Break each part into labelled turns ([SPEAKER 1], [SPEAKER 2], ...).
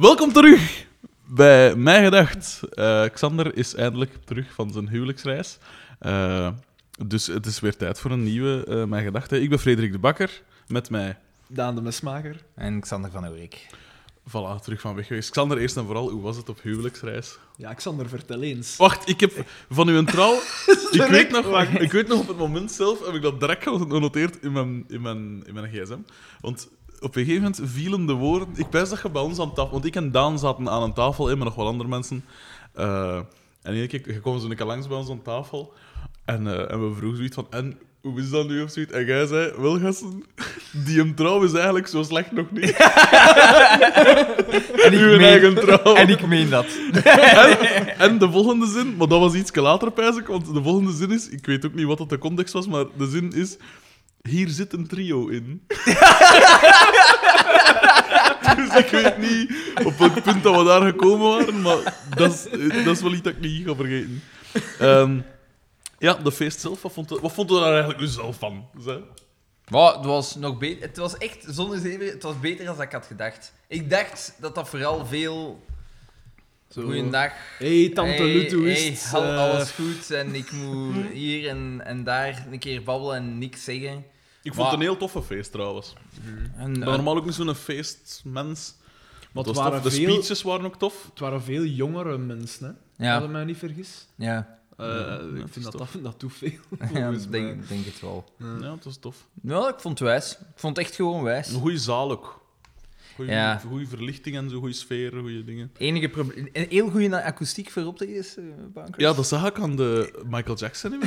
[SPEAKER 1] Welkom terug bij Mij Gedacht. Eh, Xander is eindelijk terug van zijn huwelijksreis. Eh, dus het is weer tijd voor een nieuwe eh Mijn Gedacht. hè. Ik ben Frederik de Bakker, met mij,
[SPEAKER 2] Daan de Mesmaker.
[SPEAKER 3] En Xander van Oerik.
[SPEAKER 1] voilà, terug van weg geweest. Xander, eerst en vooral, hoe was het op huwelijksreis?
[SPEAKER 2] Ja, Xander, vertel eens.
[SPEAKER 1] Wacht, ik heb van uw trouw... ik,
[SPEAKER 2] Direct
[SPEAKER 1] weet nog,
[SPEAKER 2] wacht.
[SPEAKER 1] ik weet nog op het moment zelf, heb ik dat direct genoteerd in mijn, in mijn, in mijn gsm. Want op een gegeven moment vielen de woorden... Ik pijs dat je bij ons aan tafel... Want ik en Daan zaten aan een tafel, en met nog wel andere mensen. Eh, en één keer je kwam zo'n keer langs bij ons aan tafel. En, eh, en we vroegen zoiets van... En, hoe is dat nu of zoiets? En jij zei, wel gasten, die hem trouw is eigenlijk zo slecht nog niet.
[SPEAKER 3] En
[SPEAKER 1] Uw eigen trouw.
[SPEAKER 3] en ik meen dat.
[SPEAKER 1] en, en de volgende zin, maar dat was iets later, pijs ik, want de volgende zin is... Ik weet ook niet wat dat de context was, maar de zin is... Hier zit een trio in. dus ik weet niet op het punt dat we daar gekomen waren, maar dat is, eh, dat is wel iets dat ik niet ga vergeten. Ehm, ja, de feest zelf, wat vond je, wat vond je daar eigenlijk nu zelf van? Zeg?
[SPEAKER 3] Maar het was nog beter. Het was echt, zonder zeven, het was beter dan ik had gedacht. Ik dacht dat dat vooral veel.
[SPEAKER 2] Zo.
[SPEAKER 3] Goeiedag.
[SPEAKER 2] Hey, tante
[SPEAKER 3] hey,
[SPEAKER 2] Lutu
[SPEAKER 3] hey,
[SPEAKER 2] is het,
[SPEAKER 3] hal-
[SPEAKER 2] eh,
[SPEAKER 3] alles goed. En ik moet hier en, en daar een keer babbelen en niks zeggen. Eh,
[SPEAKER 1] Ik vond het een heel toffe feest trouwens.
[SPEAKER 3] En,
[SPEAKER 1] Ik ben normaal ook niet zo'n feestmens. Dat
[SPEAKER 2] Want het
[SPEAKER 1] was tof.
[SPEAKER 2] waren,
[SPEAKER 1] De
[SPEAKER 2] veel,
[SPEAKER 1] speeches waren ook tof.
[SPEAKER 2] het waren veel jongere mensen, hè? Als
[SPEAKER 3] ja,
[SPEAKER 2] ik mij niet vergis.
[SPEAKER 3] ja,
[SPEAKER 2] Eh,
[SPEAKER 1] Ja, dat
[SPEAKER 2] ik
[SPEAKER 1] is
[SPEAKER 2] vind dat,
[SPEAKER 1] tof.
[SPEAKER 2] dat, dat doet veel.
[SPEAKER 3] ja
[SPEAKER 2] volgens mij.
[SPEAKER 3] denk, denk het wel.
[SPEAKER 2] Ja.
[SPEAKER 1] Ja, het was tof.
[SPEAKER 3] Nou, ik vond het wijs. Ik vond het echt gewoon wijs.
[SPEAKER 1] Een goede zaal ook. Goeie,
[SPEAKER 3] Ja.
[SPEAKER 1] goeie verlichting en zo, goede sfeer, goede dingen.
[SPEAKER 3] Enige probleem. Een heel goede akoestiek voor op te is, eh, Bankers.
[SPEAKER 1] Ja, dat zag ik aan de Michael Jackson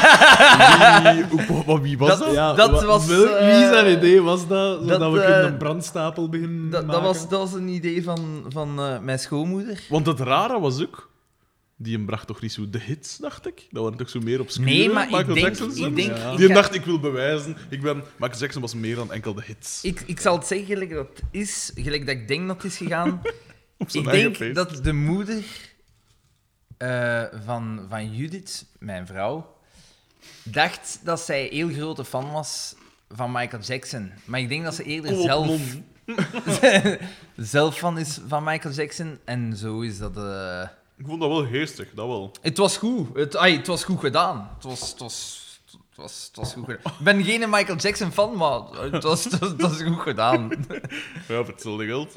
[SPEAKER 1] imitatie. Wie, hoe- wat- wie was dat?
[SPEAKER 3] Dat- dat
[SPEAKER 2] wa-
[SPEAKER 3] was,
[SPEAKER 2] wel-
[SPEAKER 3] eh,
[SPEAKER 2] wie zijn idee was dat? Zodat
[SPEAKER 3] dat,
[SPEAKER 2] we kunnen
[SPEAKER 3] eh,
[SPEAKER 2] een brandstapel beginnen
[SPEAKER 3] Dat, dat,
[SPEAKER 2] maken?
[SPEAKER 3] was, dat was een idee van, van eh, mijn schoonmoeder.
[SPEAKER 1] Want het rare was ook... Die bracht toch niet zo de hits, dacht ik? Dat waren toch zo meer obscure
[SPEAKER 3] Nee, maar
[SPEAKER 1] Michael
[SPEAKER 3] ik denk...
[SPEAKER 1] Jackson's?
[SPEAKER 3] Ik denk
[SPEAKER 2] Ja.
[SPEAKER 3] ik
[SPEAKER 1] Die
[SPEAKER 3] ga-
[SPEAKER 1] dacht, ik wil bewijzen. Ik ben... Michael Jackson was meer dan enkel de hits.
[SPEAKER 3] ik, ik zal het zeggen gelijk dat het is, gelijk dat ik denk dat het is gegaan.
[SPEAKER 1] Op zijn
[SPEAKER 3] ik
[SPEAKER 1] eigen
[SPEAKER 3] denk
[SPEAKER 1] feest.
[SPEAKER 3] dat de moeder eh, van, van Judith, mijn vrouw, dacht dat zij heel grote fan was van Michael Jackson. Maar ik denk dat ze eerder
[SPEAKER 1] Kom op,
[SPEAKER 3] zelf,
[SPEAKER 1] non.
[SPEAKER 3] zelf fan is van Michael Jackson. En zo is dat... eh,
[SPEAKER 1] Ik vond dat wel geestig, dat wel.
[SPEAKER 3] Het was goed. Het, ai, het was goed gedaan. Het was, het was, het was, het was goed gedaan. Ik ben geen Michael Jackson fan, maar het was, het was, het was goed gedaan.
[SPEAKER 1] Ja, voor hetzelfde geld.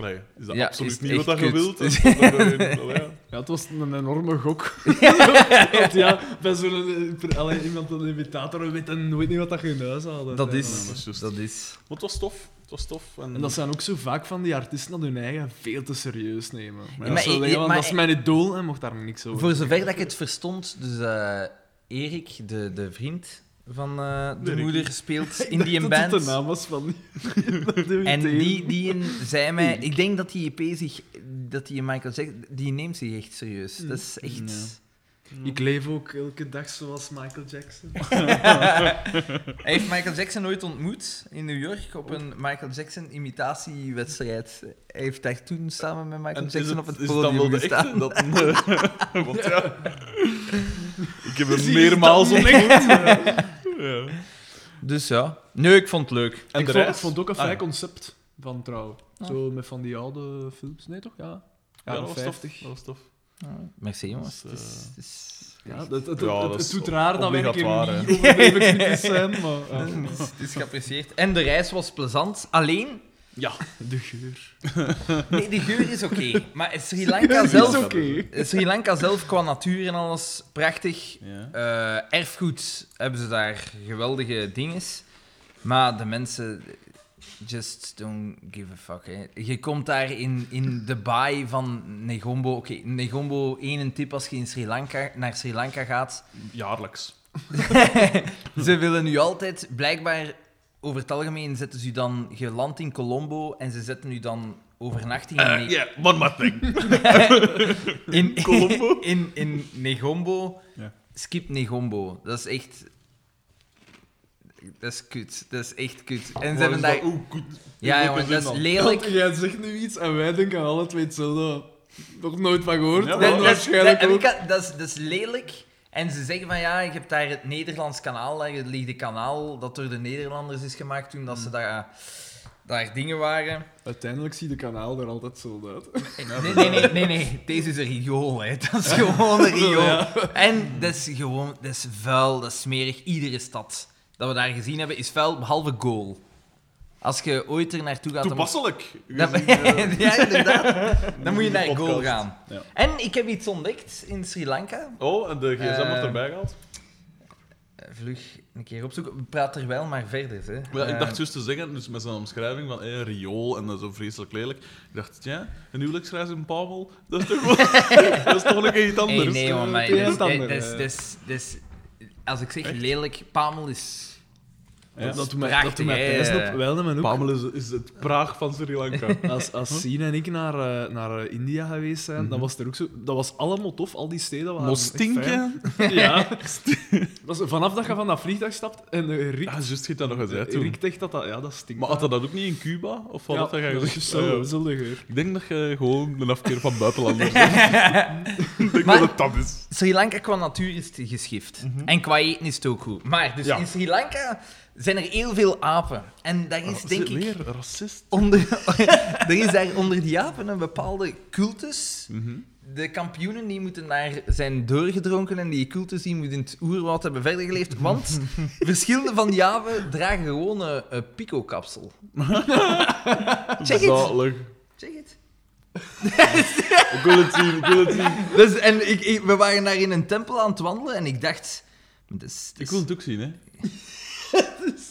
[SPEAKER 1] Nee, is dat
[SPEAKER 3] Ja,
[SPEAKER 1] absoluut
[SPEAKER 3] is
[SPEAKER 1] niet
[SPEAKER 3] echt
[SPEAKER 1] wat dat je
[SPEAKER 3] kut.
[SPEAKER 1] wilt? Dat is wat dat je- oh, ja.
[SPEAKER 2] Ja, het was een enorme gok. Want ja, bij zo'n... eh, Allee, iemand, een imitator, weet, en weet niet wat dat je in huis had.
[SPEAKER 3] Dat
[SPEAKER 1] dat is
[SPEAKER 3] is.
[SPEAKER 1] juist.
[SPEAKER 3] Dat is.
[SPEAKER 1] Maar het was tof. Het was tof. En,
[SPEAKER 2] En dat zijn ook zo vaak van die artiesten dat hun eigen veel te serieus nemen.
[SPEAKER 1] Maar
[SPEAKER 2] Ja,
[SPEAKER 3] maar
[SPEAKER 2] zo
[SPEAKER 3] ik-
[SPEAKER 2] denken van,
[SPEAKER 3] maar-
[SPEAKER 2] dat is mijn idool en mocht daar niks over
[SPEAKER 3] Voor zover dat ik het verstond, dus eh, Erik, de, de vriend van eh, de
[SPEAKER 1] Erik.
[SPEAKER 3] moeder, speelt in
[SPEAKER 2] Ik dacht
[SPEAKER 3] die een
[SPEAKER 2] dat het
[SPEAKER 3] band.
[SPEAKER 2] de naam was van die- dat doe ik
[SPEAKER 3] En
[SPEAKER 2] tegen.
[SPEAKER 3] die, die een zei mij, ik denk dat die EP zich, dat die Michael Jackson, die neemt zich echt serieus. Dat is
[SPEAKER 2] Ja.
[SPEAKER 3] echt.
[SPEAKER 1] Mm.
[SPEAKER 2] Ik leef ook elke dag zoals Michael Jackson.
[SPEAKER 3] Hij heeft Michael Jackson ooit ontmoet in New York op een Michael Jackson imitatiewedstrijd. Hij heeft daar toen samen met Michael
[SPEAKER 1] En
[SPEAKER 3] Jackson
[SPEAKER 1] is het,
[SPEAKER 3] op het
[SPEAKER 1] is
[SPEAKER 3] podium
[SPEAKER 1] dan wel de
[SPEAKER 3] gestaan.
[SPEAKER 1] echte? Dat, eh, want ja, ik heb hem
[SPEAKER 2] Precies,
[SPEAKER 1] meermaals
[SPEAKER 2] dat-
[SPEAKER 1] ontmoet. Ja.
[SPEAKER 3] Dus ja. Nee, ik vond het leuk.
[SPEAKER 1] En de
[SPEAKER 2] ik vond, ik
[SPEAKER 1] reis?
[SPEAKER 2] vond het ook een
[SPEAKER 1] Ah,
[SPEAKER 2] vrij
[SPEAKER 1] ja.
[SPEAKER 2] concept van trouw.
[SPEAKER 3] Ah.
[SPEAKER 2] Zo met van die oude films. Nee, toch? Ja.
[SPEAKER 1] Ja,
[SPEAKER 2] Jaren
[SPEAKER 1] dat was tof.
[SPEAKER 2] 50.
[SPEAKER 1] Dat was tof.
[SPEAKER 3] Merci, jongens.
[SPEAKER 1] Dus,
[SPEAKER 3] Het is- het is-
[SPEAKER 2] Ja, dat, het, het,
[SPEAKER 1] Ja,
[SPEAKER 2] het-
[SPEAKER 1] dat is
[SPEAKER 2] het doet raar dat wij een
[SPEAKER 1] obligatoire,
[SPEAKER 2] keer
[SPEAKER 1] hè.
[SPEAKER 2] niet overdreven kritisch zijn, maar... ja.
[SPEAKER 3] het is- het is geapprecieerd. En de reis was plezant. Alleen,
[SPEAKER 1] Ja,
[SPEAKER 2] De geur.
[SPEAKER 3] nee, de geur is oké. Maar Sri
[SPEAKER 2] Dat
[SPEAKER 3] Lanka
[SPEAKER 2] is
[SPEAKER 3] zelf,
[SPEAKER 2] oké.
[SPEAKER 3] Sri Lanka zelf qua natuur en alles prachtig.
[SPEAKER 1] ja.
[SPEAKER 3] Eh, erfgoed hebben ze daar geweldige dingen. Maar de mensen just don't give a fuck. Hè. Je komt daar in, in de baai van Negombo. Oké, Negombo, één een tip als je in Sri Lanka, naar Sri Lanka gaat.
[SPEAKER 1] jaarlijks.
[SPEAKER 3] ze willen nu altijd, blijkbaar over het algemeen, zetten ze je dan geland in Colombo en ze zetten u dan overnachting in,
[SPEAKER 1] Eh, Ah, Ja,
[SPEAKER 3] Ne-
[SPEAKER 1] yeah, one more thing.
[SPEAKER 3] in,
[SPEAKER 1] Colombo?
[SPEAKER 3] in, in Negombo.
[SPEAKER 1] Ja.
[SPEAKER 3] Skip Negombo. Dat is echt. Dat is kut. Dat is echt kut. En ze hebben daar.
[SPEAKER 1] Oeh, goed.
[SPEAKER 3] Ja,
[SPEAKER 1] welke
[SPEAKER 3] jongen,
[SPEAKER 1] zin
[SPEAKER 3] dat is
[SPEAKER 1] dan?
[SPEAKER 3] lelijk.
[SPEAKER 2] Want Jij zegt nu iets en wij denken alle twee hetzelfde. Nog nooit van gehoord.
[SPEAKER 1] Ja,
[SPEAKER 2] en
[SPEAKER 1] maar-
[SPEAKER 3] Dat,
[SPEAKER 1] dat-
[SPEAKER 2] waarschijnlijk
[SPEAKER 3] dat-
[SPEAKER 2] ook.
[SPEAKER 3] dat- dat is, dat is lelijk. En ze zeggen van ja, je hebt daar het Nederlands kanaal, daar ligt een kanaal dat door de Nederlanders is gemaakt toen dat ze daar daar dingen waren.
[SPEAKER 2] Uiteindelijk ziet de kanaal er altijd zo uit.
[SPEAKER 3] Nee, nee, nee, nee, nee. Deze is een riool, hè. Dat is gewoon een riool. En dat is gewoon, dat is vuil, dat is smerig. Iedere stad dat we daar gezien hebben is vuil, behalve goal. Als je ooit er naartoe gaat... dan-
[SPEAKER 1] Toepasselijk. eh,
[SPEAKER 3] Dan, ja, inderdaad. Dan moet je naar
[SPEAKER 1] Podcast.
[SPEAKER 3] goal gaan.
[SPEAKER 1] Ja.
[SPEAKER 3] En ik heb iets ontdekt in Sri Lanka.
[SPEAKER 1] Oh, en de gsm wordt
[SPEAKER 3] Eh,
[SPEAKER 1] erbij gehaald.
[SPEAKER 3] Eh, Vlug een keer opzoeken. We praten er wel maar verder. Hè.
[SPEAKER 1] Maar ja, ik
[SPEAKER 3] Eh,
[SPEAKER 1] dacht juist te zeggen, dus met zijn omschrijving van eh, riool en dat zo vreselijk lelijk. Ik dacht, ja, een huwelijksreis in Pavel, dat is toch wel- dat is toch nog iets
[SPEAKER 3] hey,
[SPEAKER 1] anders.
[SPEAKER 3] eh, nee, jongen, maar
[SPEAKER 2] het is
[SPEAKER 3] dat is-
[SPEAKER 2] het ander,
[SPEAKER 3] dat is-
[SPEAKER 2] eh.
[SPEAKER 3] dat is- dat is- Als ik zeg
[SPEAKER 1] Echt?
[SPEAKER 3] lelijk, Pamel is...
[SPEAKER 1] Ja.
[SPEAKER 2] dat doet mij,
[SPEAKER 3] prachtig,
[SPEAKER 2] dat doet mij
[SPEAKER 3] hè.
[SPEAKER 2] pijzen op. Wel, nee, mijn ook.
[SPEAKER 1] Pavel is, is het Praag van Sri Lanka.
[SPEAKER 2] Als, als Sien en ik naar, eh, naar eh, India geweest zijn, dan was het er ook zo... Dat was allemaal tof, al die steden waren...
[SPEAKER 1] Moest
[SPEAKER 2] echt
[SPEAKER 1] stinken.
[SPEAKER 2] fijn. Ja. Dat is- vanaf dat je van dat vliegtuig stapt en eh,
[SPEAKER 1] Ja,
[SPEAKER 2] riekt,
[SPEAKER 1] juist, je hebt dat nog gezegd toen.
[SPEAKER 2] riekt echt dat dat... Ja, dat stinkt.
[SPEAKER 1] Maar had hij dat ook niet in Cuba? Of wat
[SPEAKER 2] ja,
[SPEAKER 1] had hij
[SPEAKER 2] dat
[SPEAKER 1] gezegd?
[SPEAKER 2] is zo,
[SPEAKER 1] Eh,
[SPEAKER 2] zo de geur.
[SPEAKER 1] ik denk dat je gewoon een afkeer van buitenlanders bent. ik denk
[SPEAKER 3] Maar-
[SPEAKER 1] dat het dat is.
[SPEAKER 3] Sri Lanka qua natuur is het geschift. En qua eten is het ook goed. Maar dus
[SPEAKER 1] Mhm. Ja.
[SPEAKER 3] in Sri Lanka zijn er heel veel apen. En daar is,
[SPEAKER 1] Ra-
[SPEAKER 3] denk ik...
[SPEAKER 1] Weer racist.
[SPEAKER 3] Onder, er is daar onder die apen een bepaalde cultus.
[SPEAKER 1] Mhm.
[SPEAKER 3] De kampioenen die moeten daar zijn doorgedronken en die cultus die moeten in het oerwoud hebben verder geleefd. Want verschillende van die apen dragen gewoon een, een pico-kapsel. check het,
[SPEAKER 1] Zalig.
[SPEAKER 3] check het.
[SPEAKER 1] Ik wil het zien, ik wil het zien.
[SPEAKER 3] Dus, en ik, ik- we waren daar in een tempel aan het wandelen en ik dacht... dit is-
[SPEAKER 1] Ik
[SPEAKER 3] dit is-
[SPEAKER 1] wil het ook zien, hè.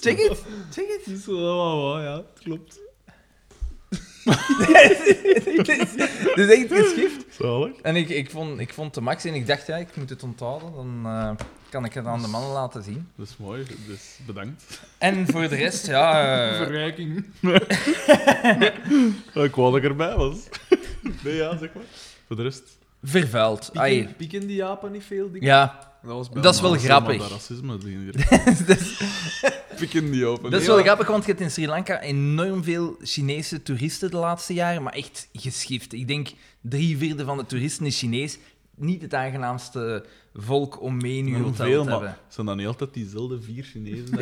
[SPEAKER 3] Check het, check het.
[SPEAKER 2] Het is wel waar, ja. Klopt.
[SPEAKER 3] Dit is- dit Dus is echt geschift.
[SPEAKER 1] Zalig.
[SPEAKER 3] En ik, ik, vond, ik vond de max en ik dacht, ja, ik moet het onthouden. Dan eh, kan ik het aan de mannen laten zien.
[SPEAKER 1] Dat is mooi, dus bedankt.
[SPEAKER 3] En voor de rest, ja... eh,
[SPEAKER 2] Verrijking.
[SPEAKER 1] Ik wou dat ik erbij was. Nee, ja, zeg maar. Voor de rest...
[SPEAKER 3] Vervuild. Eh, Ai.
[SPEAKER 2] Pieken, pieken die apen niet veel? dingen?
[SPEAKER 3] Ja,
[SPEAKER 2] Dat, was
[SPEAKER 3] Dat is wel
[SPEAKER 1] Maar
[SPEAKER 3] grappig.
[SPEAKER 1] Dat racisme zien hier.
[SPEAKER 3] dat is,
[SPEAKER 1] Pikken die open.
[SPEAKER 3] dat is wel grappig, want je hebt in Sri Lanka enorm veel Chinese toeristen de laatste jaren, maar echt geschift. Ik denk drie vierde van de toeristen is Chinees. Niet het aangenaamste volk om mee in je
[SPEAKER 1] Hoeveel,
[SPEAKER 3] hotel te
[SPEAKER 1] maar
[SPEAKER 3] hebben.
[SPEAKER 1] Zijn dan niet altijd diezelfde vier Chinezen? dat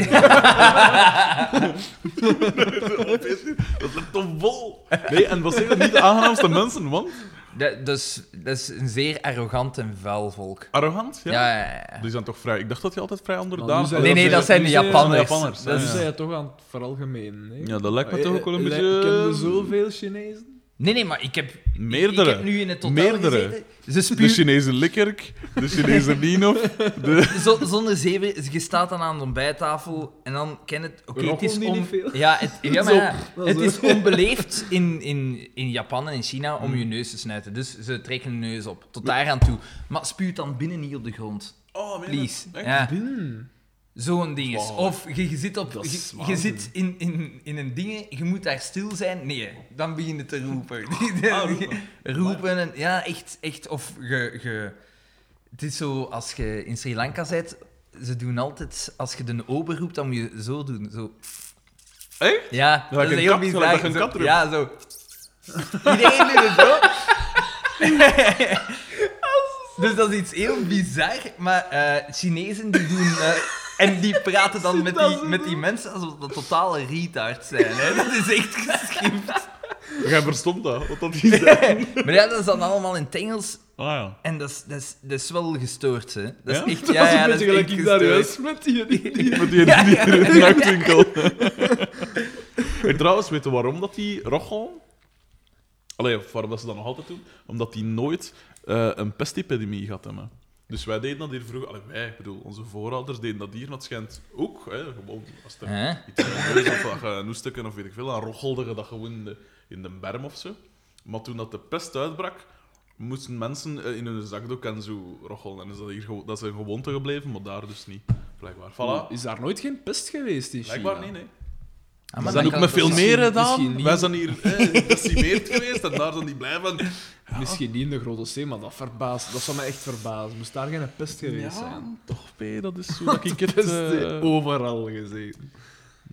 [SPEAKER 1] ligt toch vol? Nee, en wat zijn dat niet de aangenaamste mensen, want
[SPEAKER 3] Dat, dat, is, dat is een zeer arrogant en vuil volk.
[SPEAKER 1] arrogant, ja.
[SPEAKER 3] Ja, ja, ja.
[SPEAKER 1] Die zijn toch vrij... Ik dacht dat die altijd vrij
[SPEAKER 2] Maar
[SPEAKER 1] onderdaan
[SPEAKER 2] nu zijn-
[SPEAKER 3] Nee, nee, dat zijn de
[SPEAKER 2] Nu zijn-
[SPEAKER 3] Japanners.
[SPEAKER 1] Japanners, hè,
[SPEAKER 3] Dat
[SPEAKER 2] Nu
[SPEAKER 3] is- eh,
[SPEAKER 1] ja.
[SPEAKER 2] zei je toch aan het veralgemeen. hè?
[SPEAKER 1] Ja, dat lijkt me toch ook wel een
[SPEAKER 2] Eh, eh,
[SPEAKER 1] beetje-
[SPEAKER 2] Ken je zoveel Chinezen?
[SPEAKER 3] Nee, nee, maar ik heb...
[SPEAKER 1] Meerdere.
[SPEAKER 3] Ik heb nu in het totaal
[SPEAKER 1] Meerdere. Dus
[SPEAKER 3] gezeten. Ze
[SPEAKER 1] De
[SPEAKER 3] spuwen
[SPEAKER 1] Chinese Likkerk, de Chinese Nino, de...
[SPEAKER 3] Zo- zonder zeven, je staat dan aan de ontbijttafel en dan ken het. Oké,
[SPEAKER 2] We
[SPEAKER 3] het is
[SPEAKER 2] rommelen niet veel.
[SPEAKER 3] Ja, het, ja, maar ja,
[SPEAKER 2] Dat is
[SPEAKER 3] het is onbeleefd in, in, in Japan en in China om je neus te snuiten. Dus ze trekken hun neus op, tot daar aan toe. Maar spuwt dan binnen niet op de grond.
[SPEAKER 1] Oh, meen je
[SPEAKER 3] Please.
[SPEAKER 1] dat? Echt?
[SPEAKER 3] Ja,
[SPEAKER 2] Binnen.
[SPEAKER 3] Zo'n ding is.
[SPEAKER 1] Wow.
[SPEAKER 3] Of je, je zit, op,
[SPEAKER 2] Dat
[SPEAKER 3] je,
[SPEAKER 2] is
[SPEAKER 3] je
[SPEAKER 2] waanzin.
[SPEAKER 3] zit in, in, in een ding, je moet daar stil zijn. Nee, dan begin je te roepen.
[SPEAKER 1] Ah, roepen.
[SPEAKER 3] roepen en ja, echt, echt. Of je, je, het is zo als je in Sri Lanka bent, ze doen altijd als je de ober roept, dan moet je zo doen. Zo.
[SPEAKER 1] Echt?
[SPEAKER 3] Ja,
[SPEAKER 1] Gelijk
[SPEAKER 3] dat is
[SPEAKER 1] een
[SPEAKER 3] heel
[SPEAKER 1] kat,
[SPEAKER 3] bizar.
[SPEAKER 1] gelijk dat je een
[SPEAKER 3] Zo-
[SPEAKER 1] kat roept.
[SPEAKER 3] ja, zo. Iedereen doet het zo. dus dat is iets heel bizar, maar eh, Chinezen die doen. eh, en die praten dan met die, met die mensen alsof dat totale retards zijn. Hè? Dat is echt geschikt.
[SPEAKER 1] Jij verstond dat, wat dat hier zei.
[SPEAKER 3] Maar ja, dat is dan allemaal in het Engels.
[SPEAKER 1] Ah ja.
[SPEAKER 3] En dat is, dat is, dat is wel gestoord, hè? Dat is
[SPEAKER 1] Ja?
[SPEAKER 3] echt.
[SPEAKER 2] Dat
[SPEAKER 3] Ja,
[SPEAKER 2] is
[SPEAKER 3] ja,
[SPEAKER 2] een
[SPEAKER 3] dat
[SPEAKER 2] beetje
[SPEAKER 3] is
[SPEAKER 2] gelijk
[SPEAKER 3] echt
[SPEAKER 2] ik daar
[SPEAKER 3] gestoord.
[SPEAKER 2] juist met die... die- die-
[SPEAKER 1] Met die,
[SPEAKER 3] Ja,
[SPEAKER 1] die,
[SPEAKER 3] ja.
[SPEAKER 1] die nachtwinkel. en trouwens, weet je waarom dat die rochel... Allee, of waarom dat ze dat nog altijd doen? Omdat die nooit eh, een pestepidemie gehad hebben. Dus wij deden dat hier vroeger... Allee, wij, ik bedoel, onze voorouders deden dat hier, maar het schijnt ook. Hè, gewoon, als er
[SPEAKER 3] Hè? Ah,
[SPEAKER 1] iets aan is, of dat je een hoesteken eh, of weet ik veel, dan rochelde je dat gewoon in de, in de berm of zo. Maar toen dat de pest uitbrak, moesten mensen eh, in hun zakdoek en zo rochelen. En is dat, hier, gewo- dat is een gewoonte gebleven, maar daar dus niet, blijkbaar. Voilà.
[SPEAKER 2] Is daar nooit geen pest geweest in China?
[SPEAKER 1] Blijkbaar niet, nee.
[SPEAKER 3] Ah,
[SPEAKER 1] We
[SPEAKER 3] maar
[SPEAKER 1] zijn
[SPEAKER 3] dan
[SPEAKER 1] ook
[SPEAKER 3] kan
[SPEAKER 1] met
[SPEAKER 3] het
[SPEAKER 1] veel
[SPEAKER 3] wel.
[SPEAKER 1] meer
[SPEAKER 2] misschien-
[SPEAKER 1] gedaan.
[SPEAKER 2] misschien niet.
[SPEAKER 1] Wij zijn hier eh, gedecimeerd geweest en daar zijn die blij van.
[SPEAKER 2] Misschien niet in de grote zee, maar dat verbaast. Dat zou mij echt verbazen. Moest daar geen pest geweest zijn?
[SPEAKER 1] toch, P, dat is zo dat ik het...
[SPEAKER 2] Pest eh, overal gezeten.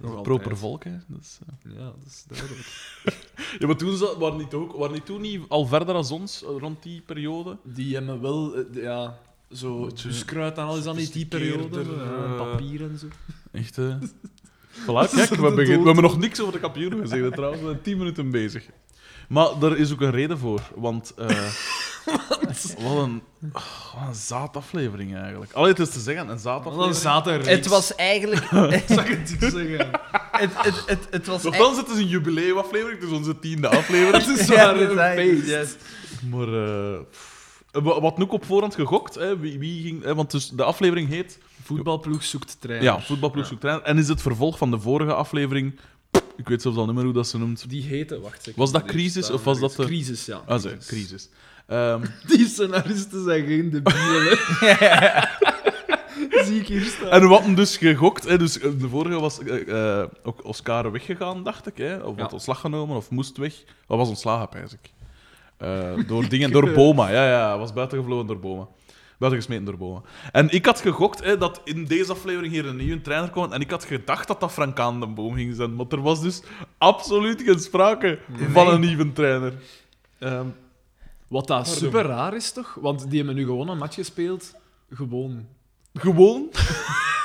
[SPEAKER 2] Nog
[SPEAKER 1] proper
[SPEAKER 2] altijd.
[SPEAKER 1] volk, hè. Dus, eh.
[SPEAKER 2] Ja, dat is duidelijk.
[SPEAKER 1] Ja, maar toen zat- waren die, toch ook, waren die toen niet al verder als ons, eh, rond die periode?
[SPEAKER 2] Die hebben wel, eh, de- ja, zo,
[SPEAKER 1] Beetje
[SPEAKER 2] dus kruid en al is dan niet die periode.
[SPEAKER 1] sophisticeerder,
[SPEAKER 2] eh,
[SPEAKER 1] eh,
[SPEAKER 2] papier en zo.
[SPEAKER 1] Echt, eh. Voilà, kijk, we,
[SPEAKER 2] dood.
[SPEAKER 1] begin- we hebben nog niks over de kampioen gezegd trouwens. We zijn tien minuten bezig. Maar er is ook een reden voor, want... eh, wat een, oh, wat een zaadaflevering eigenlijk. Allee, het is te zeggen, een
[SPEAKER 2] Want dan
[SPEAKER 1] zaadaflevering.
[SPEAKER 2] zaten er.
[SPEAKER 3] Het was eigenlijk... het,
[SPEAKER 2] Zag het ik zeggen.
[SPEAKER 3] het, het, het, het was
[SPEAKER 1] Nochtans, het is een jubileumaflevering, dus onze tiende aflevering.
[SPEAKER 2] Het is
[SPEAKER 3] eigenlijk- Ja,
[SPEAKER 2] waar,
[SPEAKER 3] het is
[SPEAKER 2] een
[SPEAKER 3] eigenlijk-
[SPEAKER 2] feest.
[SPEAKER 3] yes.
[SPEAKER 1] Maar eh, pff, wa- wat Noek op voorhand gegokt, hè? Wie, wie ging, hè? want dus de aflevering heet
[SPEAKER 2] Voetbalploeg zoekt trainer.
[SPEAKER 1] ja, Voetbalploeg zoekt trainer. En is het vervolg van de vorige aflevering, ik weet zelfs al niet meer hoe dat ze noemt.
[SPEAKER 2] Die heten, wacht even.
[SPEAKER 1] Was dat crisis of was dat de-
[SPEAKER 2] Crisis, ja.
[SPEAKER 1] Ah, zo, crisis. Ehm,
[SPEAKER 2] Die scenaristen zijn geen debielen. Zie ik hier staan.
[SPEAKER 1] en we hadden dus gegokt, hè? dus eh, de vorige was eh, eh, ook Oscar weggegaan, dacht ik. Hè? Of
[SPEAKER 2] Ja.
[SPEAKER 1] had ontslag genomen, of moest weg. Wat was ontslagen, pijs ik. Eh, door dingen, door Boma. Ja, ja, hij was buitengevlogen door Boma. Buitengesmeten door Boma. En ik had gegokt hè, dat in deze aflevering hier een nieuwe trainer kwam. En ik had gedacht dat dat Frank aan de boom ging zijn. Maar er was dus absoluut geen sprake van een nieuwe trainer. Ehm,
[SPEAKER 2] Wat dat super raar is toch? Want die hebben nu gewoon een match gespeeld. Gewoon.
[SPEAKER 1] gewoon.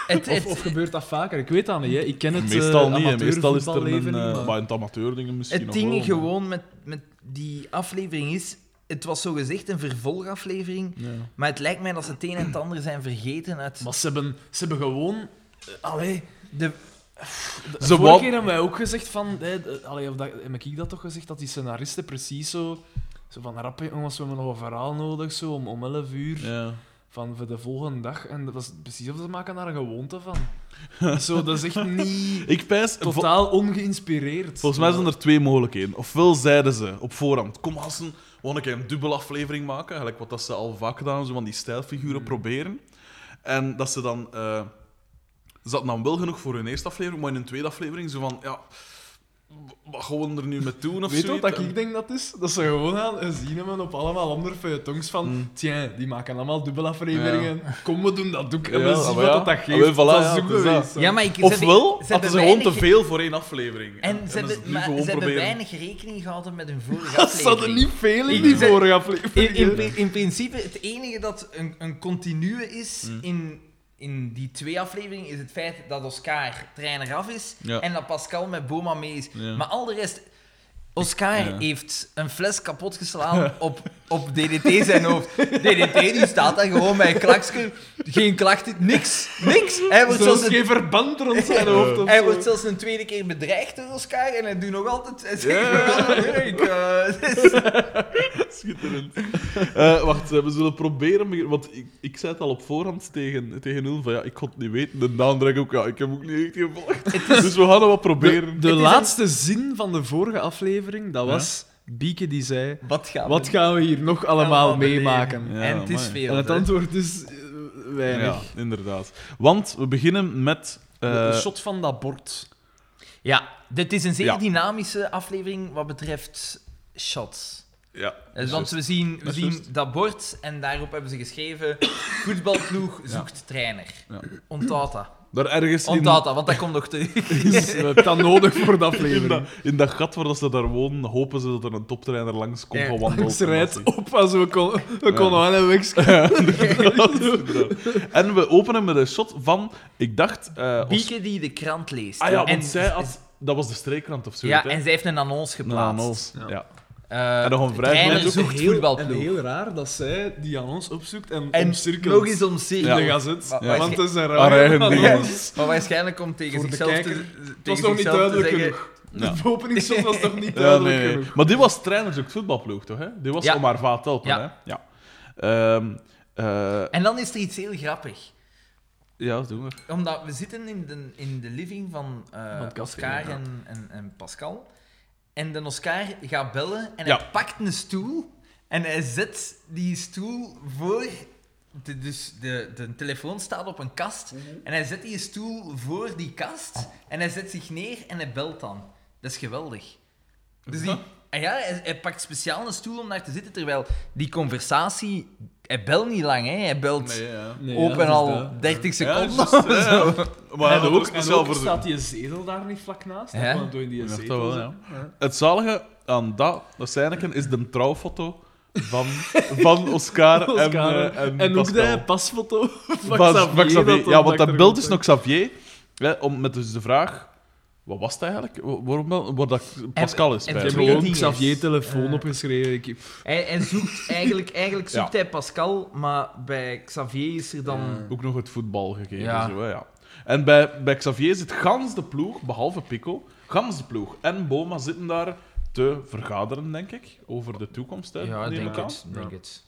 [SPEAKER 3] Het,
[SPEAKER 2] Of,
[SPEAKER 3] het,
[SPEAKER 2] of gebeurt dat vaker? Ik weet dat niet. Hè. Ik ken het
[SPEAKER 1] meestal
[SPEAKER 2] eh,
[SPEAKER 1] niet. hè. Meestal is er een.
[SPEAKER 2] amateurvoetballeven niet,
[SPEAKER 1] eh,
[SPEAKER 2] maar-
[SPEAKER 1] maar in het amateurdingen misschien.
[SPEAKER 3] het
[SPEAKER 1] nog
[SPEAKER 3] ding
[SPEAKER 1] wel, maar-
[SPEAKER 3] gewoon met, met die aflevering is... Het was zogezegd een vervolgaflevering,
[SPEAKER 1] Ja.
[SPEAKER 3] maar het lijkt mij dat ze het een en het ander zijn vergeten uit...
[SPEAKER 2] Maar ze hebben, ze hebben gewoon... eh, Allee,
[SPEAKER 3] De,
[SPEAKER 1] Ze
[SPEAKER 2] vorige
[SPEAKER 1] wou-
[SPEAKER 2] keer hebben wij ook gezegd van... hè, de- allee, of dat, heb ik dat toch gezegd? Dat die scenaristen precies zo... Zo van, rap jongens, we hebben nog een verhaal nodig zo, om, om 11 uur.
[SPEAKER 1] Ja.
[SPEAKER 2] Van voor de volgende dag. En dat was precies of ze maken daar een gewoonte van. zo, dat is echt niet...
[SPEAKER 1] Ik pijs. vo-
[SPEAKER 2] Totaal ongeïnspireerd.
[SPEAKER 1] Volgens mij zijn er twee mogelijkheden. Ofwel zeiden ze op voorhand: kom Hassen, we gaan een keer een dubbele aflevering maken. Eigenlijk wat dat ze al vaak gedaan zo van die stijlfiguren
[SPEAKER 3] Mm.
[SPEAKER 1] proberen. En dat ze dan. eh ze hadden dan wel genoeg voor hun eerste aflevering, maar in hun tweede aflevering zo van: ja, wat gaan we er nu mee doen? Of
[SPEAKER 2] Weet je wat
[SPEAKER 1] zoiets?
[SPEAKER 2] dat
[SPEAKER 1] En-
[SPEAKER 2] ik denk dat is? Dat ze gewoon gaan en zien hebben op allemaal andere feuilletons van...
[SPEAKER 1] Mm.
[SPEAKER 2] Tja, die maken allemaal dubbelafleveringen. Kom, we doen dat ook. En
[SPEAKER 1] Ja,
[SPEAKER 2] we zien
[SPEAKER 1] maar
[SPEAKER 2] wat
[SPEAKER 1] ja.
[SPEAKER 2] dat, dat
[SPEAKER 1] Ah,
[SPEAKER 2] geeft.
[SPEAKER 1] wel, voilà,
[SPEAKER 2] dat
[SPEAKER 1] ja,
[SPEAKER 2] is ook
[SPEAKER 1] het is dat.
[SPEAKER 2] geweest, hè.
[SPEAKER 3] ja, maar ik, ze
[SPEAKER 1] Ofwel
[SPEAKER 3] hebben-
[SPEAKER 1] hadden ze gewoon
[SPEAKER 3] hebben
[SPEAKER 1] te
[SPEAKER 3] weinig-
[SPEAKER 1] veel voor één aflevering.
[SPEAKER 3] En ze
[SPEAKER 1] hebben
[SPEAKER 3] hebben,
[SPEAKER 1] het nu
[SPEAKER 3] maar, ze
[SPEAKER 1] gewoon
[SPEAKER 3] hebben
[SPEAKER 1] proberen.
[SPEAKER 3] weinig rekening gehouden met hun vorige
[SPEAKER 2] Dat zat er
[SPEAKER 3] aflevering.
[SPEAKER 2] niet veel in
[SPEAKER 3] Ik
[SPEAKER 2] die
[SPEAKER 3] zeg-
[SPEAKER 2] vorige aflevering.
[SPEAKER 3] In, in, pri- in principe, het enige dat een, een continue is
[SPEAKER 1] Mm.
[SPEAKER 3] in, in die twee afleveringen is het feit dat Oscar trainer af is
[SPEAKER 1] Ja.
[SPEAKER 3] en dat Pascal met Boma mee is.
[SPEAKER 1] Ja.
[SPEAKER 3] Maar al de rest... Oscar
[SPEAKER 1] Ja.
[SPEAKER 3] heeft een fles kapot geslagen op, op DDT zijn hoofd. DDT die staat daar gewoon bij een klaksken. Geen klachten, niks. Niks. Hij wordt
[SPEAKER 2] Zelfs
[SPEAKER 3] zelfs een,
[SPEAKER 2] geen verband rond zijn hoofd. of
[SPEAKER 3] hij
[SPEAKER 2] zo.
[SPEAKER 3] wordt zelfs een tweede keer bedreigd door Oscar en hij doet nog altijd... Oh Hij zegt,
[SPEAKER 1] Ja.
[SPEAKER 3] "Ik wil dat niet, ik, eh, dus-
[SPEAKER 1] Schitterend. Eh, wacht, eh, we zullen proberen. begin- Want ik, ik zei het al op voorhand tegen, tegen Ulf: van ja, ik kon het niet weten. En Daan direct ook, ja, ik heb ook niet echt gevolgd. Dus we gaan het wat proberen.
[SPEAKER 2] De, de
[SPEAKER 3] Het is
[SPEAKER 2] laatste zin van de vorige aflevering, dat was... Bieke die zei...
[SPEAKER 3] Wat gaan
[SPEAKER 2] Wat gaan we hier nog allemaal
[SPEAKER 3] allemaal
[SPEAKER 2] meemaken?
[SPEAKER 1] Ja,
[SPEAKER 3] en het is
[SPEAKER 1] amai.
[SPEAKER 3] veel.
[SPEAKER 2] En het
[SPEAKER 3] hè.
[SPEAKER 2] antwoord is... eh,
[SPEAKER 1] Ja,
[SPEAKER 2] Weinig.
[SPEAKER 1] inderdaad. Want we beginnen met. eh,
[SPEAKER 2] Een shot van dat bord.
[SPEAKER 3] Ja, dit is een zeer
[SPEAKER 1] Ja.
[SPEAKER 3] dynamische aflevering wat betreft shots.
[SPEAKER 1] ja,
[SPEAKER 3] Eh, Want we zien, we
[SPEAKER 1] Dat is
[SPEAKER 3] zien
[SPEAKER 1] juist.
[SPEAKER 3] dat bord en daarop hebben ze geschreven: voetbalploeg zoekt trainer.
[SPEAKER 1] Ja.
[SPEAKER 3] Onthoud dat.
[SPEAKER 1] daar ergens in,
[SPEAKER 3] Onthoud dat, want dat komt nog terug.
[SPEAKER 2] Dus we hebben dat nodig voor de
[SPEAKER 1] in, dat,
[SPEAKER 2] aflevering.
[SPEAKER 1] in dat gat waar dat ze daar wonen, hopen ze dat er een toptrainer langs komt
[SPEAKER 3] Ja,
[SPEAKER 1] gaan wandelen.
[SPEAKER 2] Langs rijdt op als we konden we konden aan en weg.
[SPEAKER 1] En we openen met een shot van, ik dacht... eh, Os-
[SPEAKER 3] Bieke die de krant leest.
[SPEAKER 1] Ah ja, want
[SPEAKER 3] en,
[SPEAKER 1] zij had... Dat was de streekrand of zo.
[SPEAKER 3] Ja,
[SPEAKER 1] hè?
[SPEAKER 3] en zij heeft een annons geplaatst.
[SPEAKER 1] Nanols,
[SPEAKER 2] Ja.
[SPEAKER 1] ja.
[SPEAKER 3] Eh,
[SPEAKER 1] En nog een vrij
[SPEAKER 3] trainer
[SPEAKER 1] groot-
[SPEAKER 3] zoekt
[SPEAKER 2] en
[SPEAKER 3] voetbalploeg.
[SPEAKER 2] heel raar dat zij die aan ons opzoekt en,
[SPEAKER 3] En
[SPEAKER 2] omcirkelt
[SPEAKER 3] nog eens
[SPEAKER 2] in
[SPEAKER 3] omcirkeld.
[SPEAKER 2] de gazet.
[SPEAKER 3] Maar-
[SPEAKER 1] maar-
[SPEAKER 2] Want het is een
[SPEAKER 1] Haar
[SPEAKER 2] raar
[SPEAKER 1] eigen ding.
[SPEAKER 2] annons.
[SPEAKER 3] Maar waarschijnlijk komt tegen
[SPEAKER 2] Voor de
[SPEAKER 3] zichzelf
[SPEAKER 2] kijker,
[SPEAKER 3] te, tegen
[SPEAKER 2] Het was nog niet
[SPEAKER 3] zichzelf te
[SPEAKER 2] duidelijk
[SPEAKER 3] zeggen-
[SPEAKER 2] genoeg.
[SPEAKER 1] Ja.
[SPEAKER 2] De openingsshot was nog niet
[SPEAKER 1] Ja,
[SPEAKER 2] duidelijk
[SPEAKER 1] nee, nee.
[SPEAKER 2] genoeg.
[SPEAKER 1] Maar dit was trainers ook voetbalploeg, toch? Hè? Dit was
[SPEAKER 3] Ja.
[SPEAKER 1] om haar vaat helpen,
[SPEAKER 3] Ja.
[SPEAKER 1] hè? Ja. Ehm, eh,
[SPEAKER 3] En dan is er iets heel grappig.
[SPEAKER 1] ja, doe maar.
[SPEAKER 3] Omdat we zitten in de, in de living van, eh,
[SPEAKER 2] Van Casper,
[SPEAKER 3] Oscar
[SPEAKER 2] ja.
[SPEAKER 3] en, en, en Pascal. En de Oscar gaat bellen en
[SPEAKER 1] Ja.
[SPEAKER 3] hij pakt een stoel en hij zet die stoel voor. De, dus de, de telefoon staat op een kast en hij zet die stoel voor die kast en hij zet zich neer en hij belt dan. Dat is geweldig. Dus die, en ja, hij, hij pakt speciaal een stoel om naar te zitten, terwijl die conversatie... Hij belt niet lang, hè. Hij belt
[SPEAKER 1] Nee, ja.
[SPEAKER 2] Nee, ja, dus
[SPEAKER 3] op en
[SPEAKER 2] dat is
[SPEAKER 3] al
[SPEAKER 2] dat.
[SPEAKER 3] 30
[SPEAKER 1] Ja,
[SPEAKER 3] seconden.
[SPEAKER 1] juist, hè, ja. Maar hij
[SPEAKER 2] en
[SPEAKER 1] had
[SPEAKER 2] ook,
[SPEAKER 1] ook
[SPEAKER 2] en
[SPEAKER 1] speciaal
[SPEAKER 2] ook
[SPEAKER 1] voor
[SPEAKER 2] staat die zetel daar niet vlak naast.
[SPEAKER 3] Ja.
[SPEAKER 2] Want door in die
[SPEAKER 1] Ik dacht
[SPEAKER 2] zetel
[SPEAKER 1] dat wel,
[SPEAKER 2] zitten. Ja.
[SPEAKER 1] Het zalige aan dat, dat Seineken, is de trouwfoto van, van Oscar, en,
[SPEAKER 2] Oscar,
[SPEAKER 1] eh, en,
[SPEAKER 2] en ook
[SPEAKER 1] Pascal.
[SPEAKER 2] de pasfoto van
[SPEAKER 1] Van-
[SPEAKER 2] Xavier.
[SPEAKER 1] van Xavier.
[SPEAKER 2] dat
[SPEAKER 1] Ja, want dat
[SPEAKER 2] er
[SPEAKER 1] beeld is
[SPEAKER 2] komt.
[SPEAKER 1] nog Xavier. Hè, om, met dus de vraag: Wat was het eigenlijk? Wa- Waarom wel? Waar dat Pascal is.
[SPEAKER 3] en
[SPEAKER 1] bij.
[SPEAKER 2] Ik heb
[SPEAKER 3] twee
[SPEAKER 2] gewoon
[SPEAKER 3] dingen.
[SPEAKER 2] Xavier telefoon
[SPEAKER 3] Eh.
[SPEAKER 2] opgeschreven. Ik,
[SPEAKER 3] Hij, hij zoekt eigenlijk, eigenlijk zoekt
[SPEAKER 1] Ja.
[SPEAKER 3] hij Pascal, maar bij Xavier is er dan.
[SPEAKER 1] Ook nog het voetbal gegeven.
[SPEAKER 3] Ja.
[SPEAKER 1] Zo, hè, ja. En bij, bij Xavier zit gans de ploeg, behalve Pico, gans de ploeg en Boma zitten daar te vergaderen, denk ik, over de toekomst. Hè,
[SPEAKER 3] Ja, ik
[SPEAKER 1] neem
[SPEAKER 3] denk
[SPEAKER 1] ik aan.
[SPEAKER 3] het. Denk het.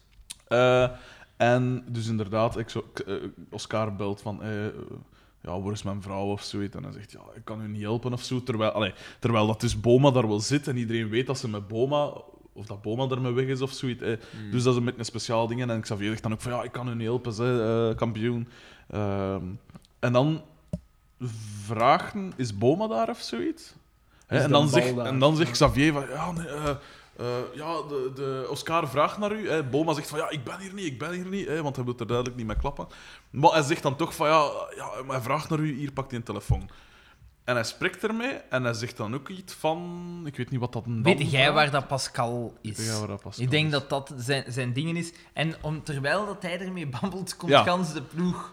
[SPEAKER 1] Eh, en dus inderdaad, ik zo, k- eh, Oscar belt van... eh, eh, ja, waar is mijn vrouw of zoiets? En hij zegt, ja, ik kan u niet helpen of zo. Terwijl, allee, terwijl dat dus Boma daar wel zit en iedereen weet dat ze met Boma... Of dat Boma daarmee weg is of zoiets. eh.
[SPEAKER 2] Hmm.
[SPEAKER 1] Dus dat is een beetje een speciaal ding. En Xavier zegt dan ook van, ja, ik kan u niet helpen, ze, eh, kampioen. Ehm, en dan vragen, is Boma daar of zoiets? Hè,
[SPEAKER 2] Is
[SPEAKER 1] en,
[SPEAKER 2] dan
[SPEAKER 1] dan
[SPEAKER 2] Bal
[SPEAKER 1] zegt,
[SPEAKER 2] daar?
[SPEAKER 1] en dan zegt Xavier van, ja, nee, eh, eh, ja de, de Oscar vraagt naar u. Hè. Boma zegt van, ja, ik ben hier niet, ik ben hier niet. Hè, want hij wil er duidelijk niet mee klappen. Maar hij zegt dan toch van, ja, ja maar hij vraagt naar u, hier pakt hij een telefoon. En hij spreekt ermee en hij zegt dan ook iets van, ik weet niet wat dat een
[SPEAKER 3] Weet jij waar dat Pascal is?
[SPEAKER 1] Weet jij waar dat Pascal
[SPEAKER 3] ik denk
[SPEAKER 1] is?
[SPEAKER 3] dat dat zijn, zijn dingen is. En om, terwijl dat hij ermee babbelt, komt
[SPEAKER 1] Ja.
[SPEAKER 3] gans de ploeg.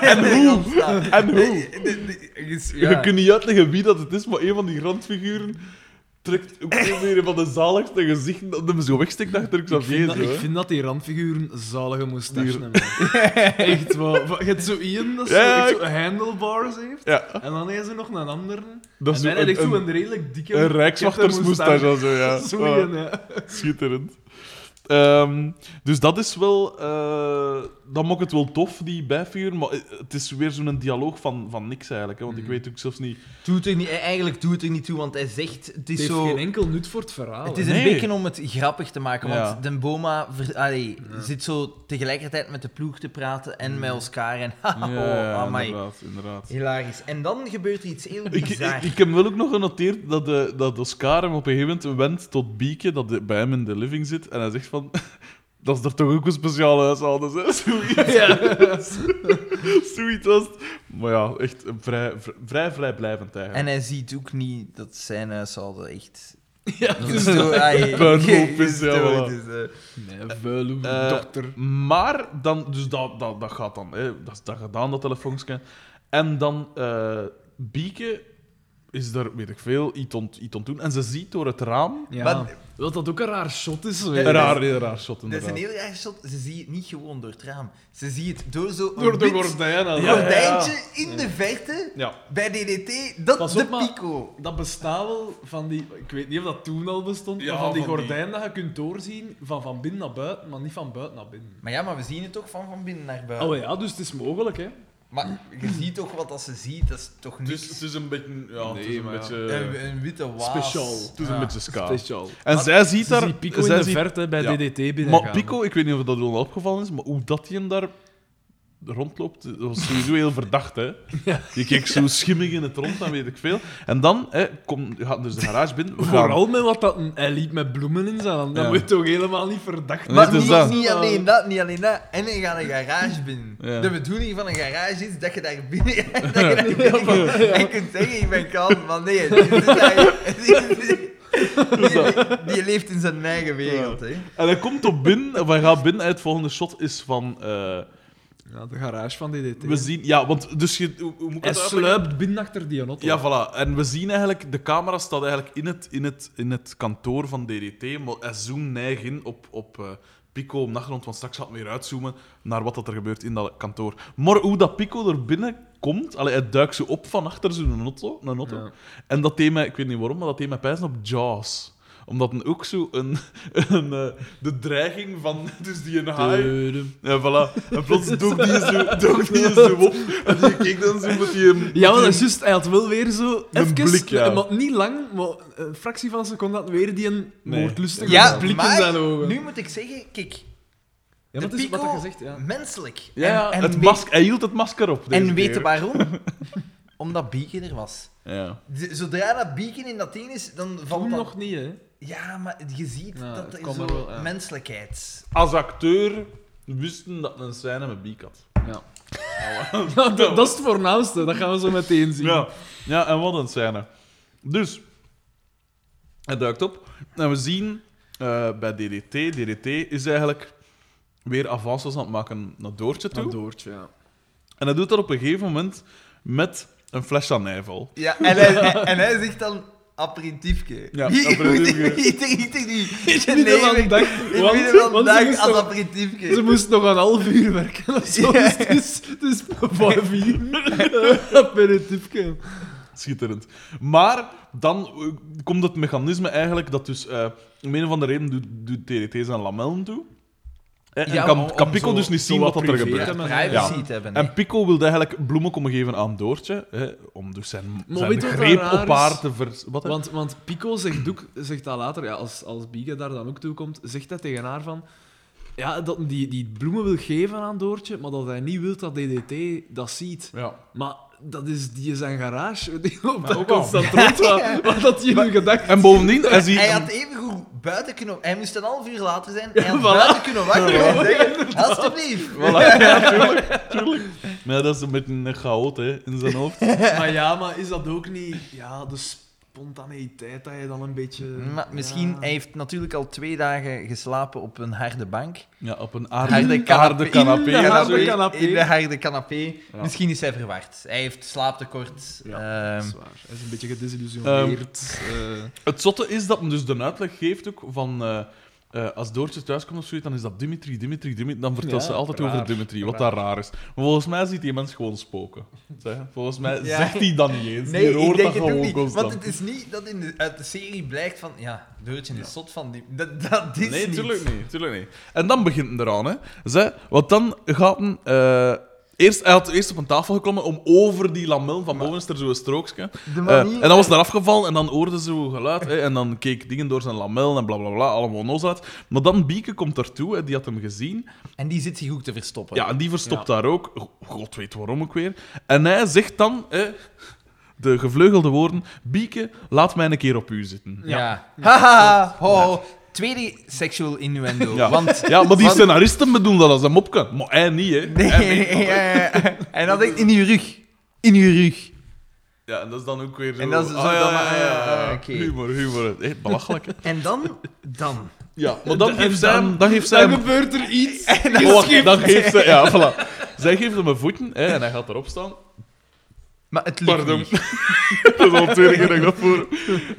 [SPEAKER 1] En hoe? En hoe?
[SPEAKER 3] Ja.
[SPEAKER 1] Je kunt niet uitleggen wie dat het is, maar een van die grondfiguren trekt ook veel meer een van de zaligste gezichten dat hem zo wegsteekt achter Xavier.
[SPEAKER 2] vind dat,
[SPEAKER 1] zo,
[SPEAKER 2] ik
[SPEAKER 1] hè.
[SPEAKER 2] vind dat die randfiguren zalige moustachen
[SPEAKER 1] Die-
[SPEAKER 2] hebben. Echt waar. Wa- Je hebt zo één dat zo,
[SPEAKER 1] Ja,
[SPEAKER 2] echt
[SPEAKER 1] ik-
[SPEAKER 2] zo handlebars heeft.
[SPEAKER 1] Ja,
[SPEAKER 2] En dan is er nog een andere.
[SPEAKER 1] dat is
[SPEAKER 2] en
[SPEAKER 1] zo
[SPEAKER 2] dan heb ik
[SPEAKER 1] een,
[SPEAKER 2] zo
[SPEAKER 1] een,
[SPEAKER 2] een redelijk dikke...
[SPEAKER 1] een rijkswachtersmoustache. of Zo, ja.
[SPEAKER 2] Sorry,
[SPEAKER 1] Ja,
[SPEAKER 2] ja.
[SPEAKER 1] schitterend. Ehm, dus dat is wel... eh dan maakt het wel tof, die bijfiguur, maar eh, het is weer zo'n dialoog van, van niks eigenlijk. Hè, want
[SPEAKER 2] Mhm.
[SPEAKER 1] ik weet ook zelfs niet...
[SPEAKER 3] Doet er niet, eigenlijk doet het er niet toe, want hij zegt... Het
[SPEAKER 2] Het
[SPEAKER 3] is,
[SPEAKER 2] heeft
[SPEAKER 3] zo,
[SPEAKER 2] geen enkel nut voor het verhaal.
[SPEAKER 3] het
[SPEAKER 2] hè.
[SPEAKER 3] is een
[SPEAKER 1] Nee.
[SPEAKER 3] beetje om het grappig te maken, want
[SPEAKER 1] Ja.
[SPEAKER 3] Den Boma ver- allee, zit zo tegelijkertijd met de ploeg te praten en met Oscar. En haha, oh, amai.
[SPEAKER 1] Mm. inderdaad, inderdaad.
[SPEAKER 3] Hilarisch. En dan gebeurt er iets heel
[SPEAKER 1] Ik, ik,
[SPEAKER 3] bizar.
[SPEAKER 1] ik heb wel ook nog genoteerd dat, de, dat Oscar hem op een gegeven moment wendt tot Bieke, dat de- bij hem in de living zit. En hij zegt van... Dat is er toch ook een speciaal huishouden, hè? Zoiets. Zoiets was het. Maar ja, echt een vrij, vrij, vrij vrijblijvend eigenlijk.
[SPEAKER 3] En hij ziet ook niet dat zijn huishouden echt...
[SPEAKER 2] Ja,
[SPEAKER 3] Dat is zo... ai,
[SPEAKER 1] puinhoop is, ja,
[SPEAKER 3] zo,
[SPEAKER 1] voilà.
[SPEAKER 3] dus, eh.
[SPEAKER 2] Nee, vuile
[SPEAKER 1] Eh,
[SPEAKER 2] dokter.
[SPEAKER 1] Maar dan, dus dat, dat, dat gaat dan, hè. dat is dat gedaan, dat telefoonscan. En dan eh Bieke is daar, weet ik veel, iets aan iets aan het doen. En ze ziet door het raam.
[SPEAKER 2] Ja.
[SPEAKER 3] maar-
[SPEAKER 2] Wat dat ook een raar shot is. weet je.
[SPEAKER 1] Een raar, een raar shot,
[SPEAKER 3] Dat is
[SPEAKER 1] inderdaad.
[SPEAKER 3] een heel raar shot. Ze zien het niet gewoon door het raam. Ze zien het door zo'n
[SPEAKER 2] Door de
[SPEAKER 3] wit
[SPEAKER 2] gordijnen.
[SPEAKER 1] Ja, ja, ja.
[SPEAKER 3] gordijntje in de verte
[SPEAKER 1] Ja.
[SPEAKER 3] bij DDT. Dat
[SPEAKER 2] Pas
[SPEAKER 3] de
[SPEAKER 2] op, maar-
[SPEAKER 3] pico.
[SPEAKER 2] Dat bestaat wel van die... Ik weet niet of dat toen al bestond,
[SPEAKER 1] Ja,
[SPEAKER 2] maar van die
[SPEAKER 1] van die-
[SPEAKER 2] gordijnen dat je kunt doorzien van van binnen naar buiten, maar niet van buiten naar binnen.
[SPEAKER 3] Maar ja, maar we zien het toch van, van binnen naar buiten.
[SPEAKER 2] Oh ja, dus het is mogelijk, hè.
[SPEAKER 3] Maar je ziet toch wat als ze ziet, dat is toch niet
[SPEAKER 1] Dus het is een beetje... Ja, het is
[SPEAKER 2] Nee,
[SPEAKER 1] een
[SPEAKER 2] maar ja.
[SPEAKER 1] beetje...
[SPEAKER 3] een, een witte waas.
[SPEAKER 2] Speciaal.
[SPEAKER 1] Het is een beetje ska.
[SPEAKER 2] Speciaal.
[SPEAKER 1] En
[SPEAKER 3] Maar
[SPEAKER 1] zij ziet
[SPEAKER 2] Ze
[SPEAKER 1] daar...
[SPEAKER 2] zien Pico in
[SPEAKER 1] zij
[SPEAKER 2] de
[SPEAKER 1] ziet-
[SPEAKER 2] verte bij
[SPEAKER 1] ja.
[SPEAKER 2] DDT binnen.
[SPEAKER 1] Maar Pico, ik weet niet of dat al opgevallen is, maar hoe dat hij hem daar rondloopt, dat was sowieso heel verdacht, hè. Je kijkt zo schimmig in het rond, dan weet ik veel. En dan hè, kom, gaat dus de garage binnen. We gaan-
[SPEAKER 2] Vooral met wat dat... Hij liep met bloemen in zijn hand. Dat
[SPEAKER 1] Ja.
[SPEAKER 2] moet toch helemaal niet verdacht
[SPEAKER 1] Nee,
[SPEAKER 3] Maar
[SPEAKER 1] het is
[SPEAKER 3] niet,
[SPEAKER 1] dat.
[SPEAKER 3] niet alleen dat, niet alleen dat. En je gaat een garage binnen.
[SPEAKER 1] Ja.
[SPEAKER 3] De bedoeling van een garage is dat je daar binnen gaat. Dat je daar binnen gaat. En kunt zeggen, ik ben kalm. Maar nee, dit is daar- die, die leeft in zijn eigen wereld. Hè.
[SPEAKER 1] En hij komt op binnen, of hij gaat binnen, en het volgende shot is van... eh,
[SPEAKER 2] Ja, de garage van DDT.
[SPEAKER 1] we zien... Ja, want... Dus je, hoe, hoe moet ik
[SPEAKER 2] Hij
[SPEAKER 1] dat uitleggen?
[SPEAKER 2] sluipt binnen achter die auto.
[SPEAKER 1] Ja, voilà. En we zien eigenlijk, de camera staat eigenlijk in het, in het, in het kantoor van DDT, maar hij zoomt neig in op, op eh, Pico om nagrond, want straks gaat hij weer uitzoomen naar wat dat er gebeurt in dat kantoor. Maar hoe dat Pico er binnen komt, allee, hij duikt zo op van achter zo'n auto, een auto
[SPEAKER 2] Ja.
[SPEAKER 1] en dat thema, ik weet niet waarom, maar dat thema pijzen op Jaws omdat dan ook zo een, een, eh, de dreiging van, dus die een haai, ja, voilà. En plots dook die zo, dook die zo op. En je keek dan zo met die... ehm, met
[SPEAKER 2] Ja, maar dat
[SPEAKER 1] die-
[SPEAKER 2] is juist, hij had wel weer zo...
[SPEAKER 1] Een
[SPEAKER 2] even,
[SPEAKER 1] blik, ja.
[SPEAKER 2] maar niet lang, maar een fractie van een seconde had weer die een
[SPEAKER 1] Nee.
[SPEAKER 2] moordlustige
[SPEAKER 3] Ja,
[SPEAKER 2] blik in
[SPEAKER 3] maar
[SPEAKER 2] zijn ogen.
[SPEAKER 3] nu moet ik zeggen, kijk,
[SPEAKER 2] ja,
[SPEAKER 3] de
[SPEAKER 2] dat is
[SPEAKER 3] Pico,
[SPEAKER 2] wat dat gezegd, ja.
[SPEAKER 3] menselijk.
[SPEAKER 1] Ja, ja,
[SPEAKER 3] en, en,
[SPEAKER 1] het
[SPEAKER 3] weet-
[SPEAKER 1] mask, hij hield het masker op. deze
[SPEAKER 3] en weten
[SPEAKER 1] keer.
[SPEAKER 3] waarom? Omdat Bieken er was.
[SPEAKER 1] Ja.
[SPEAKER 3] Z- Zodra dat Bieken in dat ding is, dan valt
[SPEAKER 2] Toen
[SPEAKER 3] dat...
[SPEAKER 2] nog niet, hè.
[SPEAKER 3] Ja, maar je ziet
[SPEAKER 2] Ja,
[SPEAKER 3] dat
[SPEAKER 2] het
[SPEAKER 3] er
[SPEAKER 2] kwam
[SPEAKER 3] zo
[SPEAKER 2] er wel, ja.
[SPEAKER 3] menselijkheid...
[SPEAKER 1] Als acteur wisten dat een scène met Beak had.
[SPEAKER 2] Ja. dat, dat is het voornaamste, dat gaan we zo meteen zien.
[SPEAKER 1] Ja. ja, en wat een scène. Dus, hij duikt op. En we zien eh, bij DDT, DDT is eigenlijk weer avances aan het maken naar Doortje toe.
[SPEAKER 2] Een doortje, ja.
[SPEAKER 1] En hij doet dat op een gegeven moment met een fles Chanijvel.
[SPEAKER 3] Ja, en hij, en hij zegt dan aperitiefje.
[SPEAKER 1] Ja, aperitiefje.
[SPEAKER 3] Ik denk- ik denk niet.
[SPEAKER 2] In het midden van de dag.
[SPEAKER 3] Ik
[SPEAKER 2] Want-
[SPEAKER 3] vind hem
[SPEAKER 2] want ze
[SPEAKER 3] vandaag
[SPEAKER 2] moest
[SPEAKER 3] als
[SPEAKER 2] nog-
[SPEAKER 3] aperitiefje.
[SPEAKER 2] Ze moest nog een half uur werken of zo.
[SPEAKER 3] Ja.
[SPEAKER 2] Dus het is, het is vijf uur. Aperitiefje.
[SPEAKER 1] Schitterend. Maar dan eh, komt het mechanisme eigenlijk dat dus... eh om een of andere reden doet, doet TDT zijn lamellen toe. Eh, En
[SPEAKER 3] Ja, om-
[SPEAKER 1] kan,
[SPEAKER 3] om
[SPEAKER 1] kan Pico
[SPEAKER 2] zo-
[SPEAKER 1] dus niet
[SPEAKER 2] zo
[SPEAKER 1] zien wat
[SPEAKER 2] wat
[SPEAKER 1] dat er
[SPEAKER 2] privé
[SPEAKER 1] gebeurt.
[SPEAKER 2] te
[SPEAKER 3] Ja,
[SPEAKER 2] Ja.
[SPEAKER 3] privacy te hebben.
[SPEAKER 1] En Pico wilde eigenlijk bloemen komen geven aan Doortje, hè, om dus zijn,
[SPEAKER 2] Maar
[SPEAKER 1] zijn
[SPEAKER 2] weet je wat
[SPEAKER 1] greep
[SPEAKER 2] daar raar
[SPEAKER 1] op haar
[SPEAKER 2] is?
[SPEAKER 1] te vers... Wat, hè?
[SPEAKER 2] Want, want Pico zegt, ook, zegt dat later, ja, als, als Biga daar dan ook toe komt, zegt hij tegen haar van... Ja, dat hij die, die bloemen wil geven aan Doortje, maar dat hij niet wil dat DDT dat ziet.
[SPEAKER 1] Ja.
[SPEAKER 2] Maar dat is die zijn garage, die op
[SPEAKER 1] ook
[SPEAKER 2] dat
[SPEAKER 1] al.
[SPEAKER 2] constant rood was. Wat had hij in hun gedachten?
[SPEAKER 1] En bovendien, hij ziet...
[SPEAKER 3] Hij had even goed buiten kunnen... Hij moest een half uur later zijn. Hij had
[SPEAKER 2] voilà.
[SPEAKER 3] buiten kunnen wachten. en zeggen, Alsjeblieft.
[SPEAKER 1] Voilà, ja, tuurlijk, tuurlijk. Maar ja, dat is een beetje een chaot hè, in zijn hoofd.
[SPEAKER 2] Maar ja, maar is dat ook niet... Ja, de spontaneïteit dat je dan een beetje...
[SPEAKER 3] Maar misschien,
[SPEAKER 2] ja.
[SPEAKER 3] hij heeft natuurlijk al twee dagen geslapen op een harde bank.
[SPEAKER 1] Ja, op een
[SPEAKER 3] Harde
[SPEAKER 1] aarde,
[SPEAKER 3] canapé.
[SPEAKER 1] aarde canapé.
[SPEAKER 2] Ja,
[SPEAKER 1] of
[SPEAKER 2] harde
[SPEAKER 1] zoiets.
[SPEAKER 2] canapé.
[SPEAKER 3] In de harde canapé.
[SPEAKER 1] Ja.
[SPEAKER 3] Misschien is hij verward. Hij heeft slaaptekort.
[SPEAKER 2] Ja,
[SPEAKER 3] Ehm,
[SPEAKER 2] dat is waar. Hij is een beetje gedesillusioneerd.
[SPEAKER 1] Ehm.
[SPEAKER 2] eh.
[SPEAKER 1] Het zotte is dat hem dus de uitleg geeft ook van... eh, eh, als Doortje thuiskomt of zoiets, dan is dat Dimitri, Dimitri, Dimitri. Dan vertelt
[SPEAKER 2] Ja,
[SPEAKER 1] ze altijd
[SPEAKER 3] raar,
[SPEAKER 1] over Dimitri, wat daar raar is. Maar volgens mij ziet die mens gewoon spoken. Zeg, volgens mij
[SPEAKER 3] Ja.
[SPEAKER 1] zegt hij dat niet eens.
[SPEAKER 3] Nee,
[SPEAKER 1] die hoort
[SPEAKER 3] ik
[SPEAKER 1] dat
[SPEAKER 3] denk het ook
[SPEAKER 1] gewoon
[SPEAKER 3] niet.
[SPEAKER 1] constant.
[SPEAKER 3] Want het is niet dat in de, uit de serie blijkt van... Ja, Deurtje is zot van die... Dat, dat is
[SPEAKER 1] Nee,
[SPEAKER 3] niet.
[SPEAKER 1] tuurlijk niet, tuurlijk niet. En dan begint het eraan, hè. Zij, want dan gaat hem... eh, eerst, hij had eerst op een tafel geklommen om over die lamel van boven is er zo'n strookje.
[SPEAKER 3] De
[SPEAKER 1] Eh,
[SPEAKER 3] manier...
[SPEAKER 1] en dan was daar afgevallen en dan hoorde ze hoe geluid. Hè, en dan keek dingen door zijn lamel en bla bla bla, allemaal onnozel uit. Maar dan Bieke komt daartoe, hè, die had hem gezien.
[SPEAKER 3] En die zit zich ook te verstoppen.
[SPEAKER 1] Ja, en die verstopt daar ook. Go- God weet waarom ook weer. En hij zegt dan hè, de gevleugelde woorden: Bieke, laat mij een keer op u zitten.
[SPEAKER 3] Ja. Haha, ho. Tweede seksueel innuendo.
[SPEAKER 1] Ja.
[SPEAKER 3] Want...
[SPEAKER 1] Ja, maar die
[SPEAKER 3] want-
[SPEAKER 1] scenaristen bedoelen dat als een mopke. Maar hij niet, hè?
[SPEAKER 3] Nee,
[SPEAKER 1] Hij niet.
[SPEAKER 3] ja, ja, ja. En dan denk ik, in je rug. In je rug.
[SPEAKER 1] Ja, en dat is dan ook weer zo...
[SPEAKER 3] En dat is
[SPEAKER 1] ah,
[SPEAKER 3] zo
[SPEAKER 1] ja,
[SPEAKER 3] dan-
[SPEAKER 1] ja, ja,
[SPEAKER 3] ah, ja,
[SPEAKER 1] ja.
[SPEAKER 3] oké.
[SPEAKER 1] Humor, humor. Echt belachelijk. hè.
[SPEAKER 3] En dan... Dan.
[SPEAKER 1] Ja, maar dan
[SPEAKER 2] En
[SPEAKER 1] geeft zij hem...
[SPEAKER 2] dan-
[SPEAKER 1] Dan geeft zij
[SPEAKER 2] Dan
[SPEAKER 1] hem...
[SPEAKER 2] gebeurt er iets.
[SPEAKER 1] Oh, wacht, dan geeft zij... Ja, voilà. Zij geeft hem een voeten hè, en hij gaat erop staan.
[SPEAKER 3] Maar het lukt
[SPEAKER 1] Pardon.
[SPEAKER 3] niet.
[SPEAKER 1] dat is al twee keer dat ik dat voor...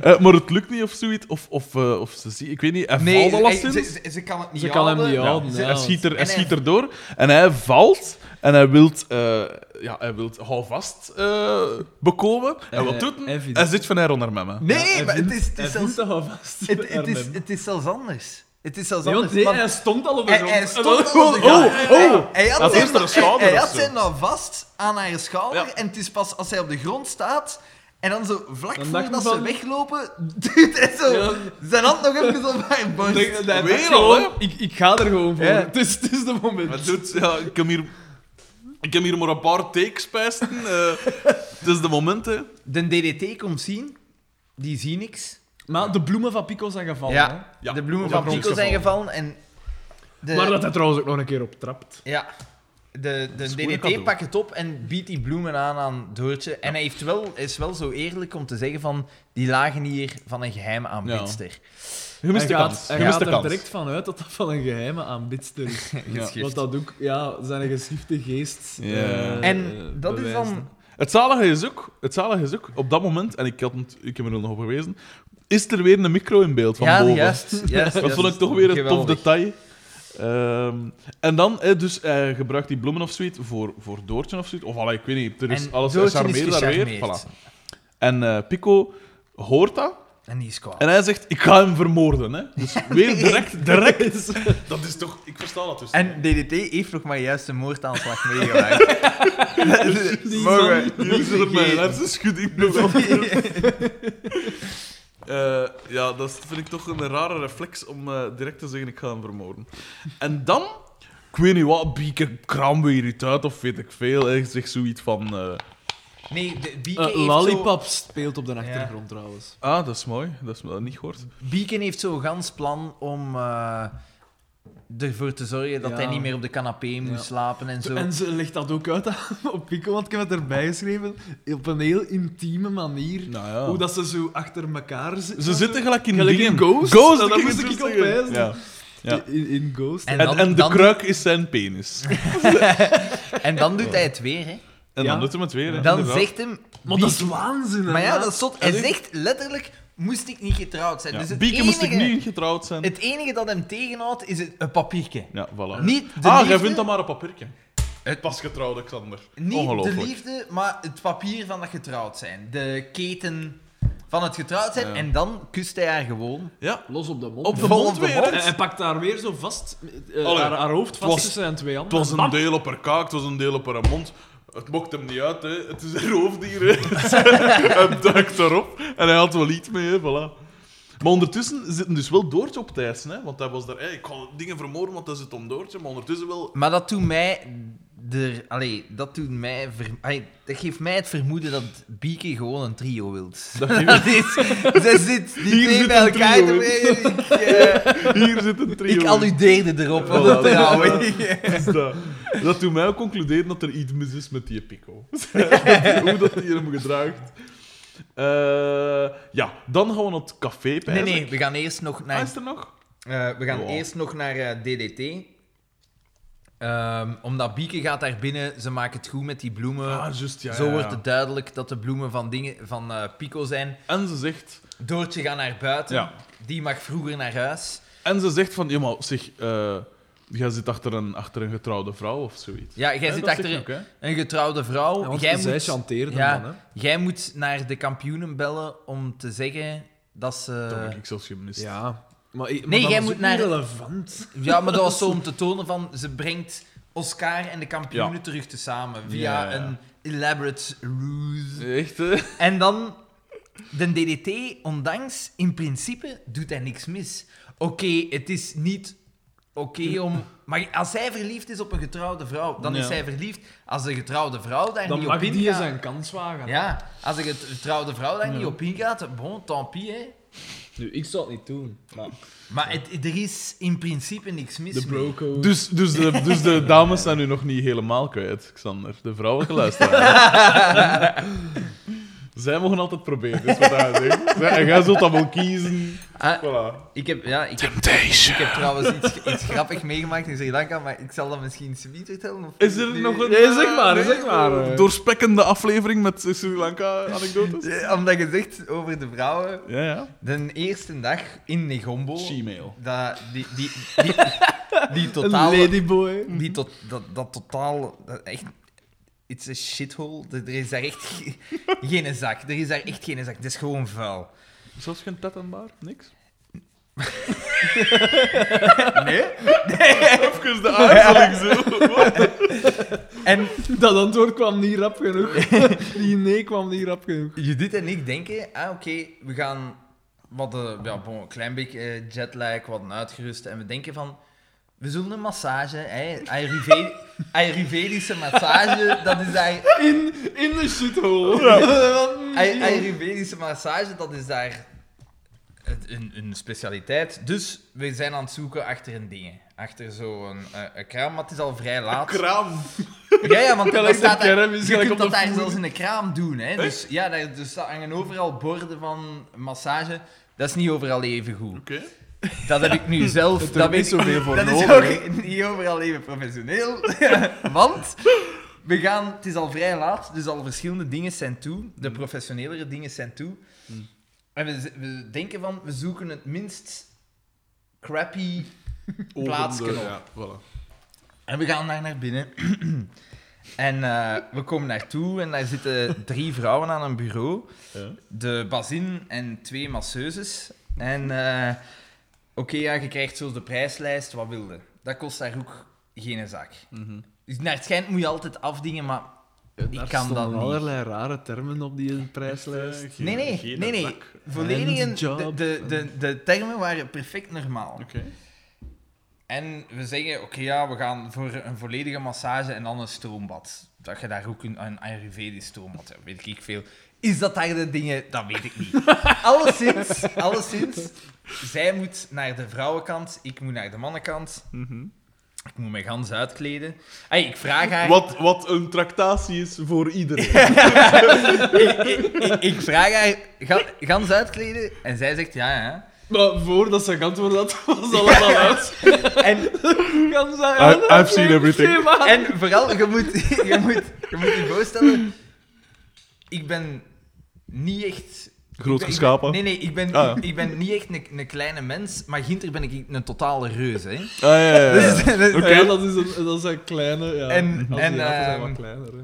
[SPEAKER 1] Eh, maar het lukt niet of zoiets. Of, of, eh, of ze zie... Ik weet niet. Hij
[SPEAKER 3] Nee,
[SPEAKER 1] valt al
[SPEAKER 3] ze,
[SPEAKER 1] sinds.
[SPEAKER 3] ze, ze kan het niet
[SPEAKER 2] Ze kan hem
[SPEAKER 3] houden.
[SPEAKER 2] niet
[SPEAKER 1] Ja,
[SPEAKER 2] houden.
[SPEAKER 1] ze-
[SPEAKER 2] ja.
[SPEAKER 1] hij schiet, er, hij
[SPEAKER 3] En hij-
[SPEAKER 1] schiet erdoor en hij valt en hij wilt, eh ja, hij wilt houvast eh, bekomen. En,
[SPEAKER 2] En
[SPEAKER 1] wat
[SPEAKER 2] hij-
[SPEAKER 1] doet hij?
[SPEAKER 2] hij vindt-
[SPEAKER 1] Hij zit van haar onder met me.
[SPEAKER 3] Nee,
[SPEAKER 2] Hij
[SPEAKER 3] maar
[SPEAKER 2] vindt-
[SPEAKER 3] het is, het
[SPEAKER 2] hij
[SPEAKER 3] is
[SPEAKER 2] vindt
[SPEAKER 3] zelfs...
[SPEAKER 2] dat wel vast.
[SPEAKER 3] Het, het, is,
[SPEAKER 2] Armen.
[SPEAKER 3] het is zelfs anders. Het is zelfs
[SPEAKER 2] Nee, want
[SPEAKER 3] anders.
[SPEAKER 2] nee,
[SPEAKER 3] want
[SPEAKER 2] hij stond al op
[SPEAKER 3] hij,
[SPEAKER 2] een
[SPEAKER 3] hij
[SPEAKER 2] zo'n-
[SPEAKER 3] stond
[SPEAKER 2] Oh,
[SPEAKER 3] al op de
[SPEAKER 1] oh,
[SPEAKER 3] grond. Hij-
[SPEAKER 1] oh.
[SPEAKER 3] Hij had
[SPEAKER 1] Had
[SPEAKER 3] zijn,
[SPEAKER 1] eerst haar schouder
[SPEAKER 3] hij, hij
[SPEAKER 1] of
[SPEAKER 3] had
[SPEAKER 1] zo.
[SPEAKER 3] zijn nou vast aan haar schouder.
[SPEAKER 1] Ja.
[SPEAKER 3] En het is pas als hij op de grond staat... En dan zo vlak
[SPEAKER 2] Dan dacht
[SPEAKER 3] voordat
[SPEAKER 2] hij
[SPEAKER 3] ze
[SPEAKER 2] van-
[SPEAKER 3] weglopen... Doet hij zo
[SPEAKER 2] Ja.
[SPEAKER 3] zijn hand nog even op haar
[SPEAKER 2] Ik
[SPEAKER 3] borst.
[SPEAKER 2] denk dat hij
[SPEAKER 1] Weer
[SPEAKER 2] dacht
[SPEAKER 1] al,
[SPEAKER 2] gewoon, ik, ik ga er gewoon voor.
[SPEAKER 3] Ja.
[SPEAKER 2] Het, is, het is de moment.
[SPEAKER 1] Maar doet, ja, ik heb hier... Ik heb hier maar een paar takes pijsten. eh, het is de moment, hè.
[SPEAKER 3] De DDT komt zien. Die zien niks.
[SPEAKER 2] Maar de bloemen van Pico zijn gevallen.
[SPEAKER 3] Ja.
[SPEAKER 1] Ja,
[SPEAKER 3] De bloemen
[SPEAKER 1] de
[SPEAKER 3] van
[SPEAKER 1] grond
[SPEAKER 3] Pico
[SPEAKER 1] is
[SPEAKER 3] zijn
[SPEAKER 1] gevallen.
[SPEAKER 3] gevallen. En de,
[SPEAKER 2] hè. Maar dat hij trouwens ook nog een keer op trapt.
[SPEAKER 3] Ja. De, de
[SPEAKER 1] is een goeie
[SPEAKER 3] DDT
[SPEAKER 1] cadeau.
[SPEAKER 3] pakt het op en biedt die bloemen aan aan Doortje. En hij heeft wel, is wel zo eerlijk om te zeggen van... Die lagen hier van een geheime aanbidster.
[SPEAKER 1] Je mist de
[SPEAKER 2] Hij gaat-
[SPEAKER 1] kans.
[SPEAKER 2] Hij
[SPEAKER 1] Je mist
[SPEAKER 2] gaat
[SPEAKER 1] de
[SPEAKER 2] er
[SPEAKER 1] kans.
[SPEAKER 2] direct vanuit dat dat van een geheime aanbidster is.
[SPEAKER 1] Ja.
[SPEAKER 2] Want dat ook, ja, zijn geschifte geest.
[SPEAKER 1] Ja.
[SPEAKER 2] eh,
[SPEAKER 3] En dat is
[SPEAKER 2] bewijst.
[SPEAKER 3] dan...
[SPEAKER 1] Het zalige is ook, het zalige is ook, op dat moment, en ik, had, het- ik heb er nog op gewezen, is er weer een micro in beeld van
[SPEAKER 3] Ja,
[SPEAKER 1] boven.
[SPEAKER 3] juist. juist,
[SPEAKER 1] Dat
[SPEAKER 3] juist.
[SPEAKER 1] vond ik toch weer een tof
[SPEAKER 3] Geweldig.
[SPEAKER 1] detail. Ehm, en dan, eh, dus hij gebruikt die bloemen of zoiets voor, voor Doortje of zoiets. Of allee, ik weet niet, er is
[SPEAKER 3] En
[SPEAKER 1] dus alles
[SPEAKER 3] Doortje
[SPEAKER 1] charmeer
[SPEAKER 3] is
[SPEAKER 1] daar weer.
[SPEAKER 3] gecharmeerd.
[SPEAKER 1] Voilà. En eh, Pico hoort dat
[SPEAKER 3] En die is kwaad.
[SPEAKER 1] en hij zegt: Ik ga hem vermoorden. Hè. Dus weer direct, direct. Dat is toch, ik versta dat dus.
[SPEAKER 3] En DDT heeft nog maar juist een moordaanslag meegemaakt. Dus
[SPEAKER 2] Die
[SPEAKER 3] Mogen we
[SPEAKER 2] zal-
[SPEAKER 1] Hier
[SPEAKER 3] niet
[SPEAKER 1] zit er mijn
[SPEAKER 3] vergeten.
[SPEAKER 1] hersenschudding bevonden. Eh, ja, dat vind ik toch een rare reflex om eh, direct te zeggen: ik ga hem vermoorden. En dan, ik weet niet wat, bieken kraam weer iets uit of weet ik veel. Hij zegt zoiets van: eh,
[SPEAKER 3] Nee, de, Bieke
[SPEAKER 2] Eh,
[SPEAKER 3] heeft
[SPEAKER 2] Lollipop speelt op de achtergrond trouwens.
[SPEAKER 1] Ah, dat is mooi, dat is dat niet gehoord.
[SPEAKER 3] zo... Bieke heeft zo'n gans plan om... eh, ervoor te zorgen dat
[SPEAKER 2] Ja.
[SPEAKER 3] hij niet meer op de canapé moet
[SPEAKER 2] Ja.
[SPEAKER 3] slapen en zo.
[SPEAKER 2] En ze legt dat ook uit op Pico, want ik heb het erbij geschreven. Op een heel intieme manier.
[SPEAKER 1] Nou ja.
[SPEAKER 2] Hoe dat ze zo achter elkaar zitten.
[SPEAKER 1] Ze zitten gelijk in
[SPEAKER 2] Gelijk in
[SPEAKER 1] dingen.
[SPEAKER 2] Ghost?
[SPEAKER 1] Ghost,
[SPEAKER 2] Nou,
[SPEAKER 1] dat
[SPEAKER 2] daar
[SPEAKER 1] moest
[SPEAKER 2] moest ik
[SPEAKER 1] ik
[SPEAKER 2] op
[SPEAKER 1] zeggen.
[SPEAKER 2] wijzen.
[SPEAKER 1] Ja. Ja.
[SPEAKER 2] In, in Ghost.
[SPEAKER 3] En
[SPEAKER 1] En,
[SPEAKER 3] dan-
[SPEAKER 1] en de
[SPEAKER 3] dan-
[SPEAKER 1] kruik is zijn penis.
[SPEAKER 3] En dan doet hij het weer, hè?
[SPEAKER 1] En
[SPEAKER 2] Ja.
[SPEAKER 1] dan doet hem het weer. hè,
[SPEAKER 3] Dan
[SPEAKER 1] inderdaad.
[SPEAKER 3] zegt hem...
[SPEAKER 2] Maar dat is
[SPEAKER 3] "Bieke."
[SPEAKER 2] waanzin.
[SPEAKER 3] Maar ja,
[SPEAKER 2] hè.
[SPEAKER 3] dat is zot. Hij
[SPEAKER 1] En ik-
[SPEAKER 3] zegt letterlijk, moest ik niet getrouwd zijn.
[SPEAKER 1] Ja.
[SPEAKER 3] Dus het
[SPEAKER 1] Bieke
[SPEAKER 3] enige,
[SPEAKER 1] moest ik nu getrouwd zijn.
[SPEAKER 3] het enige dat hem tegenhoudt, is het- een papiertje.
[SPEAKER 1] Ja, voilà.
[SPEAKER 3] Niet de
[SPEAKER 1] ah,
[SPEAKER 3] liefde,
[SPEAKER 1] jij vindt dat maar een papiertje. Het pas getrouwde Xander.
[SPEAKER 3] niet de
[SPEAKER 1] Ongelooflijk.
[SPEAKER 3] liefde, maar het papier van dat getrouwd zijn. De keten van het getrouwd zijn.
[SPEAKER 1] Ja.
[SPEAKER 3] En dan kust hij haar gewoon.
[SPEAKER 1] Ja,
[SPEAKER 2] Los op de mond.
[SPEAKER 1] op de
[SPEAKER 3] Vol
[SPEAKER 1] mond
[SPEAKER 3] op de
[SPEAKER 1] weer.
[SPEAKER 3] mond.
[SPEAKER 1] hè.
[SPEAKER 2] En hij pakt daar weer zo vast, eh,
[SPEAKER 1] Allee,
[SPEAKER 2] haar, haar hoofd vast
[SPEAKER 1] was-
[SPEAKER 2] tussen zijn twee
[SPEAKER 1] Het
[SPEAKER 2] handen.
[SPEAKER 1] was een deel op haar kaak, het was een deel op haar mond. Het mocht hem niet uit, hè. Het is een roofdier, hè. het duikt erop. En hij had wel iets mee, hè. Voilà. Maar ondertussen zitten dus wel Doortje op te eisen, hè. Want hij was daar... Hey, ik ga dingen vermoorden, want dat is het om Doortje. Maar ondertussen wel...
[SPEAKER 3] Maar dat doet mij... De, allee, dat, doet mij ver- allee, dat geeft mij het vermoeden dat Bieke gewoon een trio wilt.
[SPEAKER 1] Dat
[SPEAKER 3] Dat is, ze zit die
[SPEAKER 1] Hier
[SPEAKER 3] twee
[SPEAKER 1] zit
[SPEAKER 3] bij
[SPEAKER 1] een
[SPEAKER 3] elkaar
[SPEAKER 1] trio,
[SPEAKER 3] te brengen. Ik, eh,
[SPEAKER 1] Hier zit een trio.
[SPEAKER 3] ik alludeerde erop.
[SPEAKER 1] Voilà.
[SPEAKER 3] want trouwen.
[SPEAKER 1] Dus dat, dat doet mij ook concluderen dat er iets mis is met die pico. Hoe dat die hem gedraagt. Eh, ja, dan gaan we naar het café
[SPEAKER 3] Nee, nee, we gaan eerst nog
[SPEAKER 1] Ah,
[SPEAKER 3] naar
[SPEAKER 1] is er nog?
[SPEAKER 3] Eh, we gaan
[SPEAKER 1] Wow.
[SPEAKER 3] eerst nog naar eh, DDT. Ehm, omdat Bieke gaat daar binnen, ze maken het goed met die bloemen.
[SPEAKER 1] Ah, juist, ja.
[SPEAKER 3] Eh, Zo
[SPEAKER 1] ja,
[SPEAKER 3] wordt
[SPEAKER 1] ja.
[SPEAKER 3] het duidelijk dat de bloemen van, dingen, van eh, Pico zijn.
[SPEAKER 1] En ze zegt...
[SPEAKER 3] Doortje gaat naar buiten,
[SPEAKER 1] Ja.
[SPEAKER 3] die mag vroeger naar huis.
[SPEAKER 1] En ze zegt van, ja, maar zeg, eh, jij zit achter een, achter een getrouwde vrouw of zoiets.
[SPEAKER 3] Ja, jij
[SPEAKER 1] Hè,
[SPEAKER 3] zit
[SPEAKER 1] dat zeg
[SPEAKER 3] achter
[SPEAKER 1] je
[SPEAKER 3] een,
[SPEAKER 1] ook, hè?
[SPEAKER 3] een getrouwde vrouw.
[SPEAKER 2] Ja, want
[SPEAKER 3] jij,
[SPEAKER 2] zij
[SPEAKER 3] moet,
[SPEAKER 2] chanteerde
[SPEAKER 3] ja.
[SPEAKER 2] dan, hè.
[SPEAKER 3] jij moet naar de kampioenen bellen om te zeggen dat ze...
[SPEAKER 1] Dat heb ik zelfs gemist.
[SPEAKER 2] Ja. Maar, maar
[SPEAKER 3] Nee,
[SPEAKER 2] dat
[SPEAKER 3] jij
[SPEAKER 2] is
[SPEAKER 3] moet
[SPEAKER 2] ook
[SPEAKER 3] naar-
[SPEAKER 2] niet relevant.
[SPEAKER 3] Ja, maar dat was zo om te tonen van ze brengt Oscar en de kampioenen
[SPEAKER 1] Ja.
[SPEAKER 3] terug te samen via
[SPEAKER 1] Ja, ja, ja.
[SPEAKER 3] een elaborate ruse.
[SPEAKER 1] Echt, hè?
[SPEAKER 3] En dan de DDT, ondanks in principe doet hij niks mis. Oké, het is niet oké om. Maar als hij verliefd is op een getrouwde vrouw, dan is
[SPEAKER 1] Ja.
[SPEAKER 3] hij verliefd. Als de getrouwde vrouw daar
[SPEAKER 2] Dan
[SPEAKER 3] niet
[SPEAKER 2] mag
[SPEAKER 3] op
[SPEAKER 2] die
[SPEAKER 3] ingaat.
[SPEAKER 2] zijn kans wagen.
[SPEAKER 3] Ja, als de getrouwde vrouw daar
[SPEAKER 1] Ja.
[SPEAKER 3] niet op ingaat, bon, tant pis. Hè.
[SPEAKER 2] Nu, ik zou het niet doen. Maar
[SPEAKER 3] Maar het, er is in principe niks mis.
[SPEAKER 2] de
[SPEAKER 3] mee.
[SPEAKER 2] broco.
[SPEAKER 1] Dus, dus, de, dus de dames zijn nu nog niet helemaal kwijt, Xander. De vrouwelijke luisteraar. Zij mogen altijd proberen, is wat hij zegt. Zij- En jij zult dat wel kiezen.
[SPEAKER 3] Ah,
[SPEAKER 1] Voilà.
[SPEAKER 3] ik heb, ja, ik heb, ik
[SPEAKER 1] Temptation.
[SPEAKER 3] heb trouwens iets, iets grappig meegemaakt in Sri Lanka, maar ik zal dat misschien niet vertellen. of
[SPEAKER 1] Is er
[SPEAKER 3] nu-
[SPEAKER 1] nog een...
[SPEAKER 2] Nee, zeg maar,
[SPEAKER 1] eh,
[SPEAKER 2] zeg maar, eh.
[SPEAKER 1] Doorspekkende aflevering met Sri Lanka-anekdotes?
[SPEAKER 3] Ja, Eh, Omdat je zegt over de vrouwen,
[SPEAKER 1] Ja, ja.
[SPEAKER 3] De eerste dag in Negombo.
[SPEAKER 1] Gmail.
[SPEAKER 3] Dat, die, die, die, die
[SPEAKER 2] Een
[SPEAKER 3] totale.
[SPEAKER 2] ladyboy.
[SPEAKER 3] Die tot, dat, dat totaal. Dat echt. It's a shithole. Er er is daar echt ge- geen zak. Er is daar echt geen zak. Het is gewoon vuil.
[SPEAKER 1] Zelfs geen tet en bar? Niks?
[SPEAKER 3] Nee?
[SPEAKER 1] Even de aarzeling zo.
[SPEAKER 3] En
[SPEAKER 2] Dat antwoord kwam niet rap genoeg. Die nee kwam niet rap genoeg.
[SPEAKER 3] Judith en ik denken: ah, oké, we gaan. Wat eh, ja, bon, een klein beetje eh, jetlag, wat een uitgerust. En we denken van. We zullen een massage, hè, Ayurved- Ayurvedische massage, dat is daar
[SPEAKER 2] In, in de shithole.
[SPEAKER 3] Ay- Ayurvedische massage, dat is daar het- een, een specialiteit. Dus we zijn aan het zoeken achter een ding. Achter zo'n eh, een kraam, maar het is al vrij laat.
[SPEAKER 1] Kraam.
[SPEAKER 3] Ja, ja, want dat
[SPEAKER 2] Gelijk
[SPEAKER 3] staat
[SPEAKER 2] de
[SPEAKER 3] daar-
[SPEAKER 2] kerm is
[SPEAKER 3] je
[SPEAKER 2] gelijk
[SPEAKER 3] kunt
[SPEAKER 2] op
[SPEAKER 3] dat
[SPEAKER 2] de
[SPEAKER 3] daar
[SPEAKER 2] vloer.
[SPEAKER 3] zelfs in een kraam doen. Hè. Dus ja, daar dus daar hangen overal borden van massage. Dat is niet overal even goed.
[SPEAKER 1] Oké.
[SPEAKER 3] Dat heb ik nu zelf.
[SPEAKER 2] Het
[SPEAKER 3] dat
[SPEAKER 2] er is
[SPEAKER 3] weet ik
[SPEAKER 2] zoveel
[SPEAKER 3] nu.
[SPEAKER 2] voor
[SPEAKER 3] dat
[SPEAKER 2] nodig.
[SPEAKER 3] is ook niet overal even professioneel. Want we gaan, het is al vrij laat, dus al verschillende dingen zijn toe.
[SPEAKER 2] Mm.
[SPEAKER 3] De professionelere dingen zijn toe. En we, z- we denken van, we zoeken het minst crappy plaatsje op.
[SPEAKER 1] Ja, voilà.
[SPEAKER 3] En we gaan daar naar binnen. en eh, we komen naartoe en daar zitten drie vrouwen aan een bureau
[SPEAKER 1] Ja.
[SPEAKER 3] de bazin en twee masseuses. En eh, oké, ja, je krijgt zo de prijslijst, wat wilde. Dat kost daar ook geen zak.
[SPEAKER 1] Mhm.
[SPEAKER 3] Dus naar het schijnt moet je altijd afdingen, maar...
[SPEAKER 2] Daar
[SPEAKER 3] kan
[SPEAKER 2] stonden
[SPEAKER 3] dat niet.
[SPEAKER 2] allerlei rare termen op die prijslijst.
[SPEAKER 1] Eh, geen-
[SPEAKER 3] Nee, nee,
[SPEAKER 1] geen
[SPEAKER 3] nee, nee.
[SPEAKER 1] zak.
[SPEAKER 3] Volledig
[SPEAKER 2] En
[SPEAKER 3] een-
[SPEAKER 2] job.
[SPEAKER 3] de, de, de, de termen waren perfect normaal.
[SPEAKER 1] Oké.
[SPEAKER 3] En we zeggen, oké, ja, we gaan voor een volledige massage en dan een stroombad. Dat je daar ook een, een Ayurvedisch stroombad hebt, weet ik veel. Is dat daar de dingen? Dat weet ik niet. alleszins, alleszins, zij moet naar de vrouwenkant, ik moet naar de mannenkant.
[SPEAKER 1] Mhm.
[SPEAKER 3] Ik moet mij gans uitkleden. Hey, ik vraag haar...
[SPEAKER 1] Wat, wat een tractatie is voor iedereen.
[SPEAKER 3] ik, ik, ik- ik vraag haar, ga, gans uitkleden? En zij zegt ja, ja.
[SPEAKER 2] Maar voordat ze antwoord had, was alles al uit.
[SPEAKER 3] En,
[SPEAKER 2] Kan ze-
[SPEAKER 1] I- I've seen everything.
[SPEAKER 2] Schema.
[SPEAKER 3] en vooral, je moet, je, moet, je moet je voorstellen, ik ben niet echt...
[SPEAKER 1] Groot
[SPEAKER 3] ik ben-
[SPEAKER 1] geschapen.
[SPEAKER 3] Nee, nee, ik ben,
[SPEAKER 1] Ah, ja.
[SPEAKER 3] ik, ik ben niet echt een, een kleine mens, maar ginter ben ik een totale reus, hè.
[SPEAKER 1] Ah, ja, ja, ja.
[SPEAKER 3] Dus- dus-
[SPEAKER 1] Oké.
[SPEAKER 2] Ja, dat is een, dat is een kleine. Ja.
[SPEAKER 3] En-
[SPEAKER 2] Aziaten
[SPEAKER 3] en,
[SPEAKER 2] zijn wat
[SPEAKER 3] ehm,
[SPEAKER 2] kleiner. Ja.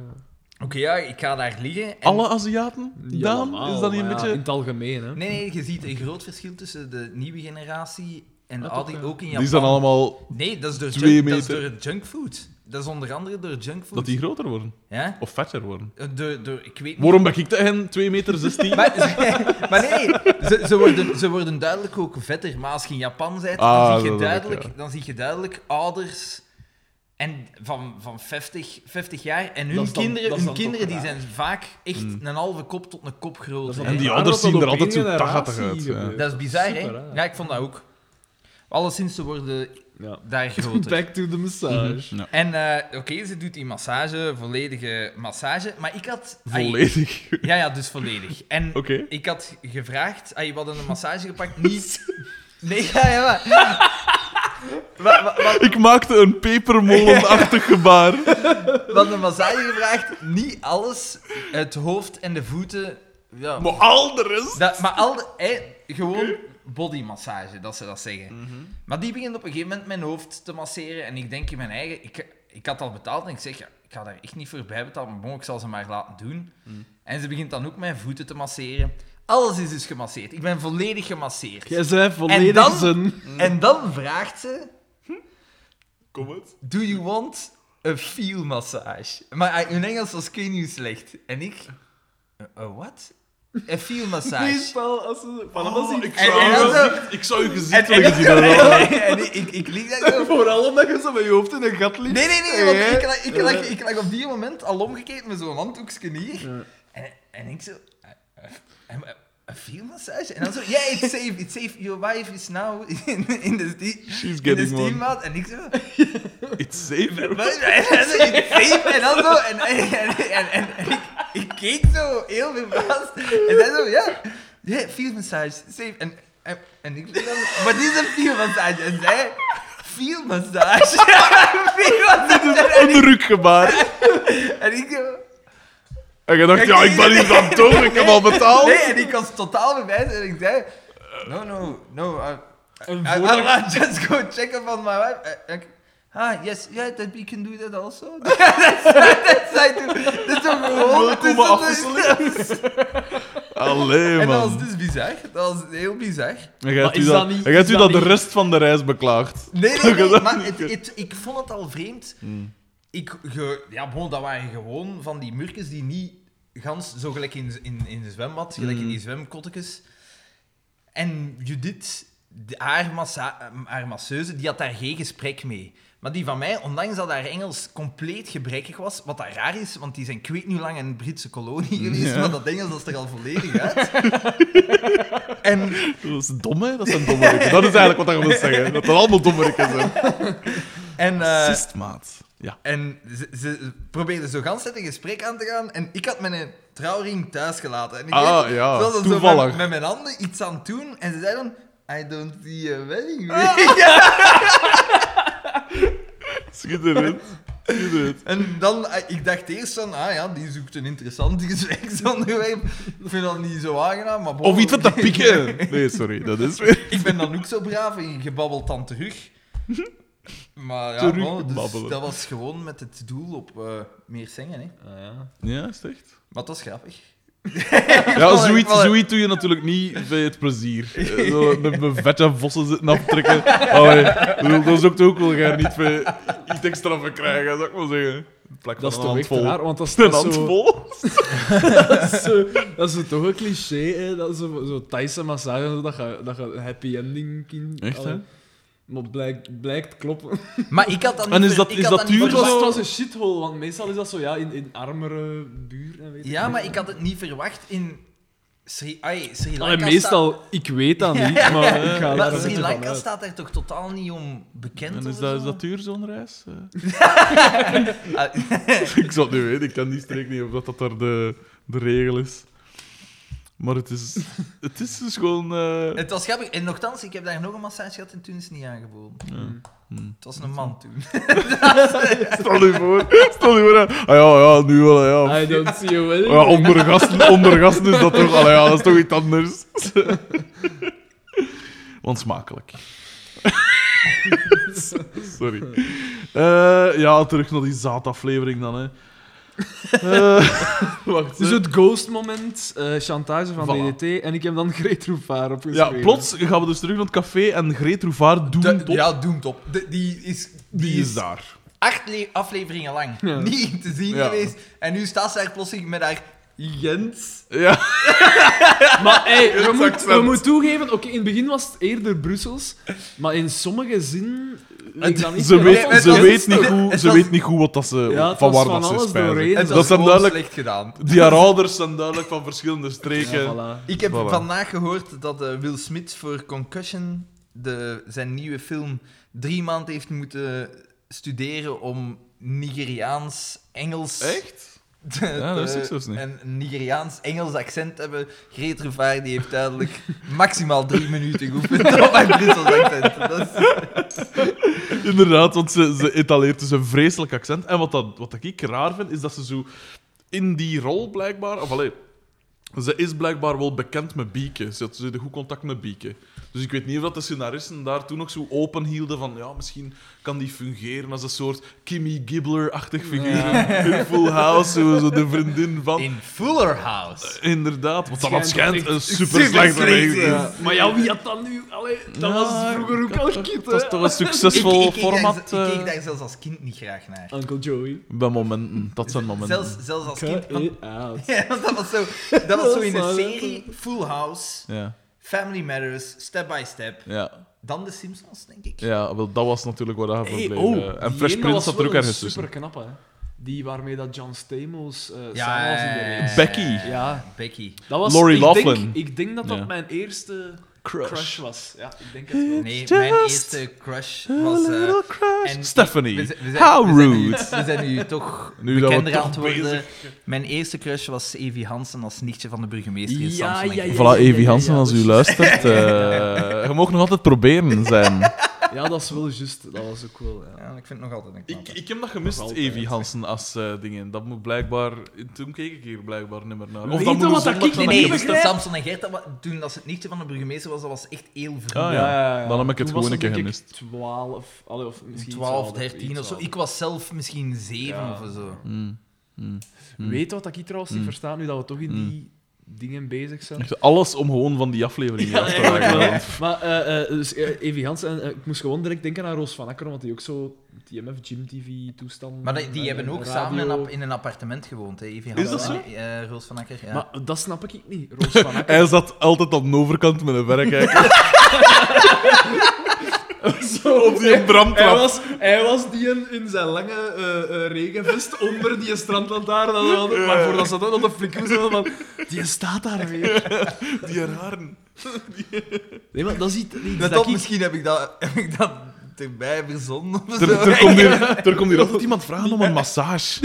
[SPEAKER 3] Oké, ja, ik ga daar liggen. en-
[SPEAKER 1] Alle Aziaten?
[SPEAKER 2] Ja,
[SPEAKER 1] Daan?
[SPEAKER 2] allemaal,
[SPEAKER 1] is dat niet een
[SPEAKER 2] maar ja,
[SPEAKER 1] beetje...
[SPEAKER 2] In het algemeen, hè?
[SPEAKER 3] Nee, nee, je ziet een groot verschil tussen de nieuwe generatie en
[SPEAKER 2] Ja,
[SPEAKER 3] al
[SPEAKER 2] toch,
[SPEAKER 3] die,
[SPEAKER 2] ja.
[SPEAKER 3] ook in Japan.
[SPEAKER 1] Die zijn allemaal...
[SPEAKER 3] Nee, dat is door,
[SPEAKER 1] Twee
[SPEAKER 3] junk, dat is
[SPEAKER 1] meter.
[SPEAKER 3] door junkfood. Dat is onder andere door junkfood.
[SPEAKER 1] Dat die groter worden.
[SPEAKER 3] Ja?
[SPEAKER 1] Of vetter worden.
[SPEAKER 3] Eh, Door, door, ik weet niet.
[SPEAKER 1] Waarom ben ik tegen hen 2 meter 16?
[SPEAKER 3] Maar, maar nee, ze, ze, worden, ze worden duidelijk ook vetter. Maar als je in Japan bent,
[SPEAKER 1] Ah,
[SPEAKER 3] dan,
[SPEAKER 1] dat
[SPEAKER 3] zie je
[SPEAKER 1] weet ik,
[SPEAKER 3] duidelijk,
[SPEAKER 1] ja.
[SPEAKER 3] dan zie je duidelijk ouders en van, van 50, 50 jaar. En hun
[SPEAKER 2] Dat is dan-
[SPEAKER 3] kinderen,
[SPEAKER 2] dat is
[SPEAKER 3] hun
[SPEAKER 2] dan
[SPEAKER 3] kinderen
[SPEAKER 2] toch
[SPEAKER 3] die
[SPEAKER 2] raar.
[SPEAKER 3] zijn vaak echt een halve kop tot een kop groot.
[SPEAKER 2] Dat is
[SPEAKER 3] hè.
[SPEAKER 1] Hmm.
[SPEAKER 2] dan
[SPEAKER 1] En die
[SPEAKER 2] Maar
[SPEAKER 1] ouders
[SPEAKER 2] dat
[SPEAKER 1] zien
[SPEAKER 2] dat
[SPEAKER 1] er
[SPEAKER 2] op
[SPEAKER 1] altijd zo
[SPEAKER 2] één
[SPEAKER 1] tachtig
[SPEAKER 2] generatie
[SPEAKER 1] uit. ja.
[SPEAKER 2] gebeurt.
[SPEAKER 3] Dat is bizar, hè?
[SPEAKER 2] Super raar.
[SPEAKER 3] Ja, ik vond dat ook. Alleszins, ze worden
[SPEAKER 2] Ja.
[SPEAKER 3] daar groter.
[SPEAKER 2] Back to the massage.
[SPEAKER 1] Ja.
[SPEAKER 3] En eh, oké, ze doet die massage, volledige massage. Maar ik had... ai,
[SPEAKER 1] Volledig. Oké.
[SPEAKER 3] Ja, ja, dus volledig. En ik had gevraagd... Ai, we hadden een massage gepakt, niet... Nee, ja, ja, maar... Wa- wa- wa-
[SPEAKER 1] Ik maakte een pepermolenachtig gebaar.
[SPEAKER 3] We hadden een massage gevraagd, niet alles, het hoofd en de voeten... Ja,
[SPEAKER 1] Maar al de rest...
[SPEAKER 3] Dat, maar al, de- hè, gewoon bodymassage, dat ze dat zeggen. Maar die begint op een gegeven moment mijn hoofd te masseren. En ik denk in mijn eigen... Ik, ik had al betaald en ik zeg, ja, ik ga daar echt niet voor bijbetalen. Maar bon, ik zal ze maar laten doen. En ze begint dan ook mijn voeten te masseren. Alles is dus gemasseerd. Ik ben volledig gemasseerd.
[SPEAKER 2] Jij zei volledig
[SPEAKER 3] dan-
[SPEAKER 2] zin.
[SPEAKER 3] En dan vraagt ze,
[SPEAKER 1] Kom het.
[SPEAKER 3] do you want a feel massage? Maar ah, in Engels was Kenny slecht. En ik, "A- a what? A feel massage.
[SPEAKER 2] wel als ze...
[SPEAKER 1] Oh, ik,
[SPEAKER 3] Ah, En-
[SPEAKER 1] zou
[SPEAKER 3] en
[SPEAKER 1] uw
[SPEAKER 3] dan zo-
[SPEAKER 1] gezicht- ik zou je
[SPEAKER 3] En,
[SPEAKER 1] gezicht
[SPEAKER 3] en,
[SPEAKER 1] willen
[SPEAKER 3] ik,
[SPEAKER 1] zien. hè.
[SPEAKER 3] en ik, ik, ik liep daar zo.
[SPEAKER 2] Vooral omdat je ze met je hoofd in een gat liet.
[SPEAKER 3] Nee, nee, nee, want ik, lag, ik, lag, ik lag op die moment al omgekeerd met zo'n handdoekje hier.
[SPEAKER 2] Ja.
[SPEAKER 3] En, en ik zo... eh, eh, eh, eh, Een filmmassage? En dan zo... Yeah, it's safe, it's safe. Your wife is now in, in de, sti-
[SPEAKER 1] She's
[SPEAKER 3] in de
[SPEAKER 1] getting one.
[SPEAKER 3] steamboat. En ik zo...
[SPEAKER 1] It's safe.
[SPEAKER 3] "Wat?" En dan zo, "It's safe. En dan zo... En, en, en, en, en- en ik, ik keek zo heel verbaasd. En dan zo... Ja, yeah, filmmassage, safe. En, en, en ik zo... Wat is een filmmassage? En zij... Filmmassage. Filmmassage. En
[SPEAKER 1] Een rukgebaar.
[SPEAKER 3] en ik zo...
[SPEAKER 1] En je dacht, ja, ik ben hier van doof, ik heb al betaald.
[SPEAKER 3] Nee, en ik was totaal verwijs en ik zei... No, no, no. I,
[SPEAKER 2] En
[SPEAKER 3] I,
[SPEAKER 2] voordat-
[SPEAKER 3] I'll just go check up on my wife. I- I- ah, yes, yeah, that we can do that also. that's, that's, that's, that's ook gewoon... het
[SPEAKER 1] Welkom
[SPEAKER 3] is dat-
[SPEAKER 1] afgesloten. Allee,
[SPEAKER 3] En dat was
[SPEAKER 1] man.
[SPEAKER 3] dus bizar. Dat was heel bizar.
[SPEAKER 1] En jij
[SPEAKER 2] Maar
[SPEAKER 1] hebt u
[SPEAKER 2] is
[SPEAKER 1] dat,
[SPEAKER 2] dat niet-
[SPEAKER 1] en jij hebt
[SPEAKER 2] is
[SPEAKER 1] u dat
[SPEAKER 2] dat
[SPEAKER 1] de
[SPEAKER 2] niet-
[SPEAKER 1] rest van de reis beklaagd.
[SPEAKER 3] Nee, nee, nee,
[SPEAKER 1] Dat
[SPEAKER 3] maar het, het- ik vond het al vreemd.
[SPEAKER 1] Hmm.
[SPEAKER 3] Ik, ge, ja, bon, dat waren gewoon van die murkjes die niet gans zo gelijk in, in, in de zwembad, gelijk
[SPEAKER 1] Hmm.
[SPEAKER 3] in die zwemkottekes. En Judith, de- haar, massa, haar masseuse, die had daar geen gesprek mee. Maar die van mij, ondanks dat haar Engels compleet gebrekkig was, wat daar raar is, want die zijn ik weet niet hoe lang een Britse kolonie geweest,
[SPEAKER 1] Ja.
[SPEAKER 3] maar dat Engels was er al volledig uit. en
[SPEAKER 1] Dat is dom, hè? Dat zijn dommerikken. Dat is eigenlijk wat ik wil zeggen. Dat dat allemaal dommerikken zijn.
[SPEAKER 3] en eh,
[SPEAKER 1] Sistmaat. Ja.
[SPEAKER 3] En ze, ze probeerden zo gans het gesprek aan te gaan. En ik had mijn trouwring thuis gelaten. En ik
[SPEAKER 1] Ah,
[SPEAKER 3] weet-
[SPEAKER 1] ja,
[SPEAKER 3] ze was dan Zo
[SPEAKER 1] toevallig.
[SPEAKER 3] met, met mijn handen iets aan het doen. En ze zei dan... I don't see a wedding ring.
[SPEAKER 1] Schitterend. Schitterend.
[SPEAKER 3] En dan, eh, ik dacht eerst van, ah ja, die zoekt een interessant gespreksonderwerp. Ik vind dat niet zo aangenaam, maar... bon,
[SPEAKER 1] Of iets wat te pikken. Nee, sorry. Dat is weer...
[SPEAKER 3] Ik ben dan ook zo braaf en je babbelt dan terug. Maar ja,
[SPEAKER 1] Terug
[SPEAKER 3] bon, dus
[SPEAKER 1] babbelen.
[SPEAKER 3] dat was gewoon met het doel op eh, meer zingen, hè.
[SPEAKER 2] Ah, ja.
[SPEAKER 1] Ja, is het echt?
[SPEAKER 3] Maar dat was grappig.
[SPEAKER 1] Ja,
[SPEAKER 3] Voilà,
[SPEAKER 1] zoiets,
[SPEAKER 3] voilà.
[SPEAKER 1] zoiets doe je natuurlijk niet bij het plezier. Eh, Zo met mijn vette vossen zitten aftrekken. Allee, ik bedoel, dat is ook, ook wel gaar niet veel iets extra van krijgen, zou ik maar zeggen. Een plek
[SPEAKER 2] Dat is
[SPEAKER 1] van een
[SPEAKER 2] toch echt
[SPEAKER 1] handvol.
[SPEAKER 2] raar, want dat is,
[SPEAKER 1] Oh, Een
[SPEAKER 2] dat is zo,
[SPEAKER 1] handvol?
[SPEAKER 2] dat is zo- dat is zo toch een cliché, hè? Dat is zo, zo Thaise massage, en zo, dat je, dat je een happy ending kind...
[SPEAKER 1] Echt, hè?
[SPEAKER 2] Maar blijkt, blijkt kloppen.
[SPEAKER 3] Maar ik had dat niet
[SPEAKER 1] En is
[SPEAKER 3] ver-
[SPEAKER 1] dat-
[SPEAKER 3] ik
[SPEAKER 1] is
[SPEAKER 3] had
[SPEAKER 1] dat
[SPEAKER 3] niet
[SPEAKER 1] duur
[SPEAKER 2] Het
[SPEAKER 1] zo?
[SPEAKER 3] verwacht.
[SPEAKER 2] was, het was een shithole, want meestal is dat zo, ja, in, in armere buren, weet
[SPEAKER 3] Ja, maar ik had het niet verwacht in Sri, ai, Sri Lanka.
[SPEAKER 2] Allee, Ah, meestal, ik weet dat niet, maar ik ga
[SPEAKER 3] staat,
[SPEAKER 2] daar
[SPEAKER 3] maar
[SPEAKER 2] een
[SPEAKER 3] Sri
[SPEAKER 2] beetje van
[SPEAKER 3] Lanka
[SPEAKER 2] uit.
[SPEAKER 3] staat er toch totaal niet om bekend
[SPEAKER 1] En
[SPEAKER 3] of
[SPEAKER 1] is dat, is
[SPEAKER 3] zo?
[SPEAKER 1] dat duur, zo'n reis? Eh,
[SPEAKER 3] Ah,
[SPEAKER 1] ik zou het niet weten. Ik kan die streek niet of dat, dat daar de, de regel is. Maar het is, het is dus gewoon. eh,
[SPEAKER 3] Het was grappig. En nogthans, ik heb daar nog een massage gehad en toen is het niet aangeboden.
[SPEAKER 1] ja. Hmm.
[SPEAKER 3] Het was een man toen.
[SPEAKER 1] Stel je voor, stel je voor. hè. Ah ja, ja, nu wel. Ja.
[SPEAKER 2] I don't see a wedding.
[SPEAKER 1] Ja, onder gasten, onder gasten is dat toch... Allee, ja, dat is toch iets anders. Onsmakelijk. Sorry. Eh, ja, terug naar die zaadaflevering dan, hè. Eh, wacht,
[SPEAKER 2] Dus
[SPEAKER 1] hè.
[SPEAKER 2] het ghost moment, eh, chantage van
[SPEAKER 1] Voilà.
[SPEAKER 2] DDT. En ik heb dan Greet Roefaar
[SPEAKER 1] Ja,
[SPEAKER 2] opgeschreven.
[SPEAKER 1] plots gaan we dus terug naar het café en Greet Roevaar doen
[SPEAKER 3] De-
[SPEAKER 1] top.
[SPEAKER 3] Ja, Doemtop. De- die is, die
[SPEAKER 1] die is daar.
[SPEAKER 3] acht le- afleveringen lang
[SPEAKER 2] Ja.
[SPEAKER 3] niet te zien
[SPEAKER 1] Ja.
[SPEAKER 3] geweest. En nu staat ze daar plotseling met haar Jens.
[SPEAKER 1] Ja,
[SPEAKER 2] Maar hey, we
[SPEAKER 1] Het
[SPEAKER 2] moeten
[SPEAKER 1] accent.
[SPEAKER 2] we moet toegeven, oké, in het begin was het eerder Brussels, maar in sommige zinnen... Ik dan niet
[SPEAKER 1] ze
[SPEAKER 2] meer
[SPEAKER 1] weet,
[SPEAKER 2] af.
[SPEAKER 1] ze
[SPEAKER 3] was-
[SPEAKER 1] weet, niet,
[SPEAKER 3] het
[SPEAKER 1] hoe,
[SPEAKER 3] was-
[SPEAKER 1] ze weet niet goed wat dat ze,
[SPEAKER 2] Ja, het
[SPEAKER 1] van
[SPEAKER 2] was
[SPEAKER 1] waar
[SPEAKER 2] van
[SPEAKER 1] dat ze
[SPEAKER 2] alles
[SPEAKER 1] spijzen.
[SPEAKER 2] doorheen.
[SPEAKER 3] En
[SPEAKER 2] Dat
[SPEAKER 3] dat is
[SPEAKER 1] zijn
[SPEAKER 3] gewoon
[SPEAKER 1] duidelijk-
[SPEAKER 3] slecht gedaan.
[SPEAKER 1] Die haar ouders zijn duidelijk van verschillende streken.
[SPEAKER 2] Ja, voilà.
[SPEAKER 3] Ik heb
[SPEAKER 1] Voilà.
[SPEAKER 3] vandaag gehoord dat eh, Will Smith voor Concussion, de, zijn nieuwe film, drie maanden heeft moeten studeren om Nigeriaans, Engels...
[SPEAKER 1] Echt?
[SPEAKER 3] te-
[SPEAKER 1] Ja, dat wist ik
[SPEAKER 3] te-
[SPEAKER 1] zelfs niet.
[SPEAKER 3] En een Nigeriaans, Engels accent te hebben. Greet Ruvaar, die heeft duidelijk maximaal drie minuten geoefend op mijn Brussels accent. Dat is
[SPEAKER 1] Inderdaad, want ze, ze etaleert dus een vreselijk accent. En wat, dat, wat ik raar vind, is dat ze zo in die rol blijkbaar... Of allee, ze is blijkbaar wel bekend met Bieke. Ze had ze had goed contact met Bieke. Dus ik weet niet of dat de scenaristen daar toen nog zo open hielden van... Ja, misschien kan die fungeren als een soort Kimmy Gibbler-achtig figuur. In Full House, zo, zo de vriendin van...
[SPEAKER 3] In Fuller House.
[SPEAKER 1] Inderdaad, want dat
[SPEAKER 2] Schijnt
[SPEAKER 1] schijnt
[SPEAKER 2] echt
[SPEAKER 1] een super slechte
[SPEAKER 3] slecht
[SPEAKER 1] regel.
[SPEAKER 3] is.
[SPEAKER 1] Ja.
[SPEAKER 2] Maar ja, wie had dat nu? Allee, dat
[SPEAKER 1] Ja,
[SPEAKER 2] was vroeger ook al
[SPEAKER 1] Dat
[SPEAKER 2] kit,
[SPEAKER 1] was
[SPEAKER 2] hè?
[SPEAKER 1] toch een succesvol
[SPEAKER 3] Ik- ik keek daar-
[SPEAKER 1] format?
[SPEAKER 3] Ik
[SPEAKER 1] eh,
[SPEAKER 3] keek daar zelfs als kind niet graag naar.
[SPEAKER 2] Uncle Joey.
[SPEAKER 1] Bij momenten, dat zijn momenten.
[SPEAKER 3] Zelfs, zelfs als kind.
[SPEAKER 2] Cut
[SPEAKER 3] want-
[SPEAKER 2] it out.
[SPEAKER 3] Ja, want dat was zo, dat was zo in de
[SPEAKER 2] Dat is waar.
[SPEAKER 3] serie Full House,
[SPEAKER 1] Ja,
[SPEAKER 3] Family Matters, Step by Step,
[SPEAKER 1] ja.
[SPEAKER 3] dan de Simpsons, denk ik.
[SPEAKER 1] Ja, wel, dat was natuurlijk waar hij voor
[SPEAKER 2] Hey,
[SPEAKER 1] bleef.
[SPEAKER 2] oh,
[SPEAKER 1] eh. en
[SPEAKER 2] die
[SPEAKER 1] Fresh
[SPEAKER 2] ene
[SPEAKER 1] Prince
[SPEAKER 2] was
[SPEAKER 1] zat er
[SPEAKER 2] wel
[SPEAKER 1] ook
[SPEAKER 2] een
[SPEAKER 1] ergens tussen.
[SPEAKER 2] Super knap, hè? Die waarmee dat John Stamos eh samen
[SPEAKER 3] ja,
[SPEAKER 2] was in de
[SPEAKER 3] ja,
[SPEAKER 2] reeks.
[SPEAKER 3] ja,
[SPEAKER 1] Becky.
[SPEAKER 2] Ja,
[SPEAKER 3] Becky.
[SPEAKER 2] dat was.
[SPEAKER 1] Lori
[SPEAKER 2] ik
[SPEAKER 1] Loughlin.
[SPEAKER 2] Denk, ik denk dat dat
[SPEAKER 1] Ja.
[SPEAKER 2] mijn eerste
[SPEAKER 1] Crush.
[SPEAKER 2] crush. was. Ja, ik denk het wel.
[SPEAKER 3] Nee,
[SPEAKER 1] It's
[SPEAKER 3] mijn
[SPEAKER 1] just
[SPEAKER 3] eerste crush was... eh,
[SPEAKER 1] crush.
[SPEAKER 3] en-
[SPEAKER 1] Stephanie,
[SPEAKER 3] we zijn- we zijn-
[SPEAKER 1] how
[SPEAKER 3] we zijn nu-
[SPEAKER 1] rude.
[SPEAKER 3] we zijn nu toch
[SPEAKER 1] Nu dat we
[SPEAKER 3] bekender
[SPEAKER 1] toch
[SPEAKER 3] aan het worden.
[SPEAKER 1] bezig-
[SPEAKER 3] Mijn eerste crush was Evie Hansen als nichtje van de burgemeester in
[SPEAKER 2] Ja,
[SPEAKER 3] Samsung.
[SPEAKER 2] ja, ja.
[SPEAKER 1] Voilà, Evie Hansen,
[SPEAKER 2] ja,
[SPEAKER 1] als u
[SPEAKER 2] dus-
[SPEAKER 1] luistert, eh, je mag nog altijd proberen zijn.
[SPEAKER 2] Ja, dat is wel juist. Dat was ook wel.
[SPEAKER 1] Ah,
[SPEAKER 2] Ja.
[SPEAKER 3] ik vind het nog altijd een
[SPEAKER 1] Ik,
[SPEAKER 3] knappe.
[SPEAKER 1] ik heb dat gemist,
[SPEAKER 2] Nog altijd.
[SPEAKER 1] Evie Hansen, als eh, dingen. Dat moet blijkbaar... Toen keek ik hier blijkbaar niet meer naar.
[SPEAKER 2] Weet
[SPEAKER 1] dat
[SPEAKER 2] je
[SPEAKER 1] moet
[SPEAKER 2] wat dat
[SPEAKER 1] zondag zijn
[SPEAKER 2] ik
[SPEAKER 3] Nee,
[SPEAKER 2] niet
[SPEAKER 1] dat
[SPEAKER 3] nee,
[SPEAKER 1] je-
[SPEAKER 2] meer-
[SPEAKER 3] dus dat
[SPEAKER 2] begrijp-
[SPEAKER 3] Samson en Gert, dat wa- toen als het nichtje van de burgemeester was, dat was echt heel vriendelijk.
[SPEAKER 1] Ah, ja. Dan heb ik het
[SPEAKER 2] Toen was
[SPEAKER 1] gewoon een keer
[SPEAKER 2] denk ik
[SPEAKER 1] gemist.
[SPEAKER 2] 12, allee, of misschien
[SPEAKER 3] 12,
[SPEAKER 2] 12,
[SPEAKER 3] 13 of zo.
[SPEAKER 2] 12.
[SPEAKER 3] Ik was zelf misschien 7
[SPEAKER 2] Ja.
[SPEAKER 3] of zo.
[SPEAKER 1] Mm, mm, mm.
[SPEAKER 2] Weet wat dat ik trouwens niet
[SPEAKER 1] Mm.
[SPEAKER 2] verstaan nu dat we toch in
[SPEAKER 1] Mm.
[SPEAKER 2] die dingen bezig zijn?
[SPEAKER 1] Echt Alles om gewoon van die aflevering
[SPEAKER 2] Ja,
[SPEAKER 1] af te
[SPEAKER 2] eigenlijk
[SPEAKER 1] raken.
[SPEAKER 2] wel. Maar eh eh dus, eh, Evie Hansen, en, eh, ik moest gewoon direct denken aan Roos van Akker, want die ook zo TMF Gym TV toestand.
[SPEAKER 3] Maar die, die hebben ook samen in een, app- in een appartement gewoond, hè? Evie
[SPEAKER 1] Is dat
[SPEAKER 3] Hansen en, eh, Roos van Akker. Ja.
[SPEAKER 2] Maar dat snap ik niet, Roos van Akker.
[SPEAKER 1] Hij zat altijd aan de overkant met een verrekijker.
[SPEAKER 2] Zo,
[SPEAKER 1] op die
[SPEAKER 2] Hij
[SPEAKER 1] brandtrap.
[SPEAKER 2] was, hij was die in, in zijn lange eh, eh, regenvest onder die strandlantaarn. dat we hadden- Maar voordat ze dat op de flikker zetten, van... Die staat daar weer.
[SPEAKER 1] Die raren.
[SPEAKER 2] Nee, maar dat is iets,
[SPEAKER 1] Dus
[SPEAKER 2] iets
[SPEAKER 3] Net
[SPEAKER 2] dat,
[SPEAKER 3] op,
[SPEAKER 2] ik...
[SPEAKER 3] misschien heb ik dat, heb ik dat erbij verzonnen of zo.
[SPEAKER 1] Er, er komt hier, er komt hier altijd iemand vragen om een massage.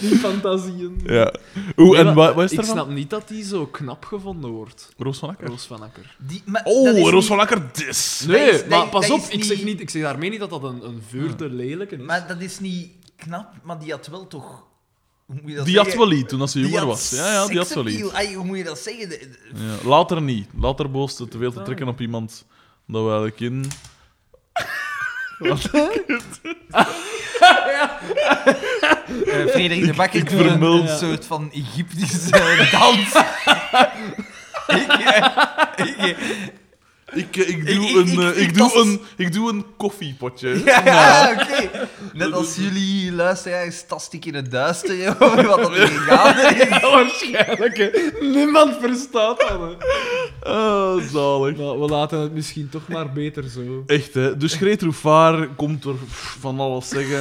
[SPEAKER 2] Die fantasieën.
[SPEAKER 1] Ja. Oeh,
[SPEAKER 2] Nee,
[SPEAKER 1] en
[SPEAKER 2] maar
[SPEAKER 1] wat, wat is
[SPEAKER 2] ik
[SPEAKER 1] er van?
[SPEAKER 2] snap niet dat die zo knap gevonden wordt,
[SPEAKER 1] Roos van Akker.
[SPEAKER 2] Roos van Akker.
[SPEAKER 3] Die- maar dat is
[SPEAKER 1] Oh, Roos
[SPEAKER 3] niet-
[SPEAKER 1] van Akker, dis.
[SPEAKER 2] Nee,
[SPEAKER 3] Dat is-
[SPEAKER 2] maar
[SPEAKER 3] dat-
[SPEAKER 2] pas
[SPEAKER 3] dat
[SPEAKER 2] op,
[SPEAKER 3] is
[SPEAKER 2] ik, zeg
[SPEAKER 3] niet-
[SPEAKER 2] niet, ik zeg daarmee niet dat dat een, een vuurde lelijke is.
[SPEAKER 3] Maar dat is niet knap, maar die had wel toch... Hoe moet je dat
[SPEAKER 1] Die had
[SPEAKER 3] zeggen?
[SPEAKER 1] wel iets toen als ze
[SPEAKER 3] Die
[SPEAKER 1] jonger
[SPEAKER 3] had
[SPEAKER 1] was. Ja, ja, die had wel
[SPEAKER 3] seksappeal.
[SPEAKER 1] iets.
[SPEAKER 3] Ai, Hoe moet je dat zeggen? De- de-
[SPEAKER 1] Ja, later niet. Later boos te veel te
[SPEAKER 3] Ah.
[SPEAKER 1] trekken op iemand dat we eigenlijk in...
[SPEAKER 3] Eh, Frederik de Bakker
[SPEAKER 1] Ik
[SPEAKER 3] doet een-
[SPEAKER 1] vermeld.
[SPEAKER 3] een soort van Egyptische dans. ik, eh, ik, eh,
[SPEAKER 1] Ik, eh, ik,
[SPEAKER 3] Ik-
[SPEAKER 1] doe
[SPEAKER 3] ik-
[SPEAKER 1] een,
[SPEAKER 3] ik-
[SPEAKER 1] eh, ik
[SPEAKER 3] ik
[SPEAKER 1] doe
[SPEAKER 3] tast-
[SPEAKER 1] een, ik doe een koffiepotje.
[SPEAKER 3] ja, oké. Net als jullie luisteraars tast ik in het duister over wat er hier gaande is.
[SPEAKER 2] Oh, waarschijnlijk. Niemand verstaat dat.
[SPEAKER 1] Ah, zalig.
[SPEAKER 2] Maar we laten het misschien toch maar beter zo.
[SPEAKER 1] Echt, hè. Dus Greet Roefaar komt er pff, van alles zeggen.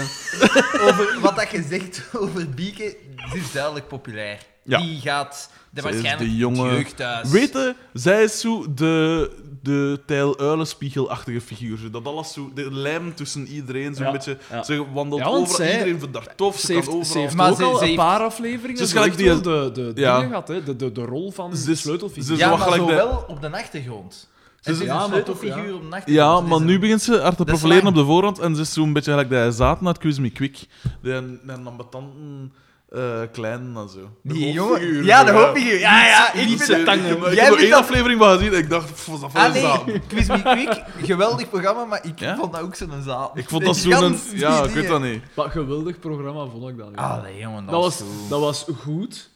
[SPEAKER 3] Over wat dat je zegt over Bieke, ze is duidelijk populair.
[SPEAKER 1] Ja.
[SPEAKER 3] Die gaat de
[SPEAKER 1] Zij is
[SPEAKER 3] waarschijnlijk
[SPEAKER 1] de jonge-
[SPEAKER 3] jeugdhuis.
[SPEAKER 1] Weet je, zij is zo de, de tijl-uilenspiegelachtige figuur. zo. Dat alles zo, de lijm tussen iedereen, zo'n
[SPEAKER 2] Ja,
[SPEAKER 1] beetje.
[SPEAKER 2] ja.
[SPEAKER 1] Ze wandelt
[SPEAKER 2] Ja, want
[SPEAKER 1] over,
[SPEAKER 2] zij-
[SPEAKER 1] iedereen vindt haar tof, ze,
[SPEAKER 2] Ze
[SPEAKER 1] kan
[SPEAKER 2] heeft,
[SPEAKER 1] overal...
[SPEAKER 2] ze heeft
[SPEAKER 3] Maar
[SPEAKER 2] ook
[SPEAKER 3] ze-
[SPEAKER 2] al
[SPEAKER 3] ze
[SPEAKER 2] een
[SPEAKER 3] heeft-
[SPEAKER 2] paar afleveringen
[SPEAKER 1] Ze is gelijk
[SPEAKER 2] echt
[SPEAKER 1] die-
[SPEAKER 2] wel de, de,
[SPEAKER 1] Ja.
[SPEAKER 2] dingen gehad, hè. De, de, de rol van
[SPEAKER 1] Ze
[SPEAKER 2] de
[SPEAKER 1] is-
[SPEAKER 2] sleutelfiguur.
[SPEAKER 1] ze is
[SPEAKER 3] ja,
[SPEAKER 1] wat
[SPEAKER 3] maar
[SPEAKER 1] gelijk
[SPEAKER 3] zo
[SPEAKER 1] de-
[SPEAKER 3] wel op de achtergrond.
[SPEAKER 1] Ze
[SPEAKER 3] Het
[SPEAKER 1] is-
[SPEAKER 3] is
[SPEAKER 2] Ja,
[SPEAKER 3] een
[SPEAKER 2] maar
[SPEAKER 3] sleutelfiguur
[SPEAKER 2] toch, ja.
[SPEAKER 3] op de achtergrond.
[SPEAKER 1] Ja,
[SPEAKER 3] Het is
[SPEAKER 1] maar nu
[SPEAKER 3] een-
[SPEAKER 1] begint ze haar te
[SPEAKER 3] Dat is
[SPEAKER 1] profileren op
[SPEAKER 3] lang.
[SPEAKER 1] de voorhand en ze is zo'n beetje gelijk dat zaten uit Quiz Me Quick. De ambetanten eh klein en zo. De
[SPEAKER 3] Die
[SPEAKER 1] hoofdfiguur,
[SPEAKER 3] jongen... Ja, de hoofdfiguur. Ja, ja, ik
[SPEAKER 1] Niet
[SPEAKER 3] vind
[SPEAKER 1] zo-
[SPEAKER 3] het...
[SPEAKER 1] Ik heb
[SPEAKER 3] Jij
[SPEAKER 1] er
[SPEAKER 3] bent
[SPEAKER 1] één
[SPEAKER 3] dat...
[SPEAKER 1] aflevering van gezien en ik dacht, pff, wat is dat voor
[SPEAKER 3] Ah
[SPEAKER 1] een zaad?
[SPEAKER 3] nee, Quiz Me Quick, geweldig programma, maar ik
[SPEAKER 1] Ja?
[SPEAKER 3] vond dat ook zo'n zaal.
[SPEAKER 1] Ik vond dat zo'n... Ja, ik weet dat niet.
[SPEAKER 2] Wat geweldig programma vond ik dat.
[SPEAKER 1] Ah,
[SPEAKER 2] ja.
[SPEAKER 3] Allee, jongen,
[SPEAKER 2] dat, was,
[SPEAKER 3] zo-
[SPEAKER 2] dat was goed.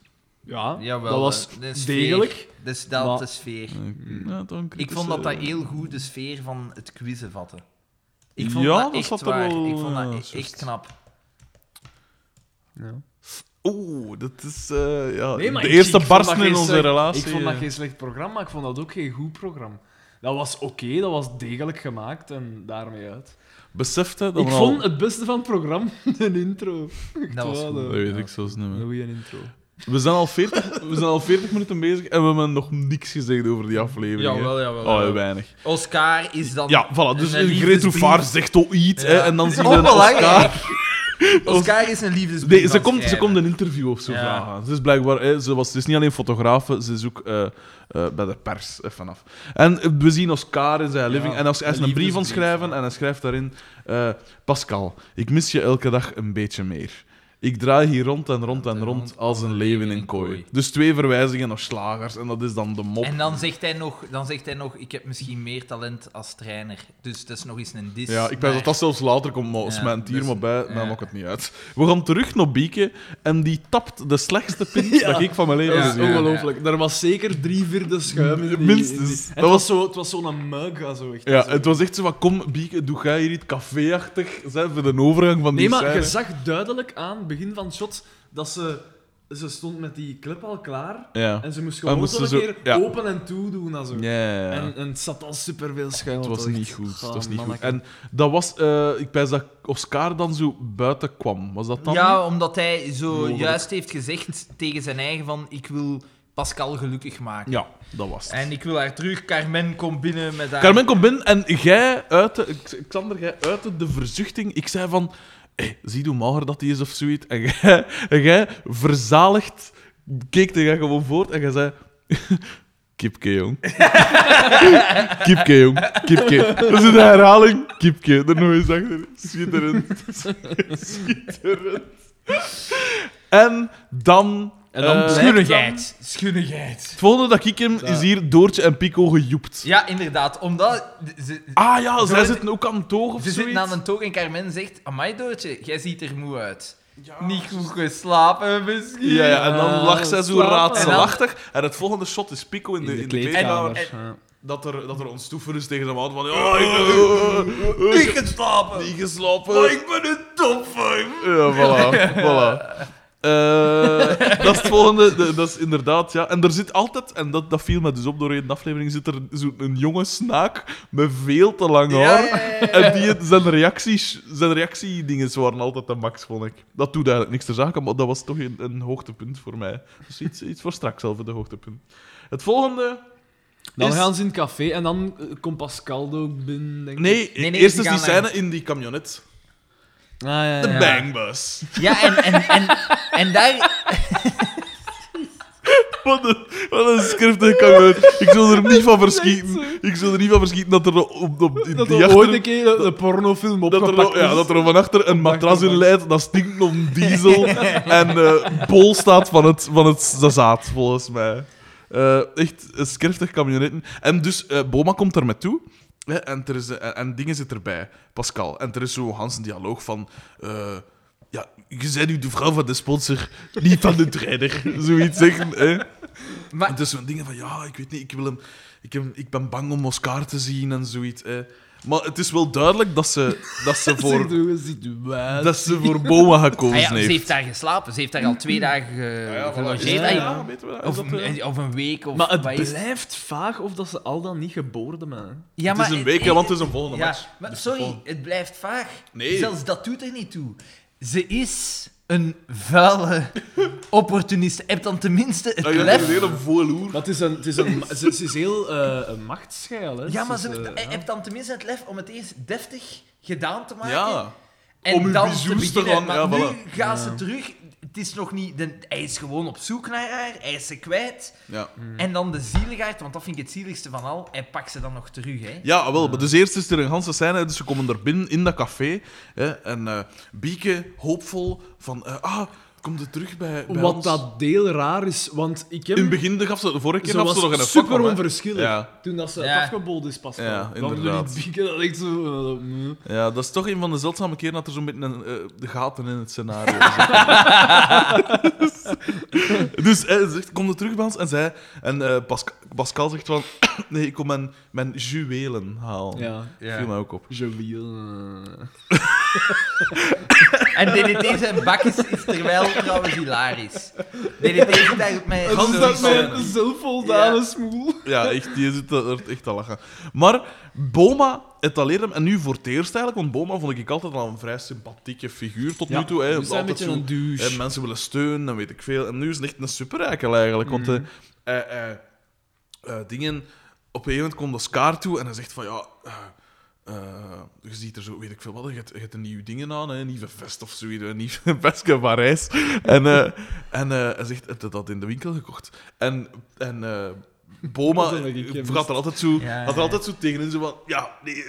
[SPEAKER 2] Ja,
[SPEAKER 3] Jawel, eh,
[SPEAKER 2] dat was
[SPEAKER 3] de- de sfeer.
[SPEAKER 2] degelijk.
[SPEAKER 3] Dus dat
[SPEAKER 2] Maar-
[SPEAKER 3] de sfeer.
[SPEAKER 1] Ja, Eh. toch een
[SPEAKER 3] Ik vond dat dat
[SPEAKER 1] kritische-
[SPEAKER 3] heel goed de sfeer van het quizzen vatte. Ik vond
[SPEAKER 1] Ja,
[SPEAKER 3] dat
[SPEAKER 1] dat
[SPEAKER 3] echt
[SPEAKER 1] zat er
[SPEAKER 3] waar.
[SPEAKER 1] wel-
[SPEAKER 3] Ik vond dat
[SPEAKER 1] ja,
[SPEAKER 3] e- echt
[SPEAKER 1] juist.
[SPEAKER 3] knap.
[SPEAKER 1] Oeh, dat is eh, ja,
[SPEAKER 2] Nee, maar
[SPEAKER 1] de
[SPEAKER 2] ik-
[SPEAKER 1] eerste
[SPEAKER 2] ik vond
[SPEAKER 1] barsten
[SPEAKER 2] dat
[SPEAKER 1] in
[SPEAKER 2] geen
[SPEAKER 1] onze
[SPEAKER 2] slecht-
[SPEAKER 1] relatie.
[SPEAKER 2] Ik vond dat
[SPEAKER 1] eh.
[SPEAKER 2] geen slecht programma, maar ik vond dat ook geen goed programma. Dat was oké, dat was degelijk gemaakt en daarmee uit.
[SPEAKER 1] Besefte dat
[SPEAKER 2] Ik
[SPEAKER 1] we
[SPEAKER 2] vond
[SPEAKER 1] al...
[SPEAKER 2] het beste van het programma een intro.
[SPEAKER 3] Dat was
[SPEAKER 2] wel,
[SPEAKER 3] goed.
[SPEAKER 1] Dat
[SPEAKER 2] eh,
[SPEAKER 1] weet ik zelfs niet
[SPEAKER 2] Een
[SPEAKER 1] meer.
[SPEAKER 2] goede intro.
[SPEAKER 1] We zijn, al 40, we zijn al 40 minuten bezig en we hebben nog niks gezegd over die aflevering. hè.
[SPEAKER 3] jawel.
[SPEAKER 1] Oh, ja, weinig.
[SPEAKER 3] Oscar is dan...
[SPEAKER 1] Ja, voilà. Dus
[SPEAKER 3] een liefdesbrief.
[SPEAKER 1] Grete Vaar zegt al iets hè, en dan zien
[SPEAKER 2] Oh,
[SPEAKER 1] we een Oscar.
[SPEAKER 3] Onbelangrijk. Oscar is een liefdesbrief.
[SPEAKER 1] Nee, ze
[SPEAKER 3] aan
[SPEAKER 1] komt, ze
[SPEAKER 3] schrijven.
[SPEAKER 1] komt een interview of zo
[SPEAKER 3] Ja.
[SPEAKER 1] vragen. aan. Ze is blijkbaar, hè, ze, was, ze is niet alleen fotografe, ze is ook eh, eh, bij de pers eh, vanaf. En eh, we zien Oscar in zijn living. En als, hij is
[SPEAKER 3] een
[SPEAKER 1] een brief aan het
[SPEAKER 3] liefdesbrief,
[SPEAKER 1] schrijven
[SPEAKER 3] ja.
[SPEAKER 1] en hij schrijft daarin: eh, Pascal, ik mis je elke dag een beetje meer. Ik draai hier rond en rond en rond als een leeuw in een kooi. Dus twee verwijzingen naar slagers en dat is dan de mop.
[SPEAKER 3] En dan zegt, hij nog, dan zegt hij nog, ik heb misschien meer talent als trainer. Dus dat is nog eens een dis.
[SPEAKER 1] Ja, ik
[SPEAKER 3] naar-
[SPEAKER 1] ben dat dat zelfs later komt, maar als
[SPEAKER 3] Ja,
[SPEAKER 1] mijn tier
[SPEAKER 3] dus-
[SPEAKER 1] maar bij, dan
[SPEAKER 3] ja.
[SPEAKER 1] maakt het niet uit. We gaan terug naar Bieke en die tapt de slechtste pint
[SPEAKER 2] Ja.
[SPEAKER 1] dat ik van mijn leven
[SPEAKER 2] Dat
[SPEAKER 1] heb
[SPEAKER 2] is
[SPEAKER 1] gezien.
[SPEAKER 3] ja.
[SPEAKER 2] ongelooflijk. Er was zeker drie vierde schuim in die-
[SPEAKER 1] Minstens.
[SPEAKER 2] in die- En
[SPEAKER 1] Dat
[SPEAKER 2] het, was zo, het was zo'n mug. ja, Zo echt,
[SPEAKER 1] Ja,
[SPEAKER 2] Zo.
[SPEAKER 1] het was echt zo van, kom Bieke, doe jij hier iets caféachtig zijn voor de overgang van die
[SPEAKER 2] Nee, maar je
[SPEAKER 1] scène.
[SPEAKER 2] zag duidelijk aan het begin van het shot dat ze, ze stond met die clip al klaar.
[SPEAKER 1] Ja.
[SPEAKER 2] En ze moest
[SPEAKER 1] Ah,
[SPEAKER 2] gewoon
[SPEAKER 1] moest ze
[SPEAKER 2] zo een
[SPEAKER 1] zo-
[SPEAKER 2] keer
[SPEAKER 1] ja.
[SPEAKER 2] open en toe doen. En, zo.
[SPEAKER 1] Ja, ja, ja.
[SPEAKER 2] En, en het zat al superveel schuim.
[SPEAKER 1] het
[SPEAKER 2] want
[SPEAKER 1] was
[SPEAKER 2] dat
[SPEAKER 1] niet
[SPEAKER 2] echt-
[SPEAKER 1] goed.
[SPEAKER 2] Ah,
[SPEAKER 1] Het was niet goed.
[SPEAKER 2] manneke.
[SPEAKER 1] En dat was, eh, ik pijs dat Oscar dan zo buiten kwam. Was dat dan?
[SPEAKER 3] Ja, omdat hij zo
[SPEAKER 1] Mogelijk.
[SPEAKER 3] juist heeft gezegd tegen zijn eigen van, ik wil Pascal gelukkig maken.
[SPEAKER 1] Ja, dat was het.
[SPEAKER 3] En ik wil haar terug. Carmen komt binnen met haar...
[SPEAKER 1] Carmen komt binnen en jij uitte, Xander, jij uitte de verzuchting. Ik zei van, hé, zie hoe mager dat die is of zoiets. En jij, en jij verzaligd, keek er jij gewoon voort en jij zei... Kipke, jong. Kipke, jong. Kipke. Dat is de herhaling. Kipke. Er nog eens achter. Schitterend. Schitterend. En dan...
[SPEAKER 2] En dan
[SPEAKER 1] eh,
[SPEAKER 3] Schunnigheid. Schunnigheid.
[SPEAKER 1] Het volgende dat ik hem is hier Doortje en Pico gejoept.
[SPEAKER 3] Ja, inderdaad. Omdat ze,
[SPEAKER 1] Ah ja, zij
[SPEAKER 3] Doortje-
[SPEAKER 1] zitten ook aan het toog of
[SPEAKER 3] ze
[SPEAKER 1] zoiets.
[SPEAKER 3] zitten aan een toog en Carmen zegt... Amai, Doortje, jij ziet er moe uit. Niet goed geslapen misschien.
[SPEAKER 1] Ja, ja, en dan
[SPEAKER 2] Ah,
[SPEAKER 1] lacht zij zo
[SPEAKER 2] slapen.
[SPEAKER 1] raadselachtig. En het volgende shot is Pico in de, in de kleedkamer.
[SPEAKER 3] kleedkamer.
[SPEAKER 1] Dat er, dat er ontstoefer is tegen zijn hand van...
[SPEAKER 3] Oh,
[SPEAKER 1] Ja, ik heb
[SPEAKER 3] Niet geslapen.
[SPEAKER 1] niet geslapen.
[SPEAKER 3] Maar ik ben een top 5.
[SPEAKER 1] Ja, voilà. voilà. Eh, dat is het volgende. de- dat is inderdaad, ja. En er zit altijd, en dat, dat viel me dus op door een aflevering, zit er zo'n jonge snaak met veel te lang haar.
[SPEAKER 3] Ja, ja, ja, ja.
[SPEAKER 1] En die, zijn, reacties, zijn reactiedingen waren altijd de max, vond ik. Dat doet eigenlijk niks ter zake, maar dat was toch een, een hoogtepunt voor mij. Dus iets, iets voor straks zelf, de hoogtepunt. Het volgende...
[SPEAKER 2] Dan
[SPEAKER 1] is-
[SPEAKER 2] gaan ze in het café en dan eh, komt Pascal er ook binnen, denk ik.
[SPEAKER 1] Nee,
[SPEAKER 3] Nee, nee,
[SPEAKER 1] eerst
[SPEAKER 3] ze
[SPEAKER 1] is die
[SPEAKER 3] gaan naar-
[SPEAKER 1] scène in die camionet.
[SPEAKER 2] Ah, ja,
[SPEAKER 1] De
[SPEAKER 2] ja.
[SPEAKER 1] bangbus.
[SPEAKER 3] Ja, en, en, en, en daar...
[SPEAKER 1] Wat een, wat een scriptige camionet. Ik zou er niet van verschieten. Ik zou er niet van verschieten dat er op, op, in
[SPEAKER 2] Dat
[SPEAKER 1] die
[SPEAKER 2] er ooit een
[SPEAKER 1] achter...
[SPEAKER 2] keer de, de pornofilm
[SPEAKER 1] Dat
[SPEAKER 2] opgepakt
[SPEAKER 1] er, ja,
[SPEAKER 2] is.
[SPEAKER 1] dat er van achter een matras in leidt, dat stinkt nog diesel. En eh, bol staat van het, van het zaad, volgens mij. Eh, echt een scriptig camionetten. En dus, eh, Boma komt er met toe. hè, en, er is, eh, en, en dingen zit erbij, Pascal. En er is zo'n Hans dialoog van... eh, ja, je bent nu de vrouw van de sponsor, niet van de trainer. Zoiets zeggen, hè.
[SPEAKER 3] Maar-
[SPEAKER 1] En dus zo'n dingen van, ja, ik weet niet, ik, wil hem, ik, hem, ik ben bang om Oscar te zien en zoiets. Hè. Maar het is wel duidelijk dat ze, dat ze voor, dat ze voor Boma
[SPEAKER 3] Ah
[SPEAKER 1] gekozen
[SPEAKER 3] ja, ze
[SPEAKER 1] heeft.
[SPEAKER 3] heeft daar geslapen. Ze heeft daar al twee dagen
[SPEAKER 1] Ah,
[SPEAKER 3] eh, gelogeerd.
[SPEAKER 2] Ja,
[SPEAKER 3] eigenlijk.
[SPEAKER 2] ja,
[SPEAKER 1] weten we dat.
[SPEAKER 3] Of,
[SPEAKER 1] Is dat, eh,
[SPEAKER 3] een- of een week. Of
[SPEAKER 2] Maar het
[SPEAKER 3] wat is-
[SPEAKER 2] blijft vaag of dat ze al dan niet geboren zijn.
[SPEAKER 3] Ja,
[SPEAKER 1] het is een week, hè, want het is een volgende
[SPEAKER 3] Ja,
[SPEAKER 1] match.
[SPEAKER 3] maar
[SPEAKER 1] Dus
[SPEAKER 3] sorry,
[SPEAKER 1] volgende-
[SPEAKER 3] het blijft vaag.
[SPEAKER 1] Nee.
[SPEAKER 3] Zelfs dat doet er niet toe. Ze is een vuile opportunist. Heb dan tenminste het
[SPEAKER 1] Ah, ja, dat is
[SPEAKER 3] lef.
[SPEAKER 1] een hele voeloer.
[SPEAKER 2] Maar het is, een, het is, een, ze- ze is heel eh, een machtsschijl, hè.
[SPEAKER 3] Ja, maar ze
[SPEAKER 2] is, eh, ja.
[SPEAKER 3] heb dan tenminste het lef om het eens deftig gedaan te maken.
[SPEAKER 1] Ja.
[SPEAKER 3] En
[SPEAKER 1] Om uw
[SPEAKER 3] dan te
[SPEAKER 1] visioens te
[SPEAKER 3] beginnen.
[SPEAKER 1] gaan-
[SPEAKER 3] maar
[SPEAKER 1] ja,
[SPEAKER 3] nu
[SPEAKER 1] voilà.
[SPEAKER 3] gaan ze
[SPEAKER 2] Ja.
[SPEAKER 3] terug. Het is nog niet... de- hij is gewoon op zoek naar haar. Hij is ze kwijt.
[SPEAKER 1] ja.
[SPEAKER 3] En dan de zieligheid, want dat vind ik het zieligste van al. Hij pakt ze dan nog terug, hè.
[SPEAKER 1] Ja, wel. Maar dus eerst is er een ganse scène. Dus ze komen er binnen in dat café. Hè, en eh, Bieke, hoopvol, van... eh, ah, komt het terug bij, bij
[SPEAKER 2] Wat
[SPEAKER 1] ons?
[SPEAKER 2] dat deel raar is, want ik heb...
[SPEAKER 1] In het begin gaf ze... De vorige keer
[SPEAKER 2] ze
[SPEAKER 1] gaf ze nog een
[SPEAKER 2] was
[SPEAKER 1] fuck
[SPEAKER 2] super
[SPEAKER 1] om, hè.
[SPEAKER 2] onverschillig
[SPEAKER 1] Ja.
[SPEAKER 2] toen dat ze
[SPEAKER 3] Ja.
[SPEAKER 2] het afgeboden is pas.
[SPEAKER 1] Ja,
[SPEAKER 2] gedaan. dan
[SPEAKER 1] inderdaad.
[SPEAKER 2] doe je niet pieken, dat ligt zo... eh, mm.
[SPEAKER 1] Ja, dat is toch een van de zeldzame keren dat er zo'n beetje een, eh, de gaten in het scenario zitten. dus eh, ze zegt, kom er terug bij ons. En, zij, en eh, Pasca- Pascal zegt van... nee, ik kom mijn, mijn juwelen halen.
[SPEAKER 2] Ja.
[SPEAKER 1] Viel mij ook op.
[SPEAKER 2] Joviel. eh.
[SPEAKER 3] En DDT zijn bakjes is terwijl trouwens hilarisch. DDT zit daar met...
[SPEAKER 1] Gans
[SPEAKER 3] zo'n-
[SPEAKER 1] dat mijn-
[SPEAKER 2] Mijn zelfvoldane
[SPEAKER 3] Ja.
[SPEAKER 2] smoel.
[SPEAKER 1] Ja, echt, die zit er echt te lachen. Maar Boma etaleert hem, en nu voor het eerst eigenlijk, want Boma vond ik altijd al een vrij sympathieke figuur tot nu toe. Hè.
[SPEAKER 2] we zijn een
[SPEAKER 1] Altijd
[SPEAKER 2] beetje
[SPEAKER 1] zo,
[SPEAKER 2] een douche.
[SPEAKER 1] hè, mensen willen steunen en weet ik veel. En nu is het echt een superrijkel eigenlijk, want
[SPEAKER 3] Mm-hmm.
[SPEAKER 1] eh, eh, eh, eh, dingen... Op een gegeven moment komt Oscar toe en hij zegt van ja... eh, eh, je ziet er zo, weet ik veel wat, je hebt, je hebt een nieuwe dingen aan, hè, een nieuwe vest of zoiets, een nieuwe vestje van Parijs. En, eh, en eh, hij zegt, heb je dat in de winkel gekocht? En, en eh, Boma
[SPEAKER 2] Dat heb ik gemist.
[SPEAKER 1] gaat er altijd zo,
[SPEAKER 3] Ja,
[SPEAKER 1] gaat er
[SPEAKER 3] ja.
[SPEAKER 1] altijd zo tegen in, zo van, ja, nee,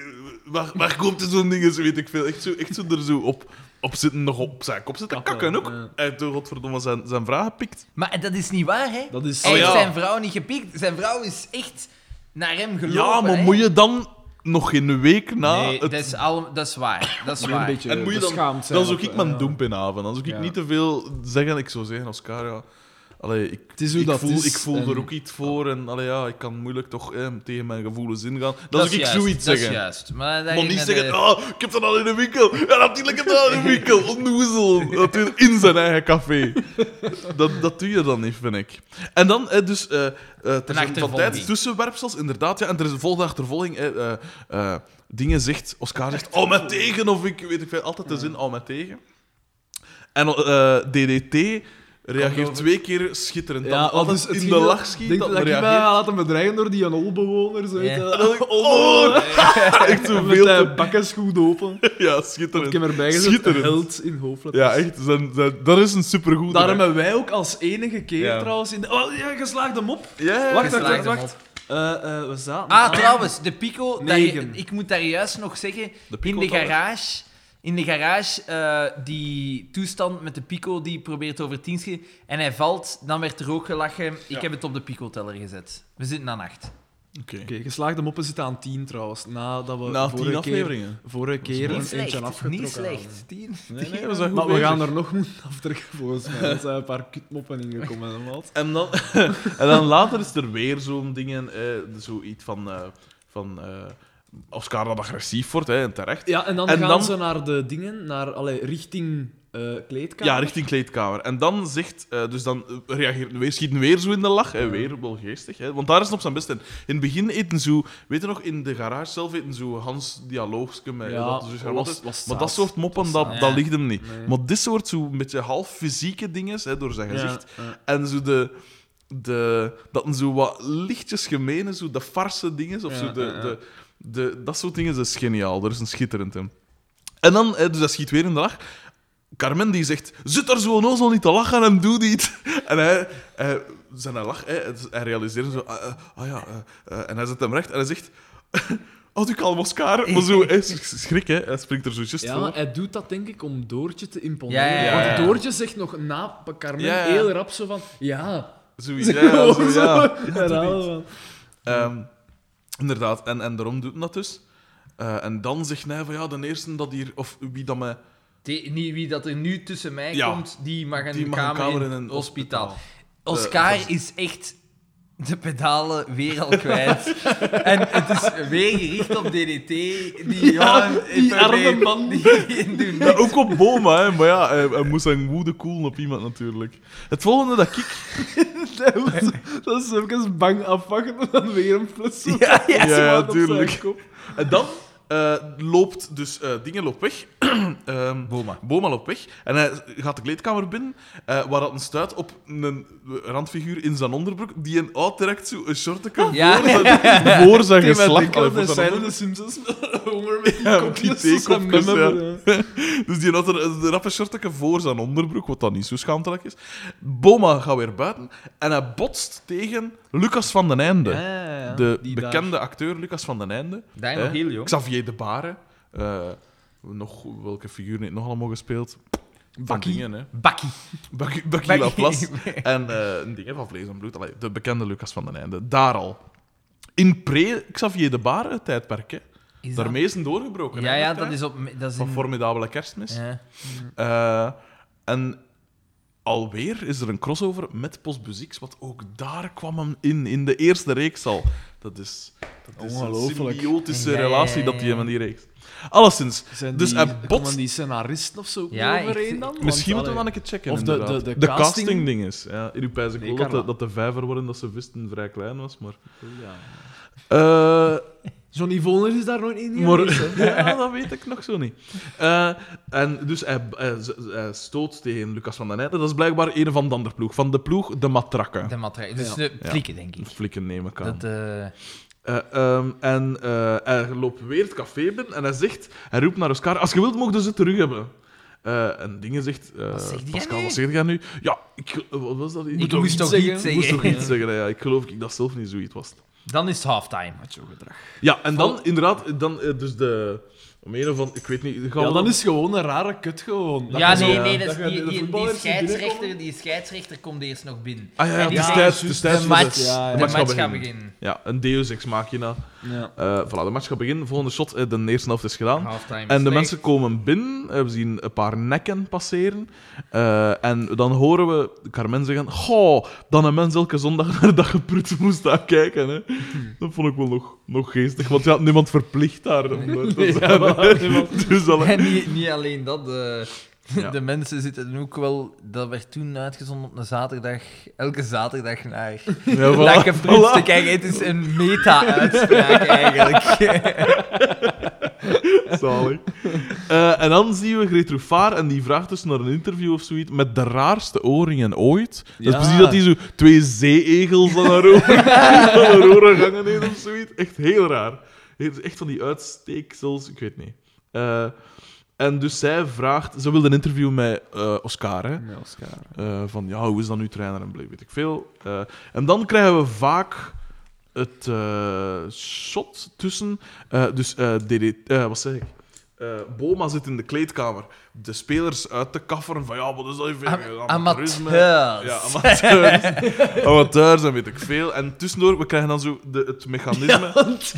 [SPEAKER 1] waar, waar komt er zo'n ding, zo weet ik veel. Echt zo, echt zo er zo op, op zitten, nog op zijn kop zitten
[SPEAKER 2] Kakken,
[SPEAKER 1] kakken ook.
[SPEAKER 2] ja.
[SPEAKER 1] Hij heeft door godverdomme zijn, zijn vragen gepikt.
[SPEAKER 3] Maar dat is niet waar, hè.
[SPEAKER 2] Dat is...
[SPEAKER 3] Hij
[SPEAKER 1] Oh, ja.
[SPEAKER 3] heeft zijn vrouw niet gepikt. Zijn vrouw is echt naar hem gelopen,
[SPEAKER 1] ja, maar
[SPEAKER 3] hè.
[SPEAKER 1] moet je dan nog geen week na
[SPEAKER 3] Nee,
[SPEAKER 1] het
[SPEAKER 3] dat, is al, dat is waar. Dat is
[SPEAKER 2] Moet je een
[SPEAKER 3] waar.
[SPEAKER 2] beetje
[SPEAKER 1] En moet je dan,
[SPEAKER 2] beschaamd zijn.
[SPEAKER 1] dan zoek
[SPEAKER 2] of,
[SPEAKER 1] ik mijn
[SPEAKER 2] ja.
[SPEAKER 1] doemp in haven. Dan zoek ik
[SPEAKER 2] Ja.
[SPEAKER 1] niet te veel zeggen. Ik zou zeggen, Oscar, ja. Allee, ik,
[SPEAKER 2] Het is hoe
[SPEAKER 1] ik
[SPEAKER 2] dat
[SPEAKER 1] voel,
[SPEAKER 2] is
[SPEAKER 1] ik voel
[SPEAKER 2] en-
[SPEAKER 1] er ook iets voor. En allee, ja, ik kan moeilijk toch eh, tegen mijn gevoelens ingaan. Dan
[SPEAKER 3] Dat
[SPEAKER 1] zou ik
[SPEAKER 3] is juist,
[SPEAKER 1] zoiets
[SPEAKER 3] Dat is
[SPEAKER 1] zeggen.
[SPEAKER 3] juist. Maar,
[SPEAKER 1] Maar
[SPEAKER 3] daarin
[SPEAKER 1] niet
[SPEAKER 3] hebben-
[SPEAKER 1] zeggen, ah, ik heb dat al in de winkel. Ja, natuurlijk heb ik dat al in de winkel. Onnoezel. Dat doe je in zijn eigen café. Dat, dat doe je dan niet, vind ik. En dan, eh, dus, eh eh er zijn van
[SPEAKER 3] achtervolging.
[SPEAKER 1] tijd tussenwerpsels, inderdaad. Ja, en er is een volgende achtervolging. eh, eh, eh, dingen zegt, Oscar zegt, oh, mij tegen. Of ik weet ik veel, altijd de zin, oh, mij tegen. En eh, DDT reageert
[SPEAKER 3] over.
[SPEAKER 1] twee keer schitterend.
[SPEAKER 2] Ja,
[SPEAKER 1] Dan
[SPEAKER 2] want
[SPEAKER 1] altijd
[SPEAKER 2] dus het
[SPEAKER 1] in
[SPEAKER 2] ging
[SPEAKER 1] de
[SPEAKER 2] wel-
[SPEAKER 1] lach schiet.
[SPEAKER 2] Denk
[SPEAKER 1] dan
[SPEAKER 2] je dat ik mij
[SPEAKER 1] reageert-
[SPEAKER 2] ga laten bedreigen door die anolbewoners?
[SPEAKER 3] Ja.
[SPEAKER 2] Ja.
[SPEAKER 1] En dan denk ik, oh, echt zo
[SPEAKER 2] Met
[SPEAKER 1] veel
[SPEAKER 2] de
[SPEAKER 1] te...
[SPEAKER 2] bakken goed open.
[SPEAKER 1] Ja,
[SPEAKER 2] Ik
[SPEAKER 1] schitterend.
[SPEAKER 2] heb erbij gezet,
[SPEAKER 1] Schitterend.
[SPEAKER 2] held in hoofdletters.
[SPEAKER 1] Ja, echt. Zijn, zijn- dat is een supergoed.
[SPEAKER 2] Daar hebben wij ook als enige keer
[SPEAKER 1] Ja.
[SPEAKER 2] trouwens in de... Oh, ja, geslaagde mop.
[SPEAKER 1] Ja,
[SPEAKER 2] Wacht,
[SPEAKER 3] Geslaagde
[SPEAKER 2] wacht, wacht.
[SPEAKER 3] mop.
[SPEAKER 2] wacht. Eh eh we zaten...
[SPEAKER 3] Ah, trouwens, de Pico. daar-
[SPEAKER 2] Negen.
[SPEAKER 3] ik moet daar juist nog zeggen.
[SPEAKER 1] De Pico
[SPEAKER 3] in de
[SPEAKER 1] Tower.
[SPEAKER 3] garage. In de garage, eh, die toestand met de Pico die probeert over tien schieten. En hij valt, dan werd er ook gelachen. Ik
[SPEAKER 1] Ja.
[SPEAKER 3] heb het op de Pico-teller gezet. We zitten aan acht.
[SPEAKER 1] Oké.
[SPEAKER 2] Oké, geslaagde moppen zitten aan 10 trouwens. Nadat we
[SPEAKER 1] Na
[SPEAKER 2] vorige
[SPEAKER 1] tien
[SPEAKER 2] keer-
[SPEAKER 1] afleveringen.
[SPEAKER 2] Vorige keer
[SPEAKER 3] Niet
[SPEAKER 2] een eentje
[SPEAKER 3] slecht. Niet
[SPEAKER 2] afgetrokken
[SPEAKER 3] slecht.
[SPEAKER 2] hadden.
[SPEAKER 3] Tien.
[SPEAKER 1] Nee, nee, we zijn goed
[SPEAKER 2] Maar we
[SPEAKER 1] bezig.
[SPEAKER 2] gaan er nog moeten aftrekken volgens mij. Er zijn een paar kutmoppen ingekomen. hè, maat.
[SPEAKER 1] En dan, en dan later is er weer zo'n dingen, eh, zoiets van, eh, van eh, Oscar dat agressief wordt, hè, en terecht.
[SPEAKER 2] Ja, en dan
[SPEAKER 1] En
[SPEAKER 2] gaan
[SPEAKER 1] dan-
[SPEAKER 2] ze naar de dingen, naar, allee, richting eh kleedkamer.
[SPEAKER 1] Ja, richting kleedkamer. En dan zegt, eh, dus dan eh, reageert weer, schieten weer zo in de lach. En weer wel geestig, hè? want daar is het op zijn best in. In het begin eten zo, weet je nog, in de garage zelf eten zo Hans dialoogske met
[SPEAKER 2] Ja,
[SPEAKER 1] dat, dus,
[SPEAKER 2] was-
[SPEAKER 1] wat-
[SPEAKER 2] was
[SPEAKER 1] Maar
[SPEAKER 2] zaad.
[SPEAKER 1] dat soort moppen,
[SPEAKER 2] Was
[SPEAKER 1] dat,
[SPEAKER 3] zaad.
[SPEAKER 1] dat
[SPEAKER 3] Ja.
[SPEAKER 1] ligt hem niet.
[SPEAKER 2] Nee.
[SPEAKER 1] Maar dit soort zo een beetje half fysieke dingen, hè, door zijn gezicht,
[SPEAKER 2] Ja, ja.
[SPEAKER 1] En zo de, de, dat een zo wat lichtjes gemene, zo de farse dingen, of
[SPEAKER 2] Ja,
[SPEAKER 1] zo de,
[SPEAKER 2] ja, ja.
[SPEAKER 1] De, de, dat soort dingen, dat is geniaal. Dat is een schitterend hem. En dan, hè, dus dat schiet weer in de lach. Carmen die zegt, zit daar zo onnozel niet te lachen en doe niet. En hij, hij zijn lach, hè, het- hij realiseert zo, ah, eh, ah ja, eh, eh, en hij zet hem recht en hij zegt, oh, ik kalm Oscar. Maar zo, hij schrik, hè, hij springt er zo just
[SPEAKER 2] Ja,
[SPEAKER 1] voor.
[SPEAKER 2] maar hij doet dat denk ik om Doortje te imponeren.
[SPEAKER 3] Ja, ja, ja,
[SPEAKER 1] ja.
[SPEAKER 2] Want Doortje zegt nog na Carmen
[SPEAKER 1] Ja, ja.
[SPEAKER 2] heel rap zo van... Ja,
[SPEAKER 1] Zoiets, ja, ja, zo,
[SPEAKER 2] Zo,
[SPEAKER 1] ja.
[SPEAKER 2] herhalen,
[SPEAKER 1] niet.
[SPEAKER 2] man.
[SPEAKER 1] Ehm, inderdaad, en, en daarom doet men dat dus. Eh, en dan zegt hij van ja, de eerste dat hier, of wie dat mij.
[SPEAKER 3] Die- niet wie dat er nu tussen mij
[SPEAKER 1] Ja.
[SPEAKER 3] komt, die mag een,
[SPEAKER 1] Die mag
[SPEAKER 3] kamer, in een hospitaal.
[SPEAKER 1] Eh,
[SPEAKER 3] Oscar
[SPEAKER 1] dat
[SPEAKER 3] is echt de pedalen weer al kwijt. en het is weer gericht op DDT. Die,
[SPEAKER 2] Ja,
[SPEAKER 3] jongen,
[SPEAKER 2] die
[SPEAKER 3] het probeert-
[SPEAKER 2] arme man.
[SPEAKER 3] Die, die doen
[SPEAKER 1] Ja, ook op Boma, hè, maar ja, hij, hij moest zijn woede koelen op iemand natuurlijk. Het volgende dat ik.
[SPEAKER 2] Dat was- Dat is even bang afwachten en dan weer een plus.
[SPEAKER 3] Ja,
[SPEAKER 1] Ja,
[SPEAKER 3] ja.
[SPEAKER 1] ja, tuurlijk. En dan eh, loopt dus eh, dingen loopt weg. Ehm,
[SPEAKER 3] Boma.
[SPEAKER 1] Boma loopt weg en hij gaat de kleedkamer binnen, eh, waar dat een stuit op een randfiguur in zijn onderbroek, die een uittrekt, zo een shortje
[SPEAKER 3] Ja.
[SPEAKER 1] voor zijn, voor zijn
[SPEAKER 2] Ik denk
[SPEAKER 1] geslacht. Allee,
[SPEAKER 2] dat
[SPEAKER 1] voor
[SPEAKER 2] de
[SPEAKER 1] zijn
[SPEAKER 2] scène
[SPEAKER 1] onder-
[SPEAKER 2] de Simpsons honger met die
[SPEAKER 1] Ja, met die
[SPEAKER 2] kopjes. dat zijn
[SPEAKER 1] theekopjes,
[SPEAKER 2] memmen,
[SPEAKER 1] ja.
[SPEAKER 2] maar, eh.
[SPEAKER 1] Dus die had er een rappe shortje voor zijn onderbroek, wat dan niet zo schaamtelijk is. Boma gaat weer buiten en hij botst tegen Lucas van den Einde.
[SPEAKER 2] Ja, ja, ja.
[SPEAKER 1] de
[SPEAKER 2] Die daar.
[SPEAKER 1] bekende acteur Lucas van den Einde.
[SPEAKER 3] Daar
[SPEAKER 1] Hè?
[SPEAKER 3] nog heel jong.
[SPEAKER 1] Xavier de Baren. Eh, nog, welke figuur heeft nog allemaal gespeeld? Van
[SPEAKER 2] Bakkie.
[SPEAKER 1] Dingen, hè.
[SPEAKER 3] Bakkie.
[SPEAKER 1] Bakkie, Bakkie Laplace. En eh een ding hè, van Vlees en Bloed. Allee, de bekende Lucas van den Einde. Daar al. In pre-Xavier de Baren tijdperk, hè.
[SPEAKER 3] Is dat-
[SPEAKER 1] Daarmee is een doorgebroken.
[SPEAKER 3] Ja,
[SPEAKER 1] hè,
[SPEAKER 3] ja,
[SPEAKER 1] met,
[SPEAKER 3] dat
[SPEAKER 1] hè.
[SPEAKER 3] is op... Dat is
[SPEAKER 1] Van
[SPEAKER 3] in-
[SPEAKER 1] Formidabele Kerstmis.
[SPEAKER 3] Ja.
[SPEAKER 1] Eh, en alweer is er een crossover met Postbusix, wat ook daar kwam hem in, in de eerste reeks al. Dat is, dat is een
[SPEAKER 2] Ongelooflijk.
[SPEAKER 1] symbiotische
[SPEAKER 3] Ja, ja, ja,
[SPEAKER 1] relatie
[SPEAKER 3] ja,
[SPEAKER 1] dat hij
[SPEAKER 3] ja.
[SPEAKER 1] hem in die reeks. Alleszins,
[SPEAKER 2] Zijn
[SPEAKER 1] dus
[SPEAKER 2] die,
[SPEAKER 1] hij
[SPEAKER 2] komen
[SPEAKER 1] botst.
[SPEAKER 2] die scenaristen of zo
[SPEAKER 3] Ja, echt.
[SPEAKER 2] overeen dan? Want,
[SPEAKER 1] Misschien moeten we
[SPEAKER 2] allee,
[SPEAKER 1] dan een keer checken.
[SPEAKER 2] Of de-
[SPEAKER 1] inderdaad.
[SPEAKER 2] de- de
[SPEAKER 1] casting...
[SPEAKER 2] casting-
[SPEAKER 1] ding is. Ja, in uw pijs ik
[SPEAKER 2] Nee,
[SPEAKER 1] wel dat de,
[SPEAKER 2] Carla.
[SPEAKER 1] dat de vijver worden dat ze wisten vrij klein was. Maar,
[SPEAKER 2] ja.
[SPEAKER 1] Eh,
[SPEAKER 2] Johnny Vollner is daar nooit in die
[SPEAKER 1] Maar-
[SPEAKER 2] geweest, hè.
[SPEAKER 1] ja, dat weet ik nog zo niet. Eh, en dus hij, hij- hij stoot tegen Lucas van den Eijden. Dat is blijkbaar een van de andere ploeg. Van de ploeg, de matrakken.
[SPEAKER 3] De matrij. Dus
[SPEAKER 2] Ja.
[SPEAKER 3] de flikken, denk ik.
[SPEAKER 1] Flikken nemen kan.
[SPEAKER 3] Dat, eh,
[SPEAKER 1] en eh, hij loopt weer het café binnen en hij zegt... Hij roept naar Oscar, als je wilt, mogen ze terug hebben. Eh, en Dingen zegt... eh,
[SPEAKER 3] Wat zegt jij
[SPEAKER 1] Pascal,
[SPEAKER 3] nu?
[SPEAKER 1] wat zeg jij nu? Ja, ik, wat was dat?
[SPEAKER 3] ik
[SPEAKER 2] ook
[SPEAKER 3] moest
[SPEAKER 2] iets
[SPEAKER 3] toch
[SPEAKER 2] zeggen.
[SPEAKER 3] niet
[SPEAKER 1] moest
[SPEAKER 3] zeggen.
[SPEAKER 1] toch iets zeggen. hè, Ja. Ik geloof ik dat zelf niet zoiets was.
[SPEAKER 3] Dan is het halftime.
[SPEAKER 2] Macho gedrag.
[SPEAKER 1] Ja, en dan inderdaad... Dan, eh, dus de... Om een of andere... Ik weet niet... gaan we
[SPEAKER 2] Ja,
[SPEAKER 1] dan-
[SPEAKER 2] dan is het gewoon een rare kut gewoon. Dat
[SPEAKER 3] ja,
[SPEAKER 2] je zo-
[SPEAKER 3] nee, nee, dat is,
[SPEAKER 2] je
[SPEAKER 3] die,
[SPEAKER 2] de
[SPEAKER 3] die, die,
[SPEAKER 2] voetballers die binnenkomen.
[SPEAKER 3] scheidsrechter, die scheidsrechter komt eerst nog binnen.
[SPEAKER 1] Ah ja, ja,
[SPEAKER 3] En
[SPEAKER 1] het
[SPEAKER 3] die
[SPEAKER 1] is
[SPEAKER 3] zegt,
[SPEAKER 1] tijd- het is tijd
[SPEAKER 3] de
[SPEAKER 1] voor de-
[SPEAKER 3] match,
[SPEAKER 2] Ja, ja.
[SPEAKER 3] de match gaat beginnen.
[SPEAKER 1] Ja, een Deus Ex Machina.
[SPEAKER 2] Ja.
[SPEAKER 1] Eh voilà, de match gaat beginnen. Volgende shot, eh, de eerste helft is gedaan.
[SPEAKER 3] Halftime
[SPEAKER 1] En de
[SPEAKER 3] slecht.
[SPEAKER 1] mensen komen binnen, eh, we zien een paar nekken passeren. eh, en dan horen we Carmen zeggen: Goh, dan een mens elke zondag naar dat geprut moest daar kijken. Hè. Dat vond ik wel nog, nog geestig, want ja, niemand verplicht daar om daar te zijn. Dus wel, hè.
[SPEAKER 3] En niet, niet alleen dat, de,
[SPEAKER 1] Ja.
[SPEAKER 3] de mensen zitten ook wel... Dat werd toen uitgezonden op een zaterdag, elke zaterdag naar
[SPEAKER 1] ja, voilà,
[SPEAKER 3] Lekker Frits te
[SPEAKER 1] voilà.
[SPEAKER 3] kijken. Het is een meta-uitspraak eigenlijk.
[SPEAKER 1] Zalig. Eh, en dan zien we Greet Roefaar en die vraagt dus naar een interview of zoiets met de raarste oorringen ooit. Dat
[SPEAKER 2] Ja.
[SPEAKER 1] is precies dat die zo twee zeeegels aan haar oren, aan haar oren gangen heeft of zoiets. Echt heel raar. Heel- Echt van die uitsteeksels, ik weet niet. Eh, en dus zij vraagt, ze wil een interview met eh, Oscar, hè?
[SPEAKER 2] Nee, Oscar.
[SPEAKER 1] Eh, van ja, hoe is dan nu trainer en bleek, weet ik veel. Eh, en dan krijgen we vaak het eh, shot tussen. eh, dus eh, DD, eh, wat zeg ik? Eh, Boma zit in de kleedkamer. De spelers uit te kafferen van ja, wat is dat hier?
[SPEAKER 3] Am-
[SPEAKER 1] Amateurisme.
[SPEAKER 3] amateurs.
[SPEAKER 1] Ja, amateurs. amateurs en weet ik veel. En tussendoor, we krijgen dan zo de, het mechanisme.
[SPEAKER 2] Want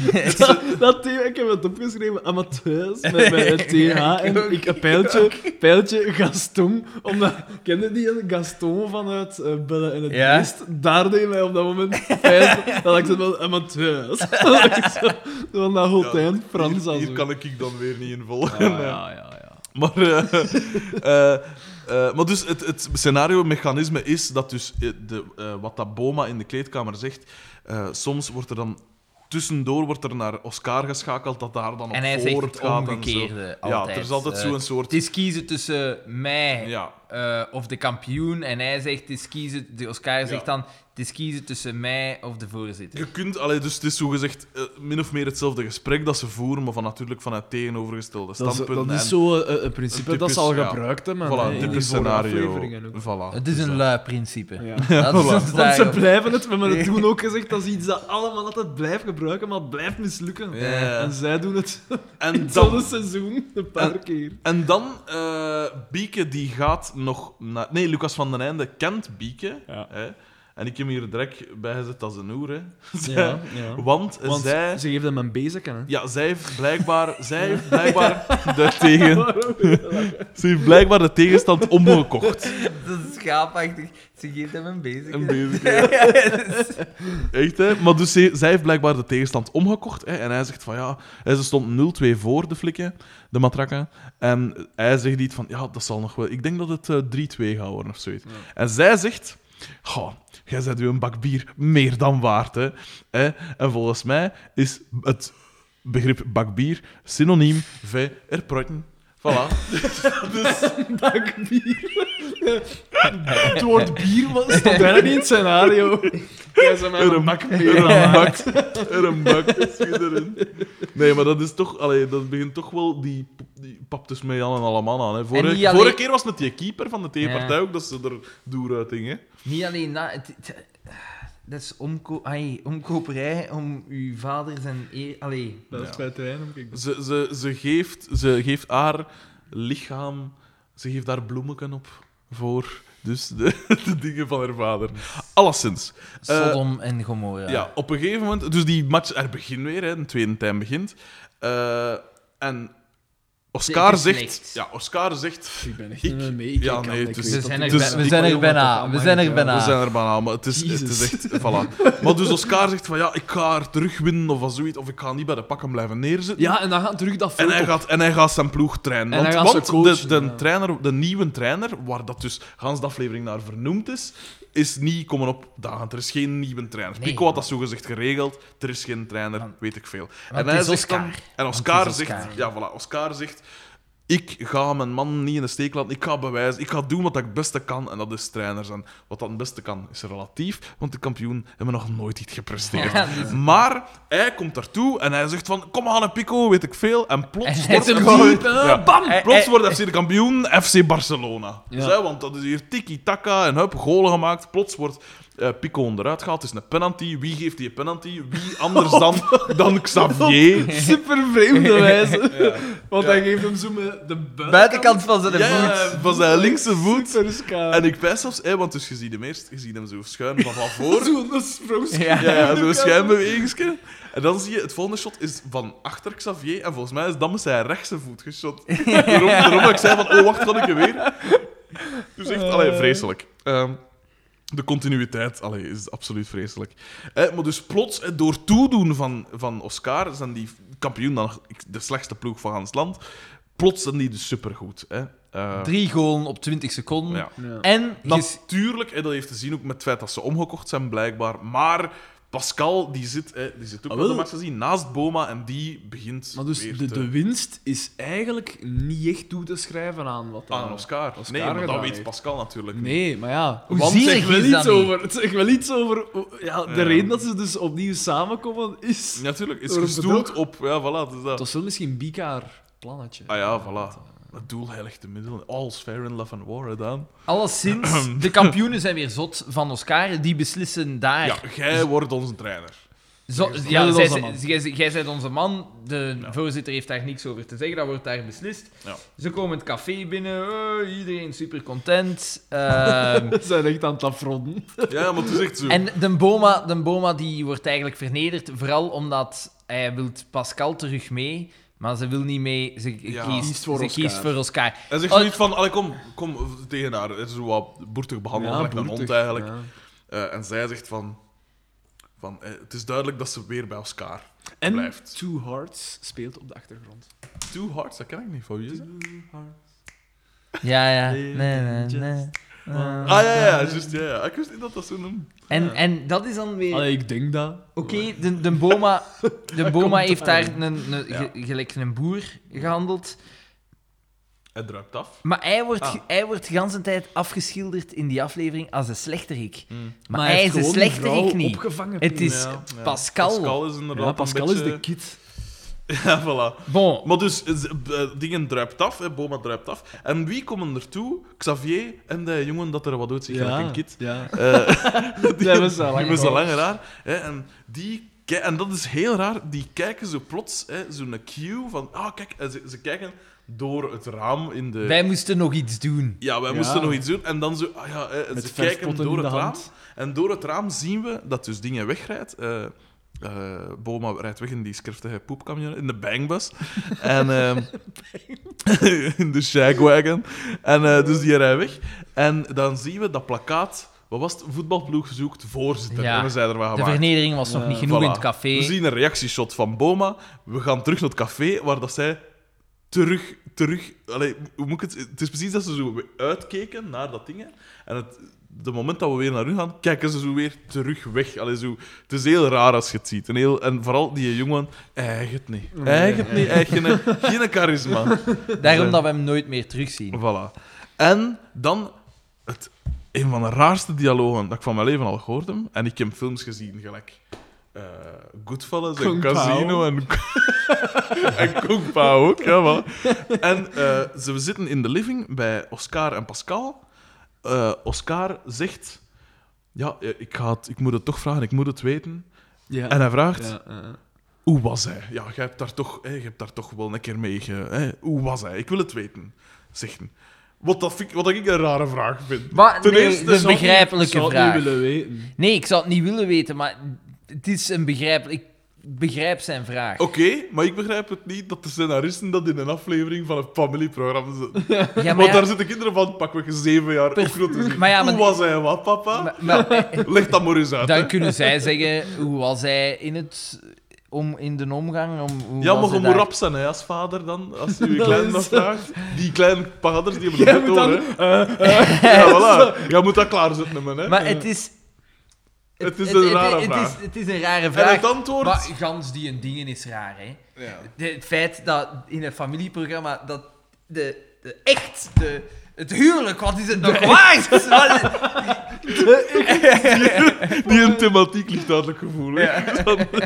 [SPEAKER 2] dat, dat thema, ik heb het opgeschreven, amateurs, met, met het TH en ik, een pijltje, pijltje Gaston, omdat, kende die eh, Gaston vanuit eh, Bellen en het
[SPEAKER 3] Ja.
[SPEAKER 2] Beest? Daar deed mij op dat moment pijn, dat ik zo wel amateurs, dat ik zo, van dat Hotijn Frans
[SPEAKER 1] hier,
[SPEAKER 2] als
[SPEAKER 1] hier kan ik ik dan weer niet in volgen.
[SPEAKER 2] ja, ja, ja, ja.
[SPEAKER 1] Maar, eh, eh, eh, maar dus het, het scenario-mechanisme is dat dus eh, de, eh, wat dat Boma in de kleedkamer zegt, eh, soms wordt er dan tussendoor wordt er naar Oscar geschakeld dat daar dan op
[SPEAKER 3] En hij zegt
[SPEAKER 1] vooruit
[SPEAKER 3] het
[SPEAKER 1] gaat en
[SPEAKER 3] omgekeerde
[SPEAKER 1] zo.
[SPEAKER 3] altijd.
[SPEAKER 1] Ja, er is altijd
[SPEAKER 3] Eh,
[SPEAKER 1] zo'n
[SPEAKER 3] Het
[SPEAKER 1] soort...
[SPEAKER 3] is kiezen tussen mij
[SPEAKER 1] Ja.
[SPEAKER 3] eh, of de kampioen. En hij zegt, het is kiezen... De Oscar zegt dan, het is kiezen tussen mij of de voorzitter.
[SPEAKER 1] Je kunt, allee, dus het is zogezegd eh, min of meer hetzelfde gesprek dat ze voeren, maar van natuurlijk vanuit tegenovergestelde
[SPEAKER 2] Dat is,
[SPEAKER 1] standpunten.
[SPEAKER 2] dat is
[SPEAKER 1] en-
[SPEAKER 2] zo eh, een principe dat
[SPEAKER 1] typisch-
[SPEAKER 2] ze al
[SPEAKER 1] ja.
[SPEAKER 2] gebruikt hebben. hè,
[SPEAKER 1] Voilà,
[SPEAKER 2] in
[SPEAKER 1] een
[SPEAKER 2] die
[SPEAKER 1] typisch
[SPEAKER 2] vorige
[SPEAKER 1] scenario.
[SPEAKER 2] afleveringen ook.
[SPEAKER 1] Voilà.
[SPEAKER 3] Het is een lui principe.
[SPEAKER 2] Ja.
[SPEAKER 3] Dat is ons
[SPEAKER 2] Want ze
[SPEAKER 3] daarop.
[SPEAKER 2] blijven het, we hebben het toen ook gezegd, dat is iets dat allemaal altijd blijft gebruiken, maar het blijft mislukken.
[SPEAKER 1] Ja.
[SPEAKER 2] En zij doen het
[SPEAKER 1] En dan,
[SPEAKER 3] dus
[SPEAKER 2] hetzelfde seizoen een paar
[SPEAKER 1] En-
[SPEAKER 2] keer.
[SPEAKER 1] en dan eh, Bieke die gaat nog naar... Nee, Lucas van den Einde kent Bieke. Hè? En ik heb hem hier direct bijgezet als een oer. Hè? Zij- Want, eh,
[SPEAKER 2] Want
[SPEAKER 1] zij,
[SPEAKER 2] ze geven hem een bezig hè.
[SPEAKER 1] ja, zij heeft blijkbaar, zij heeft blijkbaar de tegen, ze heeft blijkbaar de tegenstand omgekocht.
[SPEAKER 3] Dat is schaapachtig. Ze geeft hem een bezig.
[SPEAKER 1] Een bezig, hè.
[SPEAKER 2] dus.
[SPEAKER 1] Echt, hè? Maar dus zij, zij heeft blijkbaar de tegenstand omgekocht. Hè? En hij zegt van ja, hè, ze stond 0-2 voor de flikken, de matrakken. En hij zegt niet van ja, dat zal nog wel. Ik denk dat het eh, 3-2 gaat worden of zoiets. En zij zegt. Goh, jij zet u een bak bier meer dan waard, hè? Hè? En volgens mij is het begrip bakbier, synoniem bij erprotten. Voilà.
[SPEAKER 2] Bak bier. het woord bier was stond bijna niet in het scenario. Ja, ze mij
[SPEAKER 1] Er een bak bier. Er een bak. Er een bak. Schitterend. Nee, maar dat is toch... Allee, dat begint toch wel die, die paptes mee aan en allemaal aan. Hè. Vorige,
[SPEAKER 3] En niet alleen-
[SPEAKER 1] vorige keer was het met die keeper van de tegenpartij
[SPEAKER 3] Ja.
[SPEAKER 1] ook dat ze er door uit hingen.
[SPEAKER 3] Niet alleen dat. het- het- dat is omko ai, omkoperij om uw vader zijn eer... Allee.
[SPEAKER 2] Dat
[SPEAKER 1] Ja.
[SPEAKER 2] is bij trein. Kijk,
[SPEAKER 1] Ze, ze, ze, geeft, ze geeft haar lichaam... Ze geeft daar bloemeken op voor. Dus de, de dingen van haar vader. Alleszins. Eh,
[SPEAKER 3] Sodom en Gomorra.
[SPEAKER 1] Ja, op een gegeven moment... Dus die match, er begint weer, hè, de tweede time begint. Eh, en Oscar
[SPEAKER 3] Het is
[SPEAKER 1] zegt...
[SPEAKER 3] niks.
[SPEAKER 1] Ja, Oscar zegt...
[SPEAKER 2] Ik ben echt
[SPEAKER 1] Ik-
[SPEAKER 2] niet meer mee. Ik
[SPEAKER 1] ja,
[SPEAKER 2] kan
[SPEAKER 1] nee, dus
[SPEAKER 2] niet.
[SPEAKER 1] het is-
[SPEAKER 2] Ik weet
[SPEAKER 3] we
[SPEAKER 2] dat het
[SPEAKER 3] zijn er
[SPEAKER 1] bij-
[SPEAKER 2] is
[SPEAKER 1] we
[SPEAKER 2] die
[SPEAKER 3] zijn er
[SPEAKER 2] jongen
[SPEAKER 3] bijna,
[SPEAKER 2] dat
[SPEAKER 3] we
[SPEAKER 2] kan,
[SPEAKER 3] zijn er
[SPEAKER 2] ja.
[SPEAKER 3] bijna.
[SPEAKER 1] We zijn er bijna, maar het is, het is
[SPEAKER 2] Jezus.
[SPEAKER 1] echt... Voilà. Maar dus Oscar zegt van ja, ik ga haar terugwinnen of wat zoiets. Of ik ga niet bij de pakken blijven neerzitten.
[SPEAKER 2] Ja, en dan gaat terug dat
[SPEAKER 1] En hij,
[SPEAKER 2] veld op.
[SPEAKER 1] gaat, en hij gaat zijn ploeg trainen.
[SPEAKER 2] En
[SPEAKER 1] Want,
[SPEAKER 2] hij gaat
[SPEAKER 1] want
[SPEAKER 2] ze
[SPEAKER 1] de,
[SPEAKER 2] coachen,
[SPEAKER 1] de,
[SPEAKER 3] eh,
[SPEAKER 2] ja.
[SPEAKER 1] trainer, de nieuwe trainer, waar dat dus gans de aflevering naar vernoemd is, is niet komen op dagen. Er is geen nieuwe trainer.
[SPEAKER 3] Nee.
[SPEAKER 1] Pico had dat zogezegd geregeld. Er is geen trainer,
[SPEAKER 3] Want-
[SPEAKER 1] weet ik veel.
[SPEAKER 3] want
[SPEAKER 1] hij
[SPEAKER 3] het is
[SPEAKER 1] zegt dan-
[SPEAKER 3] Oscar.
[SPEAKER 1] en
[SPEAKER 3] het
[SPEAKER 1] Oscar,
[SPEAKER 3] is Oscar.
[SPEAKER 1] zegt... Ja, voilà. Oscar zegt... Ik ga mijn man niet in de steek laten. Ik ga bewijzen. Ik ga doen wat ik het beste kan. En dat is trainer zijn. Wat dat het beste kan, is relatief. Want de kampioen hebben nog nooit iets gepresteerd.
[SPEAKER 3] Ja, dus-
[SPEAKER 1] Maar hij komt daartoe en hij zegt van... Kom aan, Pico, weet ik veel. En plots
[SPEAKER 3] En hij
[SPEAKER 1] wordt
[SPEAKER 3] zet
[SPEAKER 1] het
[SPEAKER 3] hem
[SPEAKER 1] gewoon-
[SPEAKER 2] goed, hè?
[SPEAKER 1] Ja.
[SPEAKER 2] Bam!
[SPEAKER 1] En Plots wordt FC de kampioen, FC Barcelona.
[SPEAKER 2] Ja.
[SPEAKER 1] Dus, hè, want dat is hier tiki-taka en hup, golen gemaakt. Plots wordt eh, Pico onderuit gehaald. Het is een penalty. Wie geeft die penalty? Wie anders dan, dan Xavier?
[SPEAKER 2] Super vreemde wijze.
[SPEAKER 1] Ja.
[SPEAKER 2] Want
[SPEAKER 1] Ja.
[SPEAKER 2] hij geeft hem zo met de buitenkant.
[SPEAKER 3] Buitenkant van zijn voet.
[SPEAKER 1] Ja, van zijn linkse voet.
[SPEAKER 2] Super schaar.
[SPEAKER 1] En ik wijs zelfs, hè, want dus je ziet hem eerst, je ziet hem zo schuin van van voor.
[SPEAKER 2] Zo'n sprongschaar.
[SPEAKER 3] Ja.
[SPEAKER 1] Ja, ja zo'n
[SPEAKER 2] Lucas.
[SPEAKER 1] schuimbewegingske. En dan zie je, het volgende shot is van achter Xavier. En volgens mij is dat met zijn rechtse voet geschot. daarom, daarom dat ik zei van, oh, wacht, kan ik er weer? Dus echt, allee, vreselijk. Ehm, de continuïteit allee, is absoluut vreselijk. Eh, maar dus plots, eh, door toedoen van, van Oscar, zijn die kampioen dan nog de slechtste ploeg van het land. Plots zijn die dus supergoed. Hè. Eh,
[SPEAKER 3] Drie golen op 20 seconden.
[SPEAKER 1] ja.
[SPEAKER 3] En ges-
[SPEAKER 1] Natuurlijk, hè, dat heeft te zien ook met het feit dat ze omgekocht zijn, blijkbaar. Maar Pascal, die zit, hè, die zit ook
[SPEAKER 2] Ah,
[SPEAKER 1] wel de
[SPEAKER 2] wel.
[SPEAKER 1] match te zien, naast Boma. En die begint
[SPEAKER 2] Maar dus
[SPEAKER 1] weer
[SPEAKER 2] de,
[SPEAKER 1] te-
[SPEAKER 2] de winst is eigenlijk niet echt toe te schrijven aan wat
[SPEAKER 1] aan Oscar.
[SPEAKER 2] Oscar
[SPEAKER 1] nee, maar dat
[SPEAKER 2] gedaan
[SPEAKER 1] weet
[SPEAKER 2] heeft.
[SPEAKER 1] Pascal natuurlijk niet.
[SPEAKER 2] Nee, maar ja.
[SPEAKER 3] Hoe
[SPEAKER 2] Want
[SPEAKER 3] zielig
[SPEAKER 2] zeg wel
[SPEAKER 3] is
[SPEAKER 2] iets
[SPEAKER 3] dat niet?
[SPEAKER 2] over. Het zegt wel iets over. Ja, de
[SPEAKER 1] Ja.
[SPEAKER 2] reden dat ze dus opnieuw samenkomen is.
[SPEAKER 1] Natuurlijk, is
[SPEAKER 2] Door een
[SPEAKER 1] gestoeld op... Ja, voilà, het is dat.
[SPEAKER 2] Dat was wel misschien Bikaar plannetje.
[SPEAKER 1] Ah ja, voilà. Het doel heiligt de middelen. All's fair in love and war, hè, Daan.
[SPEAKER 3] alleszins, de kampioenen zijn weer zot van Oscar. Die beslissen
[SPEAKER 2] Ah,
[SPEAKER 3] daar.
[SPEAKER 1] Ja, jij wordt onze trainer.
[SPEAKER 3] Zo,
[SPEAKER 2] Jij
[SPEAKER 3] ja,
[SPEAKER 2] bent
[SPEAKER 3] zij-
[SPEAKER 2] onze man.
[SPEAKER 3] zij- zij- jij bent onze man. De voorzitter heeft daar niks over te zeggen. Dat wordt daar beslist.
[SPEAKER 1] Ja.
[SPEAKER 3] Ze komen het café binnen. eh, iedereen super content. Ehm,
[SPEAKER 2] Ze zijn echt aan het afronden.
[SPEAKER 1] Ja, maar het is echt zo.
[SPEAKER 3] en de Boma, de Boma die wordt eigenlijk vernederd. Vooral omdat hij wil Pascal terug mee. Maar ze wil niet mee. Ze,
[SPEAKER 1] Ja.
[SPEAKER 3] kiest,
[SPEAKER 2] Kiest voor
[SPEAKER 3] ze
[SPEAKER 2] Oscar.
[SPEAKER 3] kiest voor Oscar.
[SPEAKER 1] Hij zegt
[SPEAKER 3] Oh.
[SPEAKER 1] zoiets van, allee, kom, kom tegen haar. Het is zo wat boertig behandeld, gelijk een hond
[SPEAKER 2] boertig.
[SPEAKER 1] eigenlijk.
[SPEAKER 2] Ja.
[SPEAKER 1] Eh, en zij zegt van... van eh, het is duidelijk dat ze weer bij Oscar
[SPEAKER 2] En
[SPEAKER 1] blijft.
[SPEAKER 2] Two Hearts speelt op de achtergrond.
[SPEAKER 1] Two Hearts, dat ken ik niet. Van wie is dat?
[SPEAKER 3] Ja, ja.
[SPEAKER 2] Living
[SPEAKER 3] Nee, nee, nee. Eh,
[SPEAKER 2] just one-
[SPEAKER 1] Ah, ja, ja, juist, ja, ja. Ik wist niet dat dat zo noemde.
[SPEAKER 3] En, en dat is dan weer...
[SPEAKER 2] Allee, ik denk dat.
[SPEAKER 3] Oké, de, de Boma, de boma
[SPEAKER 2] komt
[SPEAKER 3] heeft daar
[SPEAKER 2] daar.
[SPEAKER 3] een, een, ge- gelijk een boer gehandeld.
[SPEAKER 1] Het druipt af.
[SPEAKER 3] Maar hij wordt,
[SPEAKER 1] Ah.
[SPEAKER 3] ge- hij wordt de hele tijd afgeschilderd in die aflevering als een slechterik. Maar,
[SPEAKER 2] Maar
[SPEAKER 3] hij
[SPEAKER 2] heeft
[SPEAKER 3] is
[SPEAKER 2] gewoon
[SPEAKER 3] een
[SPEAKER 2] die
[SPEAKER 3] slechterik
[SPEAKER 2] vrouw
[SPEAKER 3] niet.
[SPEAKER 2] Opgevangen.
[SPEAKER 3] Het is
[SPEAKER 1] Ja, ja.
[SPEAKER 3] Pascal.
[SPEAKER 1] Pascal is inderdaad
[SPEAKER 2] Ja, Pascal
[SPEAKER 1] een
[SPEAKER 2] is
[SPEAKER 1] beetje...
[SPEAKER 2] de kid.
[SPEAKER 1] Ja, voilà.
[SPEAKER 3] Bon,
[SPEAKER 1] Maar dus, eh, z- eh, dingen druipt af, hè, Boma druipt af. En wie komen ertoe? Xavier en de jongen dat er wat uitziet, ja. gelijk een kid.
[SPEAKER 2] Ja.
[SPEAKER 1] Eh, die
[SPEAKER 2] Die hebben ze al lang
[SPEAKER 1] hebben ze
[SPEAKER 2] gehad.
[SPEAKER 1] langer raar. Hè, en, die, ki- en dat is heel raar. Die kijken zo plots hè, zo'n cue van... Ah, kijk, en ze, ze kijken door het raam in de...
[SPEAKER 3] wij moesten nog iets doen.
[SPEAKER 1] Ja, wij
[SPEAKER 2] Ja.
[SPEAKER 1] moesten nog iets doen. En dan zo... Ah, ja, hè, en
[SPEAKER 2] Met
[SPEAKER 1] ze kijken
[SPEAKER 2] verfpotten
[SPEAKER 1] door
[SPEAKER 2] in
[SPEAKER 1] het
[SPEAKER 2] de
[SPEAKER 1] raam.
[SPEAKER 2] hand.
[SPEAKER 1] En door het raam zien we dat dus dingen wegrijdt. Eh, eh, Boma rijdt weg in die skreftige poepcamion, in de bangbus. en ehm, in de shagwagon. En eh, dus die rijdt weg. En dan zien we dat plakkaat... Wat was het? Voetbalploeg zoekt voorzitter.
[SPEAKER 3] Ja.
[SPEAKER 1] En we zijn er maar
[SPEAKER 3] De
[SPEAKER 1] gemaakt.
[SPEAKER 3] vernedering was nog
[SPEAKER 2] Ja.
[SPEAKER 3] niet genoeg
[SPEAKER 1] Eh, Voilà.
[SPEAKER 3] in het café.
[SPEAKER 1] We zien een reactieshot van Boma. We gaan terug naar het café, waar dat zij terug terug. Allee, hoe moet ik het, het is precies dat ze zo uitkeken naar dat ding. hè. En het de moment dat we weer naar hun gaan, kijken ze zo weer terug weg. Allee, zo, het is heel raar als je het ziet. En, heel, en vooral die jongen, eigenlijk niet. Eigenlijk niet, eigenlijk geen, geen charisma.
[SPEAKER 3] Daarom dat we hem nooit meer
[SPEAKER 2] Hm.
[SPEAKER 3] terugzien.
[SPEAKER 1] Voilà. En dan het, een van de raarste dialogen dat ik van mijn leven al gehoord heb. En ik heb films gezien, gelijk eh Goodfellas en
[SPEAKER 2] Kung Pao.
[SPEAKER 1] Casino en, en Kung Pao ook. Ja, voilà. En eh, ze zitten in de living bij Oscar en Pascal. Eh, Oscar zegt... Ja, eh, ik, ga het, ik moet het toch vragen, ik moet het weten.
[SPEAKER 2] Ja.
[SPEAKER 1] En hij vraagt...
[SPEAKER 2] ja, ja.
[SPEAKER 1] Hoe was hij? Ja, jij hebt daar toch, hè, je hebt daar toch wel een keer mee. Ge, hè, hoe was hij? Ik wil het weten. Zegt hij. Wat, dat vind ik- wat ik een rare vraag vind.
[SPEAKER 3] Maar
[SPEAKER 1] Ten
[SPEAKER 3] nee,
[SPEAKER 1] eerste
[SPEAKER 3] dat is een
[SPEAKER 1] zou ik-
[SPEAKER 2] Ik
[SPEAKER 3] begrijpelijke
[SPEAKER 2] zou het
[SPEAKER 3] vraag.
[SPEAKER 2] niet willen weten.
[SPEAKER 3] Nee, ik zou het niet willen weten, maar het is een begrijpelijk... Ik begrijp zijn vraag.
[SPEAKER 1] Oké, maar ik begrijp het niet dat de scenaristen dat in een aflevering van een familieprogramma zetten.
[SPEAKER 3] Ja, maar
[SPEAKER 1] Want daar
[SPEAKER 3] ja,
[SPEAKER 1] zitten kinderen van pakweg zeven jaar op groot te zien.
[SPEAKER 3] Maar ja, maar-
[SPEAKER 1] Hoe was hij wat, papa?
[SPEAKER 3] maar- maar-
[SPEAKER 1] Leg dat maar eens uit. hè.
[SPEAKER 3] Dan kunnen zij zeggen hoe was hij in, het, om, in de omgang. Om, hoe
[SPEAKER 1] Ja,
[SPEAKER 3] was
[SPEAKER 1] maar
[SPEAKER 3] hij
[SPEAKER 1] je moet
[SPEAKER 3] daar?
[SPEAKER 1] rap zijn hè, als vader dan, als je je
[SPEAKER 2] Dat
[SPEAKER 1] kleine
[SPEAKER 2] is-
[SPEAKER 1] dat vraagt. Die kleine paders, die hebben
[SPEAKER 2] Jij
[SPEAKER 1] het net
[SPEAKER 2] moet
[SPEAKER 1] door,
[SPEAKER 2] dan-
[SPEAKER 1] hè. Ja, voilà. Jij moet dat klaarzetten, man, hè.
[SPEAKER 3] Maar het is.
[SPEAKER 1] Het is een rare
[SPEAKER 3] het
[SPEAKER 1] vraag.
[SPEAKER 3] is, het is een rare
[SPEAKER 1] En
[SPEAKER 3] vraag.
[SPEAKER 1] het antwoord...
[SPEAKER 3] Maar gans die een dingen is raar, hè?
[SPEAKER 1] Ja.
[SPEAKER 3] De- het feit dat in een familieprogramma dat de, de echt de, het huwelijk, wat is het nog waard? Wat-
[SPEAKER 1] Die een thematiek ligt duidelijk gevoel. hè.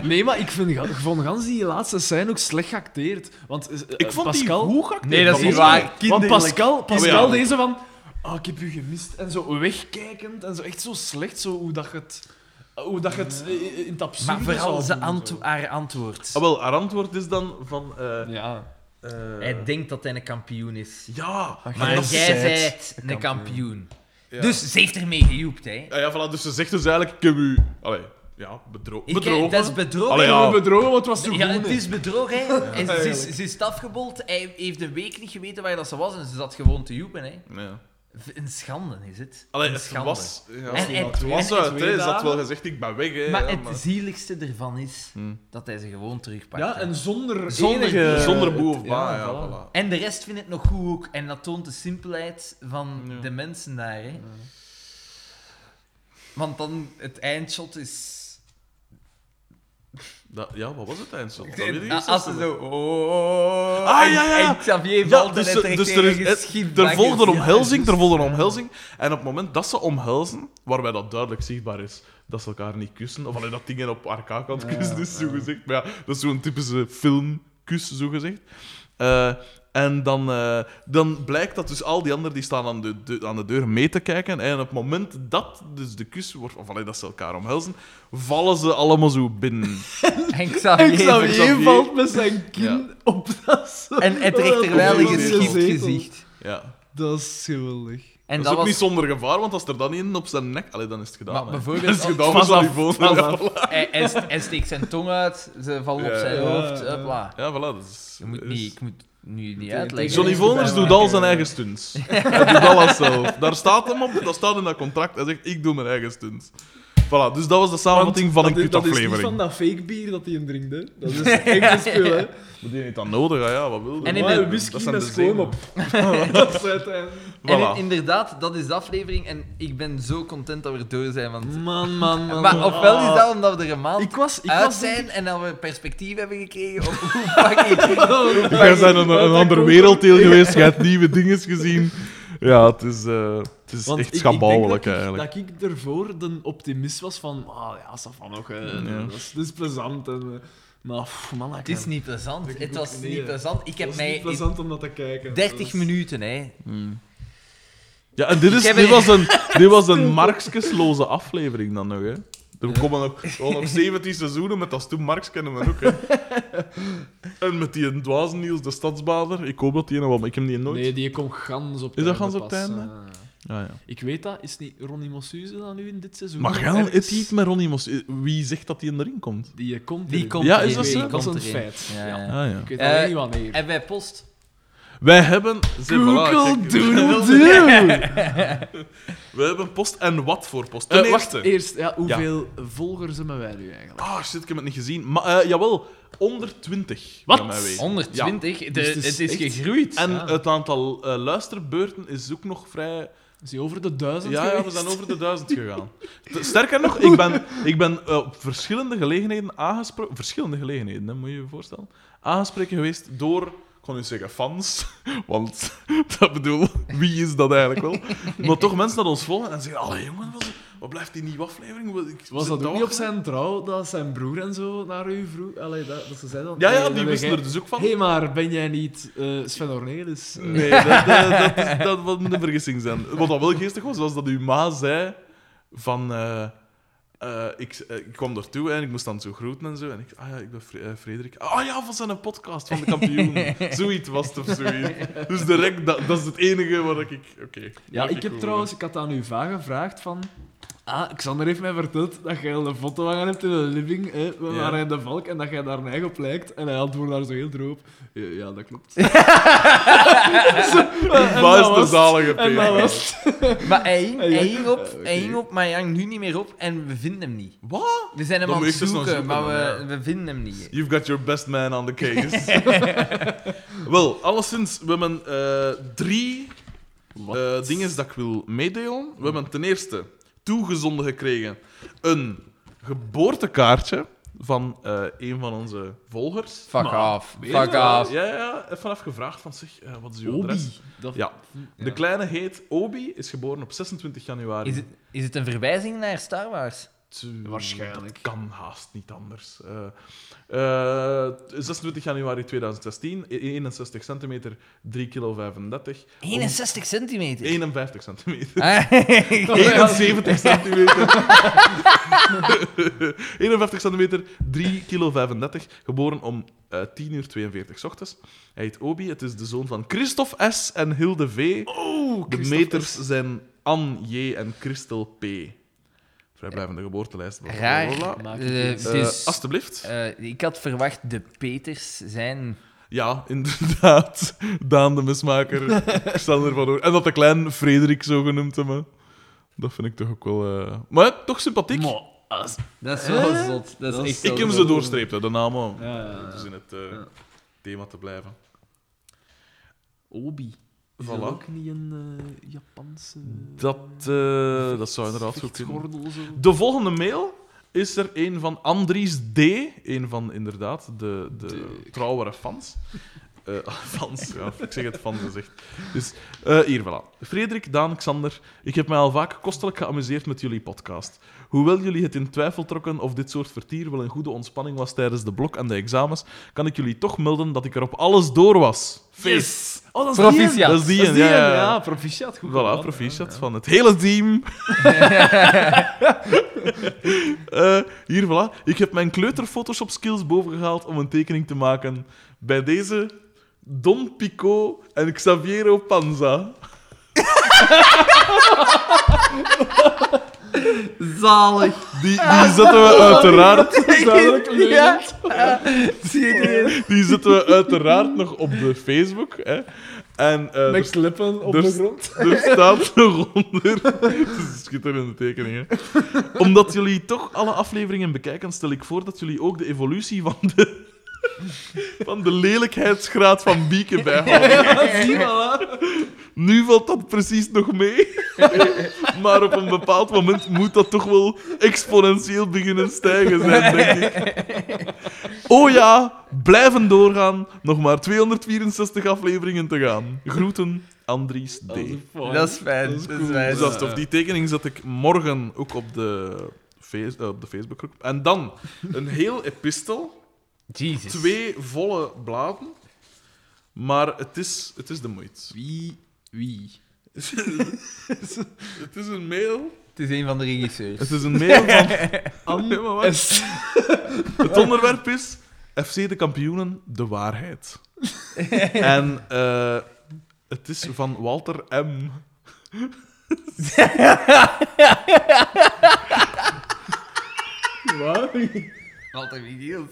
[SPEAKER 2] Nee, maar ik vind, ik vond gans die laatste scène ook slecht geacteerd. Want eh,
[SPEAKER 1] Ik vond
[SPEAKER 2] Pascal...
[SPEAKER 1] die goed geacteerd.
[SPEAKER 3] Nee, dat is niet
[SPEAKER 1] was-
[SPEAKER 3] waar.
[SPEAKER 2] Want
[SPEAKER 3] Kinderlijk.
[SPEAKER 2] Pascal, Pascal
[SPEAKER 1] Oh, ja.
[SPEAKER 2] deze van... Ah, ik heb u gemist. En zo wegkijkend. En zo echt zo slecht. Zo hoe dat je het... Hoe dat je het eh, in het absurde
[SPEAKER 3] Maar vooral
[SPEAKER 2] zou
[SPEAKER 3] zijn
[SPEAKER 2] doen, zo.
[SPEAKER 3] antwo- haar antwoord.
[SPEAKER 1] Ah, wel, haar antwoord is dan van... eh,
[SPEAKER 2] Ja.
[SPEAKER 1] eh,
[SPEAKER 3] Hij denkt dat hij een kampioen is.
[SPEAKER 1] Ja,
[SPEAKER 3] Maar
[SPEAKER 1] dat
[SPEAKER 3] jij
[SPEAKER 1] zei-
[SPEAKER 3] zijt een
[SPEAKER 2] een
[SPEAKER 3] kampioen.
[SPEAKER 1] Ja.
[SPEAKER 3] Dus ze heeft ermee gejoept, hè?
[SPEAKER 1] Ja, ja, voilà, dus ze zegt dus eigenlijk, ik heb u... Allee, ja, bedro
[SPEAKER 3] Ik- eh,
[SPEAKER 1] bedrogen.
[SPEAKER 3] Dat is bedrogen.
[SPEAKER 1] Allee,
[SPEAKER 2] ja.
[SPEAKER 1] ja.
[SPEAKER 2] bedrogen, want het was zo
[SPEAKER 3] Ja,
[SPEAKER 2] goed,
[SPEAKER 3] het
[SPEAKER 2] hè.
[SPEAKER 3] is bedrog, hè. En ze, is,
[SPEAKER 1] Eigenlijk.
[SPEAKER 3] ze is afgebold. Hij heeft een week niet geweten waar dat ze was en ze zat gewoon te joepen, hè.
[SPEAKER 1] Ja.
[SPEAKER 3] V- Een schande is het.
[SPEAKER 1] Allee,
[SPEAKER 3] een
[SPEAKER 1] het was... Ja,
[SPEAKER 3] En- en-
[SPEAKER 1] het was
[SPEAKER 3] en-
[SPEAKER 1] uit,
[SPEAKER 2] en-
[SPEAKER 1] hè. Ze had
[SPEAKER 2] dagen.
[SPEAKER 1] wel gezegd, ik ben weg, hè.
[SPEAKER 3] maar
[SPEAKER 1] ja,
[SPEAKER 3] het
[SPEAKER 1] maar-
[SPEAKER 3] zieligste ervan is
[SPEAKER 1] Hmm.
[SPEAKER 3] dat hij ze gewoon terugpakt.
[SPEAKER 2] Ja, en zonder,
[SPEAKER 3] Zonder-
[SPEAKER 2] enige...
[SPEAKER 1] Zonder boe of
[SPEAKER 2] Ja,
[SPEAKER 1] ba, ja,
[SPEAKER 2] voilà.
[SPEAKER 1] voilà.
[SPEAKER 3] En de rest vindt het nog goed ook. En dat toont de simpelheid van
[SPEAKER 1] Ja.
[SPEAKER 3] de mensen daar, hè. Want dan, het eindshot is...
[SPEAKER 1] Dat- Ja, wat was het eindstond? Dat weet ik niet.
[SPEAKER 3] Als ze zo... Oh,
[SPEAKER 1] Ah,
[SPEAKER 3] Ah, en,
[SPEAKER 1] ja, ja, ja.
[SPEAKER 3] en Xavier
[SPEAKER 1] Ja,
[SPEAKER 3] valt
[SPEAKER 1] dus,
[SPEAKER 3] en
[SPEAKER 1] ze-
[SPEAKER 3] hij
[SPEAKER 1] dus
[SPEAKER 3] trekt
[SPEAKER 1] er,
[SPEAKER 3] tegen een
[SPEAKER 1] is,
[SPEAKER 3] schip
[SPEAKER 1] er
[SPEAKER 3] bakken.
[SPEAKER 1] volgde een
[SPEAKER 3] Ja,
[SPEAKER 1] omhelzing, er
[SPEAKER 3] juist.
[SPEAKER 1] volgde een omhelzing. En op het moment dat ze omhelzen, waarbij dat duidelijk zichtbaar is dat ze elkaar niet kussen, of alleen dat dingen op haar kaak aan het kussen is, zogezegd. Maar ja, dat is zo'n typische filmkus, zogezegd. Eh en dan, eh, dan blijkt dat dus al die anderen die staan aan de, de- aan de deur mee te kijken. En op het moment dat dus de kus wordt, of alleen dat ze elkaar omhelzen, vallen ze allemaal zo binnen.
[SPEAKER 3] En Xavier,
[SPEAKER 2] Ik zou je
[SPEAKER 1] Xavier.
[SPEAKER 2] valt met zijn kin
[SPEAKER 1] Ja.
[SPEAKER 2] op dat Oh, zo.
[SPEAKER 3] En het rechterwijlige
[SPEAKER 1] Kom,
[SPEAKER 3] geschikt
[SPEAKER 1] kom,
[SPEAKER 3] gezicht.
[SPEAKER 1] Ja.
[SPEAKER 2] Dat is geweldig.
[SPEAKER 3] En
[SPEAKER 1] dat is ook niet zonder gevaar, want als er dan één op zijn nek... Allee, dan is het gedaan.
[SPEAKER 3] Maar
[SPEAKER 1] hè.
[SPEAKER 3] bijvoorbeeld
[SPEAKER 1] Dan is het
[SPEAKER 3] als-
[SPEAKER 1] gedaan met
[SPEAKER 2] Pas
[SPEAKER 1] zo'n
[SPEAKER 2] af,
[SPEAKER 1] iPhone.
[SPEAKER 2] pas
[SPEAKER 1] Ja,
[SPEAKER 2] af.
[SPEAKER 1] voilà.
[SPEAKER 3] Hij, hij st- hij steekt zijn tong uit, ze vallen op
[SPEAKER 1] Ja,
[SPEAKER 3] zijn
[SPEAKER 1] ja,
[SPEAKER 3] hoofd.
[SPEAKER 2] ja. Dus-
[SPEAKER 3] Hopla.
[SPEAKER 1] Ja, voilà. Dat is, eh,
[SPEAKER 3] Je moet
[SPEAKER 1] is-
[SPEAKER 3] niet, ik moet nu niet
[SPEAKER 2] Tegen-
[SPEAKER 3] uitleggen.
[SPEAKER 1] Johnny Voners doet al zijn eigen stunts. Hij doet alles zelf. Daar staat hem op, dat staat in dat contract. Hij zegt, ik doe mijn eigen stunts. Voilà, dus dat was de samenvatting van een
[SPEAKER 2] dat, is- dat is niet
[SPEAKER 1] kutaflevering.
[SPEAKER 2] van
[SPEAKER 1] aflevering.
[SPEAKER 2] dat fake bier dat hij hem drinkt, hè. Dat is echt een spul, hè.
[SPEAKER 1] Moet je niet aan nodig, hè? ja, wat wil je? dus
[SPEAKER 3] En in
[SPEAKER 2] Maar
[SPEAKER 3] de-
[SPEAKER 1] dat
[SPEAKER 2] whisky
[SPEAKER 1] zijn
[SPEAKER 2] met
[SPEAKER 1] de zenuwen.
[SPEAKER 2] schoon op. dat is het einde.
[SPEAKER 3] En in-
[SPEAKER 1] Voilà.
[SPEAKER 3] inderdaad, dat is de aflevering en ik ben zo content dat we er door zijn. Want...
[SPEAKER 2] Man, man, man.
[SPEAKER 3] Maar ofwel is dat omdat we er een maand
[SPEAKER 2] Ah. Ik was... Ik
[SPEAKER 3] uit
[SPEAKER 2] was denk
[SPEAKER 3] zijn en dat we perspectief hebben gekregen op hoe fucking...
[SPEAKER 2] ik-
[SPEAKER 1] Jij bent een, een
[SPEAKER 2] Oh, Dat
[SPEAKER 1] ander
[SPEAKER 2] komt-
[SPEAKER 1] werelddeel geweest, jij hebt nieuwe dingen gezien. Ja, het is, eh, het is
[SPEAKER 2] Want ik-
[SPEAKER 1] echt
[SPEAKER 2] ik denk dat
[SPEAKER 1] schabouwelijk
[SPEAKER 2] ik-
[SPEAKER 1] eigenlijk.
[SPEAKER 2] Dat ik ervoor de optimist was van... Ah, ja, Safan nog.
[SPEAKER 1] Ja.
[SPEAKER 2] Dat is- dat is plezant. En, eh, maar, pff, man, dat
[SPEAKER 3] Het is
[SPEAKER 2] kan-
[SPEAKER 3] niet plezant.
[SPEAKER 2] Ik
[SPEAKER 3] Het
[SPEAKER 2] ook
[SPEAKER 3] was
[SPEAKER 2] niet,
[SPEAKER 3] niet
[SPEAKER 2] hè.
[SPEAKER 3] plezant. Ik
[SPEAKER 2] dat
[SPEAKER 3] heb
[SPEAKER 2] is
[SPEAKER 3] mij
[SPEAKER 2] niet
[SPEAKER 3] in
[SPEAKER 2] plezant om dat te kijken.
[SPEAKER 3] 30
[SPEAKER 2] minuten.
[SPEAKER 3] minuten, hè.
[SPEAKER 1] Ja, en dit, is,
[SPEAKER 3] Ik heb
[SPEAKER 1] dit,
[SPEAKER 3] een-
[SPEAKER 1] was een, dit was een marksjesloze aflevering dan nog, hè. Er komen nog, wel nog 17 seizoenen met als toen Marx kennen we ook, hè. En met die dwaze Niels, de stadsbader. Ik hoop dat die nog wel, maar ik heb die nooit.
[SPEAKER 2] Nee, die komt gans op
[SPEAKER 1] Is dat
[SPEAKER 2] het
[SPEAKER 1] gans
[SPEAKER 2] einde
[SPEAKER 1] op
[SPEAKER 2] pas,
[SPEAKER 1] het einde?
[SPEAKER 2] eh.
[SPEAKER 1] Ja, ja.
[SPEAKER 2] Ik weet dat, is niet Ronnie Mossuze dan nu in dit seizoen?
[SPEAKER 1] Maar
[SPEAKER 2] Of
[SPEAKER 1] jij
[SPEAKER 2] ergens?
[SPEAKER 1] het niet met Ronnie Mos. Eh, Wie zegt dat die in de ring komt?
[SPEAKER 2] Die eh, komt
[SPEAKER 3] Die
[SPEAKER 2] erin.
[SPEAKER 3] komt
[SPEAKER 1] Ja,
[SPEAKER 3] erin.
[SPEAKER 1] is dat
[SPEAKER 3] Die
[SPEAKER 1] zo?
[SPEAKER 2] Dat is
[SPEAKER 3] komt
[SPEAKER 2] een
[SPEAKER 3] erin.
[SPEAKER 2] feit.
[SPEAKER 3] Ja, ja.
[SPEAKER 1] Ah ja.
[SPEAKER 2] Ik weet
[SPEAKER 3] Eh,
[SPEAKER 2] alleen niet wanneer.
[SPEAKER 3] En bij post?
[SPEAKER 1] Wij hebben... Zie, voilà,
[SPEAKER 2] Google
[SPEAKER 1] kijk.
[SPEAKER 2] Doodle Doo!
[SPEAKER 1] Wij hebben post en wat voor post.
[SPEAKER 2] Eh,
[SPEAKER 1] Ten
[SPEAKER 2] wacht,
[SPEAKER 1] eerste-
[SPEAKER 2] eerst, ja, hoeveel volgers hebben wij nu eigenlijk?
[SPEAKER 1] Ah, shit, ik heb het niet gezien. Maar, eh, jawel, onder 20.
[SPEAKER 2] Wat?
[SPEAKER 1] van mij weten.
[SPEAKER 3] 120? De-
[SPEAKER 2] Dus het is
[SPEAKER 3] het is
[SPEAKER 2] echt-
[SPEAKER 3] gegroeid.
[SPEAKER 1] Ja. En
[SPEAKER 2] Ah.
[SPEAKER 1] het aantal eh, luisterbeurten is ook nog vrij...
[SPEAKER 2] Is die over de duizend
[SPEAKER 1] Ja, ja,
[SPEAKER 2] geweest?
[SPEAKER 1] we zijn over de duizend gegaan. T- Sterker nog, ik ben, ik ben eh, op verschillende gelegenheden aangesproken... Verschillende gelegenheden, hè, moet je je voorstellen. Aangesproken geweest door, ik kon niet zeggen fans, want dat bedoel, wie is dat eigenlijk wel? Maar toch mensen dat ons volgen en zeggen, allee jongen, wat, wat blijft die nieuwe aflevering? Wat- ik
[SPEAKER 2] Was
[SPEAKER 1] zit
[SPEAKER 2] dat
[SPEAKER 1] te
[SPEAKER 2] ook niet op
[SPEAKER 1] wachten."
[SPEAKER 2] zijn trouw dat zijn broer en zo naar u vroeg? Allee, dat, dat ze zeiden...
[SPEAKER 1] Ja, ja,
[SPEAKER 2] nee,
[SPEAKER 1] die
[SPEAKER 2] dat
[SPEAKER 1] wisten
[SPEAKER 2] jij-
[SPEAKER 1] er dus ook van.
[SPEAKER 2] Hé, hey, maar ben jij niet eh, Sven Ornelis? Eh,
[SPEAKER 1] Nee, dat, dat, dat, is- dat moet een vergissing zijn. Wat dat wel geestig was, was dat uw ma zei van... eh, eh, ik, eh, ik kwam daartoe hè, en ik moest dan zo groeten en zo. En ik zei, ah ja, ik ben Fre- eh, Frederik. Ah ja, van zijn podcast van de kampioen. zoiets was het of zoiets. Dus direct, dat, dat is het enige waar ik... Oké.
[SPEAKER 2] Ja,
[SPEAKER 1] waar
[SPEAKER 2] ik heb
[SPEAKER 1] over-
[SPEAKER 2] trouwens... Ik had aan uw vraag gevraagd van... Ah, Xander heeft mij verteld dat jij al een foto hangen hebt in de living hè, van
[SPEAKER 1] Ja.
[SPEAKER 2] Marijn de Valk en dat jij daar een eigen op lijkt. En hij antwoordde daar zo heel droop. Ja, ja, dat klopt.
[SPEAKER 1] Uw ma is de zalige
[SPEAKER 2] En dat
[SPEAKER 1] Peter.
[SPEAKER 2] was het.
[SPEAKER 3] Maar hij hing,
[SPEAKER 2] Hij
[SPEAKER 3] hij
[SPEAKER 2] hing-
[SPEAKER 3] hing op,
[SPEAKER 2] Ah, oké.
[SPEAKER 3] hij hing op, maar hij hangt nu niet meer op en we vinden hem niet.
[SPEAKER 1] Wat?
[SPEAKER 3] We zijn hem
[SPEAKER 1] Dan
[SPEAKER 3] aan
[SPEAKER 1] moet ik
[SPEAKER 3] het
[SPEAKER 1] dus nog
[SPEAKER 3] zoeken,
[SPEAKER 1] zoeken
[SPEAKER 3] maar
[SPEAKER 1] dan,
[SPEAKER 3] we,
[SPEAKER 1] ja.
[SPEAKER 3] we vinden hem niet.
[SPEAKER 1] You've got your best man on the case. wel, alleszins, we hebben eh, drie
[SPEAKER 2] Wat?
[SPEAKER 1] eh dingen dat ik wil meedelen. We hebben ten eerste toegezonden gekregen een geboortekaartje van eh, een van onze volgers.
[SPEAKER 3] Fuck
[SPEAKER 2] Maar-
[SPEAKER 3] off,
[SPEAKER 2] Meen je
[SPEAKER 3] fuck
[SPEAKER 2] dat?
[SPEAKER 3] off.
[SPEAKER 1] Ja, ja, ja, even afgevraagd van zich, eh, wat is uw
[SPEAKER 2] Obi.
[SPEAKER 1] adres?
[SPEAKER 2] Dat-
[SPEAKER 1] Ja.
[SPEAKER 3] Ja.
[SPEAKER 1] De kleine heet Obi, is geboren op 26 januari.
[SPEAKER 3] Is het, is het een verwijzing naar Star Wars?
[SPEAKER 1] Tw-
[SPEAKER 2] Waarschijnlijk.
[SPEAKER 1] Dat kan haast niet anders. Eh, eh, 26 januari 2016, e- 61 centimeter, 3 kilo 35.
[SPEAKER 3] 61 centimeter.
[SPEAKER 1] 51 centimeter.
[SPEAKER 3] Ah,
[SPEAKER 1] 71 centimeter. 51 centimeter, 3 kilo 35, geboren om eh 10 uur 42 's ochtends. Hij heet Obi, het is de zoon van Christophe S. en Hilde V. de
[SPEAKER 2] Oh, Christophe
[SPEAKER 1] meters zijn Anne J. en Christel P. Vrijblijvende geboortelijst. bla, bla,
[SPEAKER 3] Raar.
[SPEAKER 1] bla, bla.
[SPEAKER 2] Maak het
[SPEAKER 3] Eh,
[SPEAKER 2] iets.
[SPEAKER 1] Eh,
[SPEAKER 3] dus,
[SPEAKER 1] alsjeblieft.
[SPEAKER 3] eh, ik had verwacht de Peters zijn...
[SPEAKER 1] Ja, inderdaad. Daan de mismaker. Ik stel ervan hoor. En dat de klein Frederik zo genoemd hebben. Dat vind ik toch ook wel... eh, Maar ja, toch sympathiek.
[SPEAKER 2] Maar als-
[SPEAKER 4] Dat is
[SPEAKER 2] Hè?
[SPEAKER 4] wel
[SPEAKER 3] Eh?
[SPEAKER 4] zot. Dat is
[SPEAKER 2] Dat is-
[SPEAKER 4] echt
[SPEAKER 1] Ik
[SPEAKER 4] wel
[SPEAKER 1] heb
[SPEAKER 4] zot.
[SPEAKER 1] ze doorstreept, hè, de namen.
[SPEAKER 2] Ja, ja, ja.
[SPEAKER 1] Dus in het eh,
[SPEAKER 2] Ja.
[SPEAKER 1] thema te blijven.
[SPEAKER 2] Obi. Is dat
[SPEAKER 1] Voilà.
[SPEAKER 2] ook niet een eh, Japanse...
[SPEAKER 1] Dat, eh, dat zou inderdaad zo kunnen.
[SPEAKER 2] Vechtgordel zo.
[SPEAKER 1] De volgende mail is er een van Andries D. Een van inderdaad de, de
[SPEAKER 2] Dik.
[SPEAKER 1] trouwere fans. Eh, fans, ja, ik zeg het van gezegd. Dus eh, hier, voilà. Frederik, Daan, Xander, ik heb mij al vaak kostelijk geamuseerd met jullie podcast. Hoewel jullie het in twijfel trokken of dit soort vertier wel een goede ontspanning was tijdens de blok en de examens, kan ik jullie toch melden dat ik er op alles door was. Feest!
[SPEAKER 2] Yes! Oh, dat is
[SPEAKER 3] Proficiat.
[SPEAKER 2] die een.
[SPEAKER 1] Dat is die,
[SPEAKER 2] Dat
[SPEAKER 1] een,
[SPEAKER 2] is die
[SPEAKER 1] ja.
[SPEAKER 2] een,
[SPEAKER 1] ja,
[SPEAKER 2] ja.
[SPEAKER 1] ja.
[SPEAKER 2] proficiat. Goed
[SPEAKER 1] Voilà,
[SPEAKER 2] gedaan.
[SPEAKER 1] proficiat van het hele team. Eh, hier, voilà. Ik heb mijn kleuter Photoshop skills bovengehaald om een tekening te maken. Bij deze Don Pico en Xaviero Panza.
[SPEAKER 4] Zalig.
[SPEAKER 1] Die, die zetten we uiteraard,
[SPEAKER 2] Duidelijk leuk.
[SPEAKER 3] Ja. Serieus?
[SPEAKER 1] die zetten we uiteraard nog op de Facebook. Hè. En eh,
[SPEAKER 2] Met
[SPEAKER 1] er,
[SPEAKER 2] klippen op
[SPEAKER 1] dus-
[SPEAKER 2] de grond.
[SPEAKER 1] er staat nog onder. Het is een schitterende tekening. Hè. Omdat jullie toch alle afleveringen bekijken, stel ik voor dat jullie ook de evolutie van de, van de lelijkheidsgraad van Bieke bijhouden.
[SPEAKER 2] Zie maar.
[SPEAKER 1] Nu valt dat precies nog mee. maar op een bepaald moment moet dat toch wel exponentieel beginnen stijgen zijn, denk ik. Oh ja, blijven doorgaan. Nog maar 264 afleveringen te gaan. Groeten, Andries D.
[SPEAKER 3] Dat is fijn,
[SPEAKER 2] Dat is
[SPEAKER 3] dat is
[SPEAKER 2] cool.
[SPEAKER 3] fijn.
[SPEAKER 1] Dus dat is tof. Die tekening zet ik morgen ook op de, face- eh, op de Facebookgroep. En dan een heel epistel.
[SPEAKER 3] Jesus.
[SPEAKER 1] Twee volle bladen. Maar het is, het is de moeite.
[SPEAKER 2] Wie? Wie?
[SPEAKER 1] Het is een mail
[SPEAKER 3] Het is een van de regisseurs.
[SPEAKER 1] Het is een mail van... Nee, maar wacht.
[SPEAKER 2] S.
[SPEAKER 1] Het onderwerp is FC de kampioenen, de waarheid. en eh, het is van Walter M.
[SPEAKER 2] Wat?
[SPEAKER 3] Walter Michiels.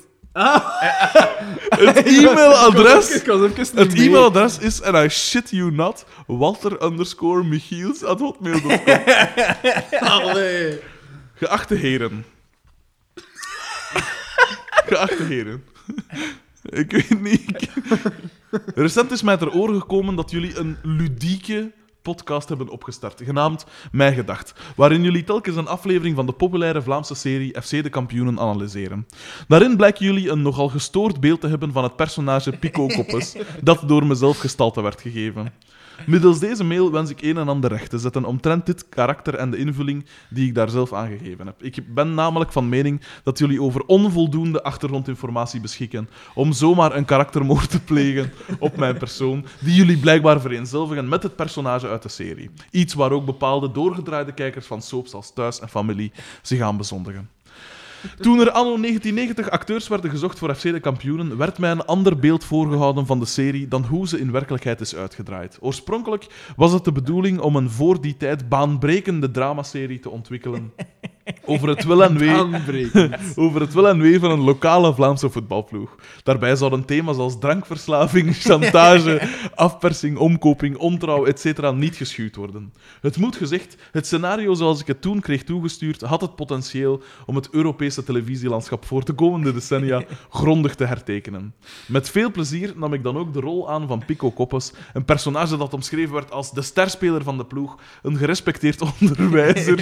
[SPEAKER 1] Het e-mailadres...
[SPEAKER 2] Ik was even niet
[SPEAKER 1] Het
[SPEAKER 2] mee.
[SPEAKER 1] e-mailadres is, en I shit you not, walter underscore michiels at hotmail.com.
[SPEAKER 2] Allee.
[SPEAKER 1] Geachte heren. Geachte heren. Ik weet niet. ik- Recent is mij ter oren gekomen dat jullie een ludieke podcast hebben opgestart, genaamd Mijn Gedacht, waarin jullie telkens een aflevering van de populaire Vlaamse serie FC de Kampioenen analyseren. Daarin blijken jullie een nogal gestoord beeld te hebben van het personage Pico Koppes, dat door mezelf gestalte werd gegeven. Middels deze mail wens ik een en ander recht te zetten omtrent dit karakter en de invulling die ik daar zelf aan gegeven heb. Ik ben namelijk van mening dat jullie over onvoldoende achtergrondinformatie beschikken om zomaar een karaktermoord te plegen op mijn persoon, die jullie blijkbaar vereenzelvigen met het personage uit de serie. Iets waar ook bepaalde doorgedraaide kijkers van soaps als Thuis en Familie zich aan bezondigen. Toen er anno 1990 acteurs werden gezocht voor FC de kampioenen, werd mij een ander beeld voorgehouden van de serie dan hoe ze in werkelijkheid is uitgedraaid. Oorspronkelijk was het de bedoeling om een voor die tijd baanbrekende dramaserie te ontwikkelen over het wel en wee
[SPEAKER 2] Aanbreken.
[SPEAKER 1] over het wel en wee van een lokale Vlaamse voetbalploeg. Daarbij zouden thema's als drankverslaving, chantage, afpersing, omkoping, ontrouw, etc. niet geschuwd worden. Het moet gezegd, het scenario zoals ik het toen kreeg toegestuurd, had het potentieel om het Europese televisielandschap voor de komende decennia grondig te hertekenen. Met veel plezier nam ik dan ook de rol aan van Pico Koppes, een personage dat omschreven werd als de sterspeler van de ploeg, een gerespecteerd onderwijzer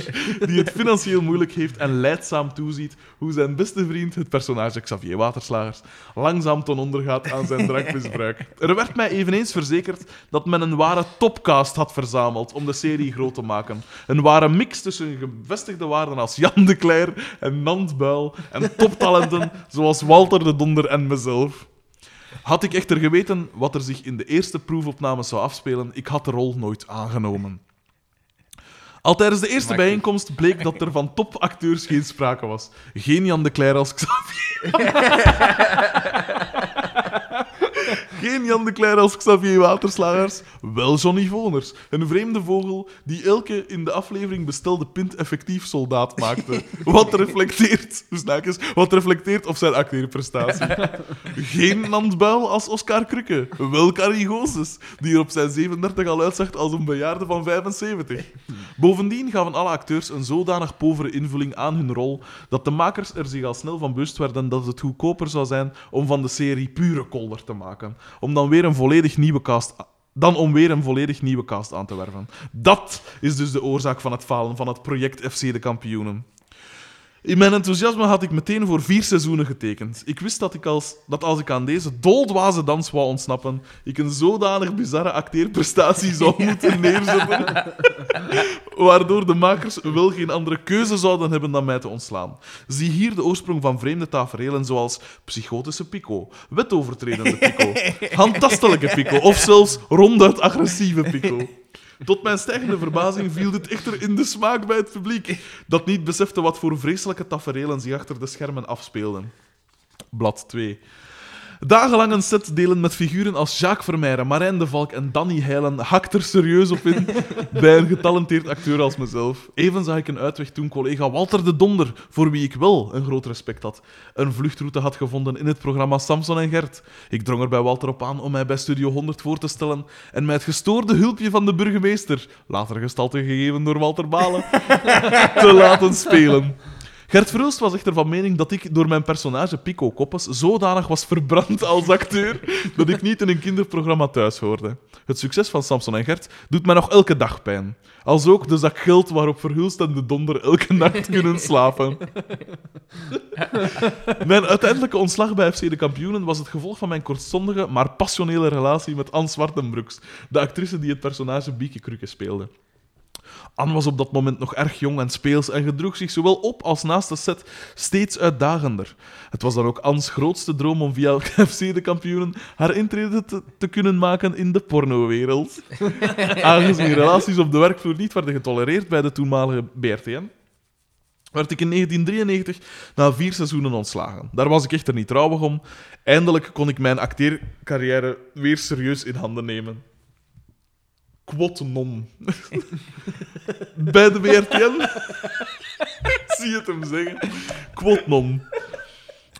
[SPEAKER 1] die het financieel moeilijk heeft en leidzaam toeziet hoe zijn beste vriend, het personage Xavier Waterslagers, langzaam ten onder gaat aan zijn drankmisbruik. Er werd mij eveneens verzekerd dat men een ware topcast had verzameld om de serie groot te maken. Een ware mix tussen gevestigde waarden als Jan de Cler en Nant Buil en toptalenten zoals Walter de Donder en mezelf. Had ik echter geweten wat er zich in de eerste proefopnames zou afspelen, ik had de rol nooit aangenomen. Al tijdens de eerste
[SPEAKER 3] Makkelijk.
[SPEAKER 1] bijeenkomst bleek dat er van topacteurs geen sprake was. Geen Jan de Cler als Xavier. Geen Jan de Cler als Xavier Waterslagers, wel Johnny Voners. Een vreemde vogel die elke in de aflevering bestelde pint effectief soldaat maakte. Wat reflecteert, dus naakjes, wat reflecteert op zijn acteerprestatie. Geen landbuil als Oscar Krukke. Wel Carrie Goossens, die er op zijn 37 al uitzag als een bejaarde van 75. Bovendien gaven alle acteurs een zodanig povere invulling aan hun rol dat de makers er zich al snel van bewust werden dat het goedkoper zou zijn om van de serie pure kolder te maken. Om dan weer een volledig nieuwe cast dan om weer een volledig nieuwe cast aan te werven. Dat is dus de oorzaak van het falen van het project FC de Kampioenen. In mijn enthousiasme had ik meteen voor vier seizoenen getekend. Ik wist dat, ik als, dat als ik aan deze doldwaze dans wou ontsnappen, ik een zodanig bizarre acteerprestatie zou moeten neerzetten, waardoor de makers wel geen andere keuze zouden hebben dan mij te ontslaan. Zie hier de oorsprong van vreemde taferelen zoals psychotische pico, wetovertredende pico, handtastelijke pico of zelfs ronduit agressieve pico. Tot mijn stijgende verbazing viel dit echter in de smaak bij het publiek, dat niet besefte wat voor vreselijke taferelen zich achter de schermen afspeelden. Blad 2. Dagenlang een set delen met figuren als Jacques Vermeijren, Marijn de Valk en Danny Heilen hakt er serieus op in bij een getalenteerd acteur als mezelf. Even zag ik een uitweg toen collega Walter de Donder, voor wie ik wel een groot respect had, een vluchtroute had gevonden in het programma Samson en Gert. Ik drong er bij Walter op aan om mij bij Studio 100 voor te stellen en mij het gestoorde hulpje van de burgemeester, later gestalte gegeven door Walter Balen, te laten spelen. Gert Verhulst was echter van mening dat ik door mijn personage Pico Koppes zodanig was verbrand als acteur dat ik niet in een kinderprogramma thuis hoorde. Het succes van Samson en Gert doet mij nog elke dag pijn. Als ook de zak geld waarop Verhulst en de donder elke nacht kunnen slapen. Mijn uiteindelijke ontslag bij FC de Kampioenen was het gevolg van mijn kortstondige, maar passionele relatie met Anne Zwartenbroeks, de actrice die het personage Bieke Krukke speelde. Anne was op dat moment nog erg jong en speels en gedroeg zich zowel op als naast de set steeds uitdagender. Het was dan ook Anne's grootste droom om via FC de kampioenen haar intrede te, te kunnen maken in de pornowereld. Aangezien relaties op de werkvloer niet werden getolereerd bij de toenmalige BRTN, werd ik in 1993 na vier seizoenen ontslagen. Daar was ik echter niet trouwig om. Eindelijk kon ik mijn acteercarrière weer serieus in handen nemen. Quot non. Bij de BRTN. Ik Zie het hem zeggen. Quot non.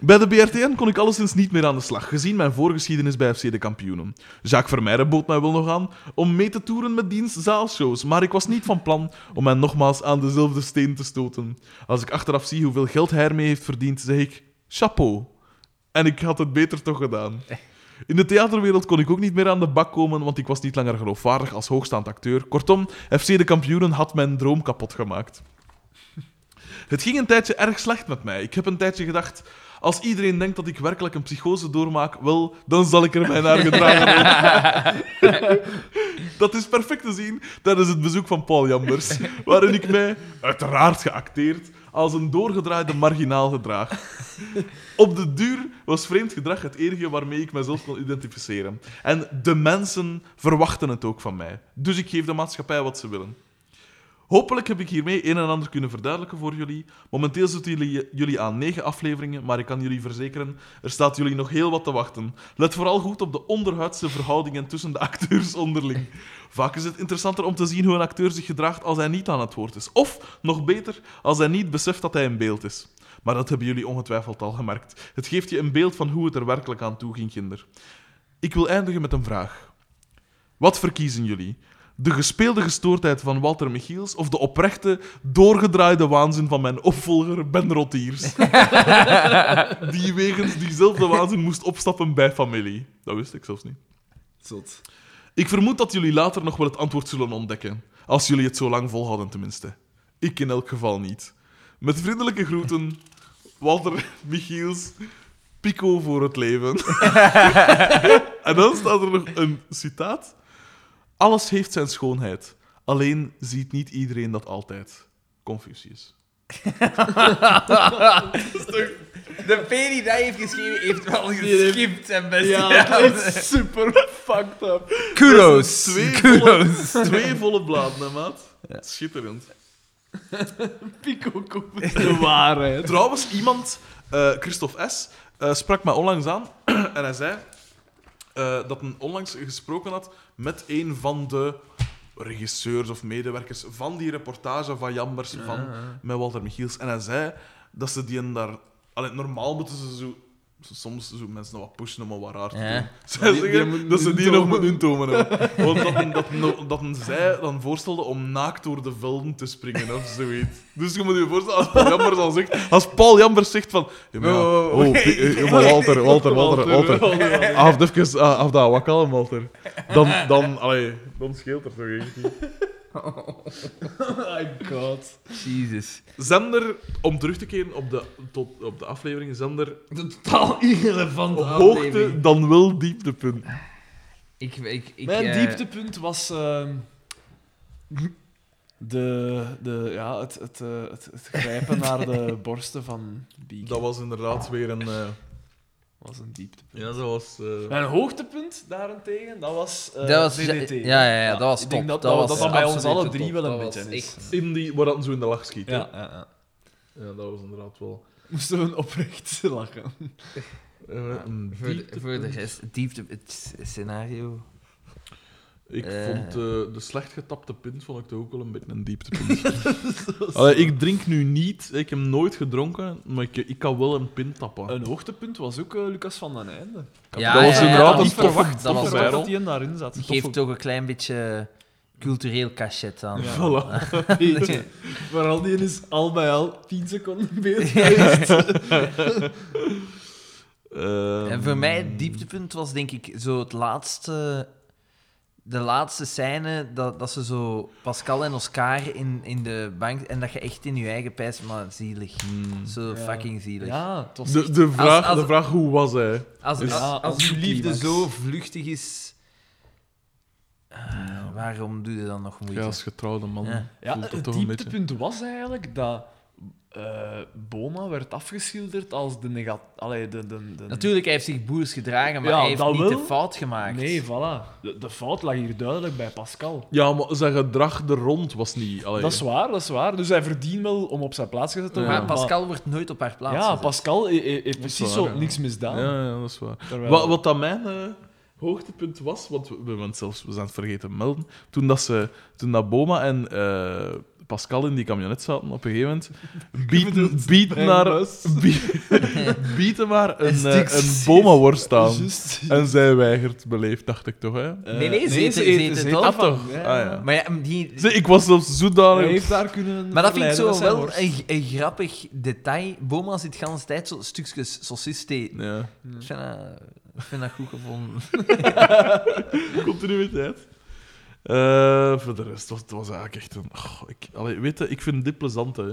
[SPEAKER 1] Bij de BRTN kon ik alleszins niet meer aan de slag, gezien mijn voorgeschiedenis bij FC de kampioenen. Jacques Vermeijden bood mij wel nog aan om mee te toeren met diens zaalshows, maar ik was niet van plan om mij nogmaals aan dezelfde steen te stoten. Als ik achteraf zie hoeveel geld hij ermee heeft verdiend, zeg ik chapeau. En ik had het beter toch gedaan. In de theaterwereld kon ik ook niet meer aan de bak komen, want ik was niet langer geloofwaardig als hoogstaand acteur. Kortom, FC de kampioenen had mijn droom kapot gemaakt. Het ging een tijdje erg slecht met mij. Ik heb een tijdje gedacht. Als iedereen denkt dat ik werkelijk een psychose doormaak, wel, dan zal ik er mij naar gedragen hebben. dat is perfect te zien tijdens het bezoek van Paul Jambers, waarin ik mij, uiteraard geacteerd, als een doorgedraaide marginaal gedraag. Op de duur was vreemd gedrag het enige waarmee ik mezelf kon identificeren. En de mensen verwachten het ook van mij. Dus ik geef de maatschappij wat ze willen. Hopelijk heb ik hiermee een en ander kunnen verduidelijken voor jullie. Momenteel zitten jullie, jullie aan negen afleveringen, maar ik kan jullie verzekeren, er staat jullie nog heel wat te wachten. Let vooral goed op de onderhuidse verhoudingen tussen de acteurs onderling. Vaak is het interessanter om te zien hoe een acteur zich gedraagt als hij niet aan het woord is. Of, nog beter, als hij niet beseft dat hij in beeld is. Maar dat hebben jullie ongetwijfeld al gemerkt. Het geeft je een beeld van hoe het er werkelijk aan toe ging, kinder. Ik wil eindigen met een vraag. Wat verkiezen jullie? De gespeelde gestoordheid van Walter Michiels of de oprechte, doorgedraaide waanzin van mijn opvolger Ben Rottiers? die wegens diezelfde waanzin moest opstappen bij familie. Dat wist ik zelfs niet.
[SPEAKER 2] Zot.
[SPEAKER 1] Ik vermoed dat jullie later nog wel het antwoord zullen ontdekken. Als jullie het zo lang volhouden, tenminste. Ik in elk geval niet. Met vriendelijke groeten, Walter Michiels, Pico voor het leven. en dan staat er nog een citaat. Alles heeft zijn schoonheid. Alleen ziet niet iedereen dat altijd. Confucius.
[SPEAKER 3] De P die dat heeft geschreven, heeft wel
[SPEAKER 2] heeft-
[SPEAKER 3] geskipt en best
[SPEAKER 2] Ja,
[SPEAKER 3] gedaan.
[SPEAKER 2] dat is super fucked up.
[SPEAKER 3] Kudos.
[SPEAKER 1] Twee
[SPEAKER 3] Kudos.
[SPEAKER 1] volle, twee volle bladen, hè, maat? Schitterend.
[SPEAKER 2] Pico Koppen. De waarheid.
[SPEAKER 1] Trouwens, iemand, eh, Christophe S., eh, sprak mij onlangs aan en hij zei eh, dat hij onlangs gesproken had met een van de regisseurs of medewerkers van die reportage van Jambers van, met Walter Michiels. En hij zei dat ze die en daar... Allee, normaal moeten ze zo... Soms zo mensen nog wat pushen om wat raar te doen.
[SPEAKER 3] Ja.
[SPEAKER 1] Zij
[SPEAKER 2] die- die
[SPEAKER 1] zeggen
[SPEAKER 2] moeten
[SPEAKER 1] dat ze die nog
[SPEAKER 2] intomen.
[SPEAKER 1] moeten intomen. hebben. Want dat, een- dat, een- dat een zij dan voorstelde om naakt door de velden te springen of zoiets. Dus je moet je voorstellen, als Paul Jambers dan zegt... Als Paul Jambers zegt van... Ja, maar ja,
[SPEAKER 3] Oh,
[SPEAKER 1] oh, pi- eh, ja, maar Walter, Walter, Walter, Walter.
[SPEAKER 2] oh.
[SPEAKER 1] Af, even, ah, af dat wat kalm, Walter. Dan, dan, allee, dan scheelt er toch eigenlijk niet.
[SPEAKER 2] Oh my god.
[SPEAKER 3] Jezus.
[SPEAKER 1] Zender, om terug te keren op de, tot, op de aflevering, zender
[SPEAKER 3] De totaal irrelevante
[SPEAKER 1] op hoogte dan wel dieptepunt.
[SPEAKER 3] Ik, ik, ik,
[SPEAKER 2] Mijn
[SPEAKER 3] eh,
[SPEAKER 2] dieptepunt was. ehm, de, de, ja, het, het, eh, het, het grijpen naar de borsten van Beak.
[SPEAKER 1] Dat was inderdaad weer een... eh,
[SPEAKER 2] was een dieptepunt.
[SPEAKER 1] ja, dat was... eh,
[SPEAKER 2] Mijn hoogtepunt daarentegen, dat was, eh
[SPEAKER 3] Dat was, ja,
[SPEAKER 2] DDT.
[SPEAKER 3] ja, ja, dat was
[SPEAKER 2] Ik
[SPEAKER 3] top.
[SPEAKER 2] denk dat
[SPEAKER 3] dat,
[SPEAKER 2] dat, dat,
[SPEAKER 3] was
[SPEAKER 2] dat bij ons
[SPEAKER 3] absoluut
[SPEAKER 2] alle
[SPEAKER 3] de
[SPEAKER 2] drie
[SPEAKER 3] top.
[SPEAKER 2] wel een
[SPEAKER 3] Dat was
[SPEAKER 2] beetje is.
[SPEAKER 3] echt-
[SPEAKER 1] in die, waar dat hem zo in de lach schiet. hè?
[SPEAKER 2] Ja, ja, ja.
[SPEAKER 1] ja, dat was inderdaad wel...
[SPEAKER 2] Moesten we een oprecht lachen.
[SPEAKER 1] eh, een
[SPEAKER 3] Voor de,
[SPEAKER 1] dieptepunt.
[SPEAKER 3] voor de rest, diepte, het scenario.
[SPEAKER 1] Ik
[SPEAKER 3] Eh.
[SPEAKER 1] vond eh, de slecht getapte pint vond ik toch ook wel een beetje een dieptepunt. Allee, ik drink nu niet, ik heb nooit gedronken, maar ik, ik kan wel een pint tappen.
[SPEAKER 2] Een hoogtepunt was ook eh, Lucas van den Einde.
[SPEAKER 3] Ja,
[SPEAKER 1] dat was
[SPEAKER 3] ja, ja,
[SPEAKER 1] inderdaad
[SPEAKER 3] dat
[SPEAKER 1] een
[SPEAKER 3] was
[SPEAKER 1] toffe,
[SPEAKER 3] verwacht, dat
[SPEAKER 1] toffe
[SPEAKER 3] was
[SPEAKER 2] Tof
[SPEAKER 1] bijrol.
[SPEAKER 2] dat hij hem daarin zat. Een
[SPEAKER 3] Geeft
[SPEAKER 2] toffe-
[SPEAKER 3] toch een klein beetje cultureel cachet aan.
[SPEAKER 2] Ja.
[SPEAKER 1] Voilà.
[SPEAKER 2] Beetje. Vooral die is al bij al 10 seconden bezig geweest.
[SPEAKER 1] Ehm,
[SPEAKER 3] En voor mij het dieptepunt was denk ik zo het laatste... De laatste scène dat, dat ze zo Pascal en Oscar in, in de bank... En dat je echt in je eigen pijs... Maar zielig.
[SPEAKER 1] hmm.
[SPEAKER 3] Zo
[SPEAKER 2] Ja.
[SPEAKER 3] fucking zielig.
[SPEAKER 2] Ja, het was
[SPEAKER 1] De, de, vraag,
[SPEAKER 3] als-
[SPEAKER 1] de vraag hoe was hij?
[SPEAKER 3] Als,
[SPEAKER 1] Is-
[SPEAKER 3] als,
[SPEAKER 2] Ja,
[SPEAKER 3] als uw
[SPEAKER 2] als
[SPEAKER 3] liefde
[SPEAKER 2] climax.
[SPEAKER 3] zo vluchtig is... eh, waarom doe je dan nog moeite?
[SPEAKER 1] Ja, als getrouwde man.
[SPEAKER 3] Ja.
[SPEAKER 2] Ja,
[SPEAKER 1] voelt dat
[SPEAKER 2] het
[SPEAKER 1] toch een beetje.
[SPEAKER 2] dieptepunt was eigenlijk dat eh, Boma werd afgeschilderd als de negat... Allee, de, de, de...
[SPEAKER 3] Natuurlijk, hij heeft zich boers gedragen, maar
[SPEAKER 2] Ja,
[SPEAKER 3] hij heeft
[SPEAKER 2] dat
[SPEAKER 3] niet
[SPEAKER 2] wel.
[SPEAKER 3] de fout gemaakt.
[SPEAKER 2] Nee, voilà. De, de fout lag hier duidelijk bij Pascal.
[SPEAKER 1] Ja, maar zijn gedrag er rond was niet. Allee.
[SPEAKER 2] Dat is waar, dat is waar. Dus hij verdient wel om op zijn plaats gezet te worden.
[SPEAKER 3] maar Pascal wordt nooit op haar plaats
[SPEAKER 2] Ja,
[SPEAKER 3] gezet.
[SPEAKER 2] Pascal he- he- heeft
[SPEAKER 1] is
[SPEAKER 2] precies
[SPEAKER 1] waar,
[SPEAKER 2] zo
[SPEAKER 1] ja.
[SPEAKER 2] niks misdaan.
[SPEAKER 1] Ja, ja, dat is waar.
[SPEAKER 2] Terwijl-
[SPEAKER 1] Wat, wat dat mijn eh, hoogtepunt was, want we, we, want zelfs, we zijn het vergeten te melden, toen, dat ze, toen dat Boma en eh, Pascal in die camionet zaten op een gegeven moment. Bieden, bieden, haar, bie- bieden maar een, eh,
[SPEAKER 3] stuk
[SPEAKER 1] een bomaworst aan.
[SPEAKER 2] Juist.
[SPEAKER 1] En zij weigert beleefd, dacht ik toch, hè?
[SPEAKER 2] Eh,
[SPEAKER 3] nee, ze eten- ze eten het
[SPEAKER 2] al
[SPEAKER 1] af,
[SPEAKER 2] van.
[SPEAKER 1] toch?
[SPEAKER 2] Ja,
[SPEAKER 1] Ah,
[SPEAKER 2] ja.
[SPEAKER 1] ja.
[SPEAKER 3] Maar ja, die...
[SPEAKER 1] Ze- ik was zelfs
[SPEAKER 2] Hij
[SPEAKER 1] zodanig...
[SPEAKER 2] heeft daar kunnen
[SPEAKER 3] Maar dat vind ik
[SPEAKER 2] verleiden
[SPEAKER 3] zo
[SPEAKER 2] met zijn
[SPEAKER 3] wel
[SPEAKER 2] worst.
[SPEAKER 3] een, een grappig detail. Boma zit de hele tijd zo stukjes saucis te eten.
[SPEAKER 1] Ja.
[SPEAKER 3] Ik vind dat, ik vind dat goed gevonden.
[SPEAKER 1] Continuïteit. Eh voor de rest was het was eigenlijk echt een. Oh, ik, allee, weet je, ik vind dit plezant, hè?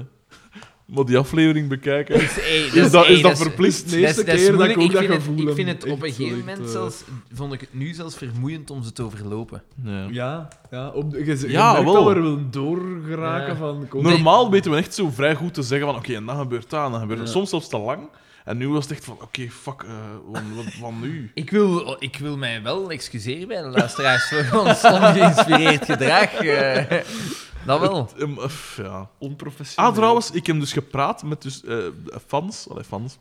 [SPEAKER 1] Maar die aflevering bekijken. Is,
[SPEAKER 3] Is
[SPEAKER 1] dat, is dat verplicht?
[SPEAKER 2] De eerste
[SPEAKER 3] dat is
[SPEAKER 2] keer dat ik
[SPEAKER 3] moeilijk.
[SPEAKER 2] ook dat
[SPEAKER 3] vind
[SPEAKER 2] gevoel
[SPEAKER 3] het, ik
[SPEAKER 2] heb.
[SPEAKER 3] vind het op
[SPEAKER 2] Echt
[SPEAKER 3] een gegeven
[SPEAKER 2] zo,
[SPEAKER 3] moment
[SPEAKER 2] echt, eh,
[SPEAKER 3] zelfs, vond ik het nu zelfs vermoeiend om ze te overlopen.
[SPEAKER 1] Ja.
[SPEAKER 2] Ja, ja, op de, je, je
[SPEAKER 1] Ja,
[SPEAKER 2] merkt
[SPEAKER 1] wel.
[SPEAKER 2] dat we er wel doorgeraken
[SPEAKER 3] Ja.
[SPEAKER 2] van... kom-
[SPEAKER 1] Normaal weten we echt zo vrij goed te zeggen van oké, en dan gebeurt dat, en dan gebeurt dat.
[SPEAKER 2] Ja.
[SPEAKER 1] Soms zelfs te lang. En nu was het echt van oké, fuck, eh, wat, wat, wat nu?
[SPEAKER 3] Ik wil, ik wil mij wel excuseren bij de luisteraars voor ons ongeïnspireerd gedrag. eh. dat wel.
[SPEAKER 1] Het- em, eh, ja.
[SPEAKER 2] Onprofessioneel.
[SPEAKER 1] Ah, trouwens, ik heb dus gepraat met dus, eh, fans, allee, fans,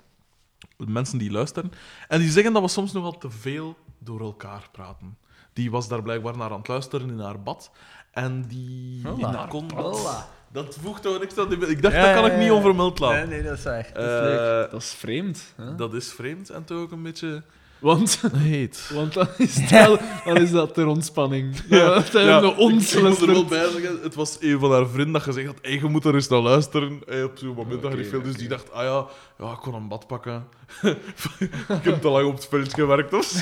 [SPEAKER 1] mensen die luisteren, en die zeggen dat we soms nogal te veel door elkaar praten. Die was daar blijkbaar naar aan het luisteren in haar bad. En die...
[SPEAKER 3] Voilà.
[SPEAKER 1] in haar kon-
[SPEAKER 3] Voilà.
[SPEAKER 1] Dat voegt toch niks aan. die- Ik dacht,
[SPEAKER 3] Ja,
[SPEAKER 1] dat kan
[SPEAKER 3] ja,
[SPEAKER 1] ik niet
[SPEAKER 3] ja.
[SPEAKER 1] onvermeld laten.
[SPEAKER 3] Nee, nee, dat is waar.
[SPEAKER 2] Dat is leuk.
[SPEAKER 1] Eh,
[SPEAKER 2] dat is vreemd. Hè?
[SPEAKER 1] dat is vreemd en toch ook een beetje...
[SPEAKER 2] Want,
[SPEAKER 1] Heet.
[SPEAKER 2] want dan, is het wel, dan is dat ter ontspanning. Ja, dat
[SPEAKER 1] Ja,
[SPEAKER 2] hebben we ons
[SPEAKER 1] ik moet er wel
[SPEAKER 2] luistert.
[SPEAKER 1] bij zeggen, het was een van haar vrienden dat gezegd had, hey, je moet er eens naar luisteren. Hey, op zo'n moment dat je niet veel, dus die dacht, ah ja, ja ik kon een bad pakken. ik heb te lang op het veld gewerkt, of zo.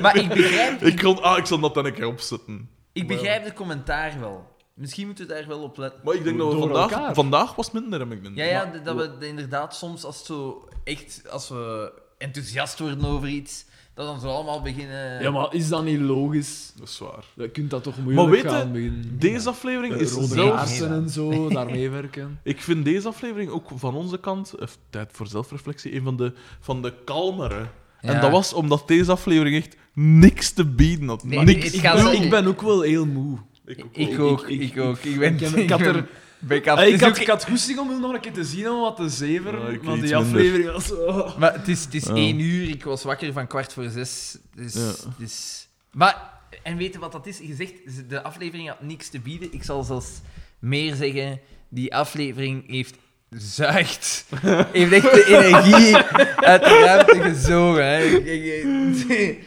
[SPEAKER 3] Maar ik begrijp,
[SPEAKER 1] Ik kon, ah, ik zal dat dan een keer opzetten.
[SPEAKER 3] ik begrijp de commentaar wel. Misschien moeten we daar wel op letten.
[SPEAKER 1] Maar ik denk dat we
[SPEAKER 2] Door
[SPEAKER 1] vandaag,
[SPEAKER 2] elkaar.
[SPEAKER 1] vandaag was minder, heb ik denk.
[SPEAKER 3] Ja, ja, d- dat we d- inderdaad soms als het zo echt als we enthousiast worden over iets, dat dan zo allemaal beginnen.
[SPEAKER 2] Ja, maar is dat niet logisch?
[SPEAKER 1] Dat is waar.
[SPEAKER 2] Je kunt dat toch moeilijk
[SPEAKER 1] weet je,
[SPEAKER 2] gaan beginnen.
[SPEAKER 1] Deze aflevering
[SPEAKER 2] Is
[SPEAKER 1] is
[SPEAKER 2] rode
[SPEAKER 1] zelf...
[SPEAKER 3] kaars.
[SPEAKER 2] kaarsen en zo, daarmee werken.
[SPEAKER 1] Ik vind deze aflevering ook van onze kant, even tijd voor zelfreflectie, een van de, van de kalmere. En
[SPEAKER 3] Ja.
[SPEAKER 1] dat was omdat deze aflevering echt niks te bieden had.
[SPEAKER 3] Nee,
[SPEAKER 1] niks.
[SPEAKER 3] het
[SPEAKER 2] Ik,
[SPEAKER 3] gaat-
[SPEAKER 2] wil- ik ben ook wel heel moe.
[SPEAKER 1] Ik ook
[SPEAKER 3] ik
[SPEAKER 1] wel.
[SPEAKER 3] ook,
[SPEAKER 2] ik-
[SPEAKER 3] ik,
[SPEAKER 2] ik-
[SPEAKER 3] ook. Ik ben
[SPEAKER 2] ik heb- ik had
[SPEAKER 3] ben-
[SPEAKER 2] er-
[SPEAKER 3] ben ik af.
[SPEAKER 2] Hey,
[SPEAKER 3] Het
[SPEAKER 2] ik,
[SPEAKER 3] is
[SPEAKER 2] had,
[SPEAKER 3] ook-
[SPEAKER 2] ik had goesting om nog een keer te zien om wat te zeveren,
[SPEAKER 1] Ja, ik
[SPEAKER 2] maar
[SPEAKER 1] iets
[SPEAKER 2] die
[SPEAKER 1] minder.
[SPEAKER 2] aflevering was... oh.
[SPEAKER 3] Maar het is, het is
[SPEAKER 1] Ja.
[SPEAKER 3] één uur, ik was wakker van kwart voor zes. Dus,
[SPEAKER 1] Ja.
[SPEAKER 3] dus... Maar, en weet je wat dat is? Je zegt, ze- de aflevering had niks te bieden. Ik zal zelfs meer zeggen, die aflevering heeft zuigt. heeft echt de energie uit de ruimte gezogen. Hè. eh, Ik- ik- ik-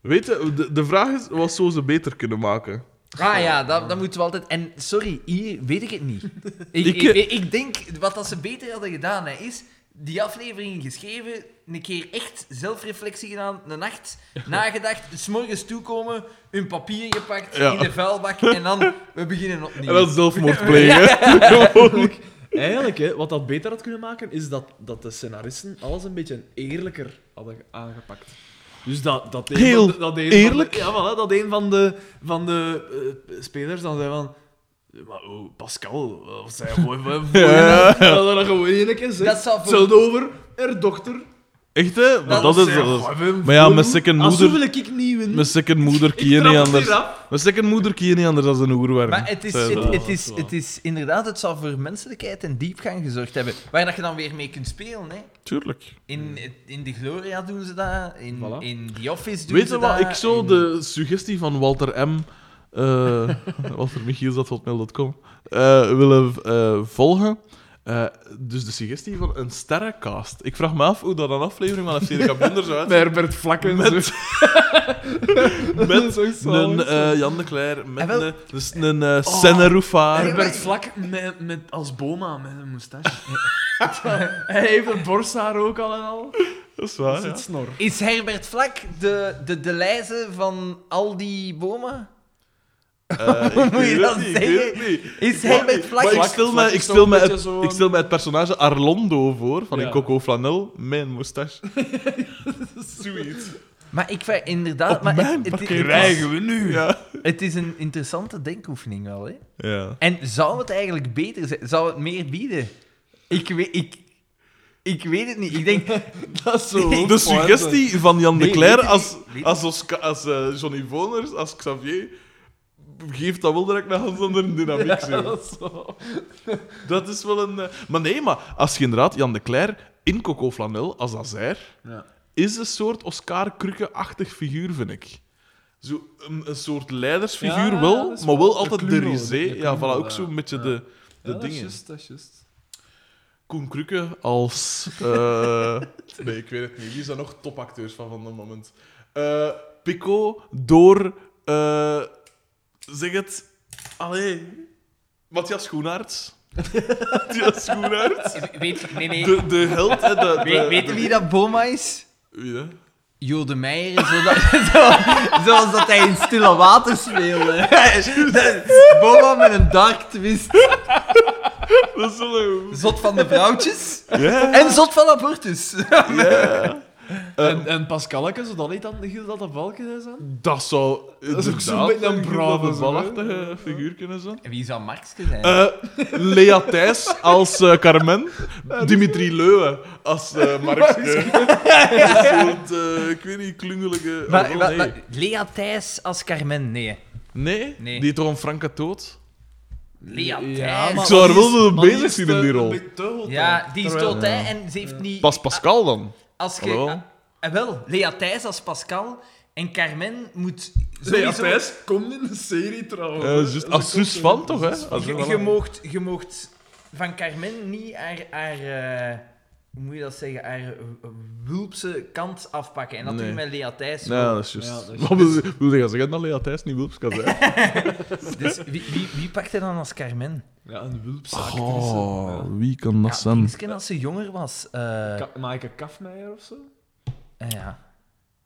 [SPEAKER 1] Weet je, de, de vraag is wat zou ze beter kunnen maken?
[SPEAKER 3] Ah ja,
[SPEAKER 1] eh,
[SPEAKER 3] dat, dat moeten we altijd... En sorry, hier weet ik het niet. Ik,
[SPEAKER 1] Ik,
[SPEAKER 3] ik,
[SPEAKER 1] eh,
[SPEAKER 3] ik, denk, wat dat ze beter hadden gedaan, hè, is die aflevering geschreven, een keer echt zelfreflectie gedaan, een nacht nagedacht, s'morgens toekomen, hun papier gepakt,
[SPEAKER 1] Ja.
[SPEAKER 3] in de vuilbak en dan, we beginnen
[SPEAKER 1] En
[SPEAKER 3] opnieuw.
[SPEAKER 1] dan zelfmoord plegen.
[SPEAKER 2] Eigenlijk, hè, wat dat beter had kunnen maken, is dat, dat de scenaristen alles een beetje eerlijker hadden aangepakt. Dus dat, dat een
[SPEAKER 1] Heel
[SPEAKER 2] van de- dat een
[SPEAKER 1] eerlijk?
[SPEAKER 2] Van de, ja, voilà, dat een van de, van de eh, spelers dan zei van... Maar oh, Pascal, of zij gewoon...
[SPEAKER 1] Ja.
[SPEAKER 2] Dat dat dan gewoon één keer zegt.
[SPEAKER 3] Dat zou voor-
[SPEAKER 2] Hetzelfde over haar dochter.
[SPEAKER 1] Echt, hè? Maar dat
[SPEAKER 3] Dat
[SPEAKER 1] is... dus.
[SPEAKER 2] Zij,
[SPEAKER 1] dat is-
[SPEAKER 2] "Goh, we-
[SPEAKER 1] Maar ja,
[SPEAKER 2] we-
[SPEAKER 1] mijn second
[SPEAKER 2] als zo
[SPEAKER 1] moeder...
[SPEAKER 2] wil ik ik niet winnen.
[SPEAKER 1] Mijn second moeder kiezen
[SPEAKER 2] trap
[SPEAKER 1] niet
[SPEAKER 2] het
[SPEAKER 1] anders.
[SPEAKER 2] hier af.
[SPEAKER 1] Mijn second moeder kiezen niet anders dan een oerwerm.
[SPEAKER 3] Maar het is,
[SPEAKER 1] Zei
[SPEAKER 3] het,
[SPEAKER 1] ze.
[SPEAKER 3] het is, het is inderdaad, het zal voor menselijkheid en diepgang gezorgd hebben, waar dat je dan weer mee kunt spelen. Hè.
[SPEAKER 1] Tuurlijk.
[SPEAKER 3] In, in de Gloria doen ze dat, in,
[SPEAKER 2] Voilà.
[SPEAKER 3] in The Office doen
[SPEAKER 1] Weet
[SPEAKER 3] ze
[SPEAKER 1] je
[SPEAKER 3] dat.
[SPEAKER 1] wat? Ik zo
[SPEAKER 3] in-
[SPEAKER 1] de suggestie van Walter M. eh Walter Michiels, dat hotmail.com, eh, willen eh, volgen. Eh, dus de suggestie van een sterrencast. Ik vraag me af hoe dat een aflevering van FC de Kabinder zou uitzien.
[SPEAKER 2] Herbert Vlakken.
[SPEAKER 1] Met-
[SPEAKER 2] zo. Dat
[SPEAKER 1] Met
[SPEAKER 2] is ook zalig,
[SPEAKER 1] een
[SPEAKER 2] zo.
[SPEAKER 1] eh, Jan de Cler, met
[SPEAKER 3] Ah, wel. Oh.
[SPEAKER 1] een, dus een eh Senneroefaar.
[SPEAKER 2] Herbert Vlak met, met, als Boma met een moustache. Hij heeft een borsthaar ook al en al.
[SPEAKER 1] Dat is
[SPEAKER 2] Dat
[SPEAKER 1] waar,
[SPEAKER 2] is
[SPEAKER 1] ja.
[SPEAKER 2] het snor.
[SPEAKER 3] Is Herbert Vlak de, de, de lijzen van al die bomen?
[SPEAKER 1] Eh, ik
[SPEAKER 3] Moet je
[SPEAKER 1] weet het
[SPEAKER 3] dat
[SPEAKER 1] niet, ik
[SPEAKER 3] zeggen?
[SPEAKER 1] weet het niet.
[SPEAKER 3] Is Herbert Vlak...
[SPEAKER 1] Maar ik
[SPEAKER 2] Vlak-
[SPEAKER 1] stel
[SPEAKER 2] Vlak
[SPEAKER 1] mij-
[SPEAKER 2] is
[SPEAKER 1] ik
[SPEAKER 2] toch
[SPEAKER 1] stel
[SPEAKER 2] een
[SPEAKER 1] mij
[SPEAKER 2] beetje
[SPEAKER 1] het-
[SPEAKER 2] zo'n-
[SPEAKER 1] ik stel mij het personage Arlondo voor, van in
[SPEAKER 2] Ja.
[SPEAKER 1] Coco Flanel, mijn moustache. Zoiets.
[SPEAKER 3] Maar ik vraag inderdaad...
[SPEAKER 1] Op
[SPEAKER 3] maar het-
[SPEAKER 1] mijn
[SPEAKER 3] het, het,
[SPEAKER 1] parkeer.
[SPEAKER 3] is,
[SPEAKER 1] we nu? Ja.
[SPEAKER 3] het is een interessante denkoefening wel, hè?
[SPEAKER 1] ja.
[SPEAKER 3] En zou het eigenlijk beter zijn? Zou het meer bieden? Ik weet... Ik, ik weet het niet. Ik denk...
[SPEAKER 2] Dat is zo.
[SPEAKER 1] De suggestie van Jan de
[SPEAKER 3] Nee,
[SPEAKER 1] Cler
[SPEAKER 3] weet ik
[SPEAKER 1] als,
[SPEAKER 3] niet.
[SPEAKER 1] als, Osca- als eh, Johnny Voners, als Xavier, geeft dat wel direct een ganz andere dynamiek. zo.
[SPEAKER 2] Dat is zo.
[SPEAKER 1] Dat is wel een. eh, Maar nee, maar als je inderdaad Jan de Cler in Coco Flanel als azijr,
[SPEAKER 2] Ja.
[SPEAKER 1] is een soort Oscar Krukke-achtig figuur, vind ik. Zo een, een soort leidersfiguur
[SPEAKER 2] Ja, ja,
[SPEAKER 1] wel,
[SPEAKER 2] dat is
[SPEAKER 1] maar
[SPEAKER 2] wel
[SPEAKER 1] wel
[SPEAKER 2] de
[SPEAKER 1] altijd de
[SPEAKER 2] Cluno, de-
[SPEAKER 1] risé.
[SPEAKER 2] de
[SPEAKER 1] Ja, voilà,
[SPEAKER 2] Cluno,
[SPEAKER 1] ook
[SPEAKER 2] ja.
[SPEAKER 1] zo'n beetje
[SPEAKER 2] Ja.
[SPEAKER 1] de, de
[SPEAKER 2] dat is
[SPEAKER 1] dingen.
[SPEAKER 2] juist, dat is juist.
[SPEAKER 1] Koen Krukke als... eh, nee, ik weet het niet. Wie zijn nog topacteurs van van dat moment? Eh Pico door... eh, zeg het... Allee... Matthias Schoenaerts. Matthias Schoenaerts.
[SPEAKER 3] Weet, nee, nee.
[SPEAKER 1] De, de held... hè, De, de,
[SPEAKER 3] Weet, weet wie dat Boma is?
[SPEAKER 1] Wie dat?
[SPEAKER 3] Jo de Meijer, zodat, zo, zoals dat hij in stille water speelde. Dat is Boma met een dark twist.
[SPEAKER 1] Dat is wel een goed.
[SPEAKER 3] Zot van de vrouwtjes
[SPEAKER 1] Ja.
[SPEAKER 3] en zot van abortus.
[SPEAKER 1] Eh,
[SPEAKER 2] en, en Pascalke, zo dat niet dan Gilles dat de Valken is aan?
[SPEAKER 1] Dat zou
[SPEAKER 2] is ook zo'n
[SPEAKER 1] inderdaad
[SPEAKER 2] beetje een brave
[SPEAKER 1] een
[SPEAKER 2] zo, hè?
[SPEAKER 1] balachtige figuur kunnen zijn.
[SPEAKER 3] En wie zou Markske zijn?
[SPEAKER 1] Eh, Lea Thijs als eh, Carmen. Dimitri Leuwe als eh Markske. Een soort, eh, ik weet niet, klungelige...
[SPEAKER 3] maar,
[SPEAKER 1] oh,
[SPEAKER 3] maar-
[SPEAKER 1] nee.
[SPEAKER 3] maar- Lea Thijs als Carmen, nee.
[SPEAKER 1] nee?
[SPEAKER 3] Nee.
[SPEAKER 1] die toch een Franke dood?
[SPEAKER 3] Lea Thijs.
[SPEAKER 2] Ja,
[SPEAKER 3] Ja,
[SPEAKER 2] maar-
[SPEAKER 1] Ik zou haar
[SPEAKER 2] die
[SPEAKER 1] wel
[SPEAKER 2] is-
[SPEAKER 1] willen
[SPEAKER 2] maar die
[SPEAKER 1] bezig
[SPEAKER 2] is
[SPEAKER 1] zien
[SPEAKER 2] te-
[SPEAKER 1] in die
[SPEAKER 2] een
[SPEAKER 1] rol.
[SPEAKER 2] beetje te hot, hè.
[SPEAKER 3] die is
[SPEAKER 2] Terwijl-
[SPEAKER 3] dood, hè, en ze heeft niet...
[SPEAKER 1] Pas Pascal dan?
[SPEAKER 3] Als je...
[SPEAKER 1] Hallo?
[SPEAKER 3] Eh, wel, Lea Thijs als Pascal en Carmen moet
[SPEAKER 2] Lea
[SPEAKER 3] sowieso...
[SPEAKER 2] Thijs komt in de serie trouwens.
[SPEAKER 1] Eh,
[SPEAKER 2] hè.
[SPEAKER 1] juist
[SPEAKER 2] Oh, Dat
[SPEAKER 1] als
[SPEAKER 2] komt
[SPEAKER 1] zus
[SPEAKER 2] zo.
[SPEAKER 1] van, toch? Hè? Ah, Als
[SPEAKER 3] Je,
[SPEAKER 1] zus
[SPEAKER 3] je,
[SPEAKER 1] van.
[SPEAKER 3] moogt, je moogt van Carmen niet haar, haar eh, hoe moet je dat zeggen, haar eh, wulpse kant afpakken. En dat
[SPEAKER 1] Nee.
[SPEAKER 3] doen we met Lea Thijs.
[SPEAKER 1] Nee,
[SPEAKER 3] wel.
[SPEAKER 1] dat is juist.
[SPEAKER 2] Ja, dat is
[SPEAKER 1] Wat wil je- wil je gaan zeggen dat Lea Thijs niet Wilps kan zijn?
[SPEAKER 3] Dus wie, wie, wie pakt hij dan als Carmen?
[SPEAKER 2] Ja, een wulpsactrice.
[SPEAKER 1] Oh,
[SPEAKER 2] Ja.
[SPEAKER 1] wie kan dat
[SPEAKER 3] Ja,
[SPEAKER 1] zijn?
[SPEAKER 3] Kingsken als ze jonger was. eh,
[SPEAKER 2] Ka- Maaike Kafmeijer of zo?
[SPEAKER 3] eh, ja.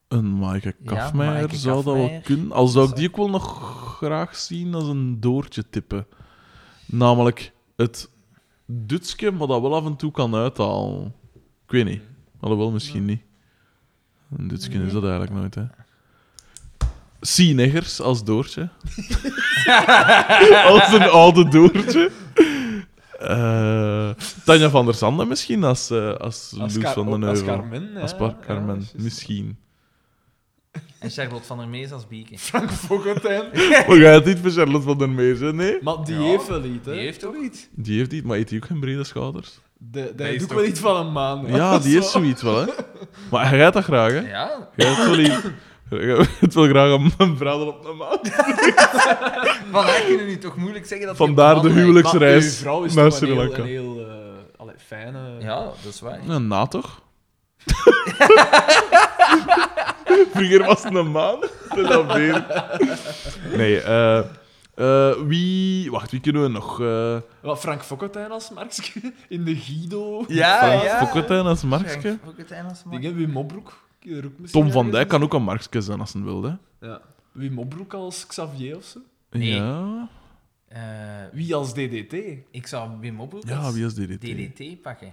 [SPEAKER 1] Een Maaike
[SPEAKER 3] Ja,
[SPEAKER 1] Kafmeijer
[SPEAKER 3] Maaike
[SPEAKER 1] zou dat wel
[SPEAKER 3] Kafmeijer.
[SPEAKER 1] kunnen. Al zou ik
[SPEAKER 3] Zou-
[SPEAKER 1] die ook wel nog graag zien als een doortje tippen. Namelijk het Dutske, maar dat wel af en toe kan uithalen. Ik weet niet. Alhoewel, misschien niet. Een Dutske is dat eigenlijk nooit, hè. Sieneggers als doortje. als een oude doortje. Eh, Tanja van der Sande misschien als, eh als,
[SPEAKER 2] Als,
[SPEAKER 1] Loes
[SPEAKER 2] Car-
[SPEAKER 1] van den
[SPEAKER 2] ook
[SPEAKER 1] Heuvel.
[SPEAKER 2] als Carmen.
[SPEAKER 1] Als
[SPEAKER 2] ja,
[SPEAKER 1] Park
[SPEAKER 2] ja,
[SPEAKER 1] Carmen,
[SPEAKER 2] dat is juist.
[SPEAKER 1] misschien.
[SPEAKER 3] En Charlotte van der Mees als Bieke.
[SPEAKER 2] Frank Fokkentijn.
[SPEAKER 1] Maar jij hebt niet van Charlotte van der Meers, hè? Nee.
[SPEAKER 2] Maar die
[SPEAKER 3] Ja,
[SPEAKER 2] heeft wel iets, hè?
[SPEAKER 3] die heeft
[SPEAKER 2] wel iets.
[SPEAKER 1] Die heeft niet, maar eet die ook geen brede schouders?
[SPEAKER 2] De,
[SPEAKER 3] Die
[SPEAKER 2] die
[SPEAKER 3] is
[SPEAKER 2] doet
[SPEAKER 3] toch-
[SPEAKER 2] wel iets van een maan. hè.
[SPEAKER 1] Ja, die heeft zoiets wel, hè? Maar hij gaat dat graag, hè?
[SPEAKER 3] Ja,
[SPEAKER 1] Jij hebt wel iets- Jij hebt wel graag een- een verhaal op de maat.
[SPEAKER 3] maar wij kunnen nu toch moeilijk zeggen dat... je
[SPEAKER 1] Vandaar
[SPEAKER 3] een
[SPEAKER 1] de
[SPEAKER 3] man lijkt.
[SPEAKER 2] Maar uw
[SPEAKER 1] huwelijksreis
[SPEAKER 2] vrouw is
[SPEAKER 1] naar
[SPEAKER 2] toch
[SPEAKER 1] Sri
[SPEAKER 2] een heel,
[SPEAKER 1] Lanka.
[SPEAKER 2] een heel eh, allee, fijne...
[SPEAKER 3] Ja, dat is waar.
[SPEAKER 1] Een na toch? Vroeger was het een maan. Dat is al weer. Nee, eh. eh, wie... Wacht, wie kunnen we nog? eh
[SPEAKER 2] Wat, Frank Fokkentijn als Markske? In de Guido?
[SPEAKER 3] Ja,
[SPEAKER 1] Frank
[SPEAKER 3] ja.
[SPEAKER 1] Fokkentijn als Markske.
[SPEAKER 3] Frank Fokkentijn als man.
[SPEAKER 2] Dingen, Wim Mobroek? die er ook misschien
[SPEAKER 1] Tom van
[SPEAKER 2] ergens
[SPEAKER 1] Dijk kan ook een Markske zijn als hij wilde.
[SPEAKER 2] is. Ja. Wim Mobroek als Xavier of zo?
[SPEAKER 3] Nee.
[SPEAKER 1] Ja.
[SPEAKER 3] Eh,
[SPEAKER 2] Wie als DDT?
[SPEAKER 3] ik zou Wim Oproep
[SPEAKER 1] Ja,
[SPEAKER 3] als
[SPEAKER 1] wie is DDT?
[SPEAKER 3] DDT pakken.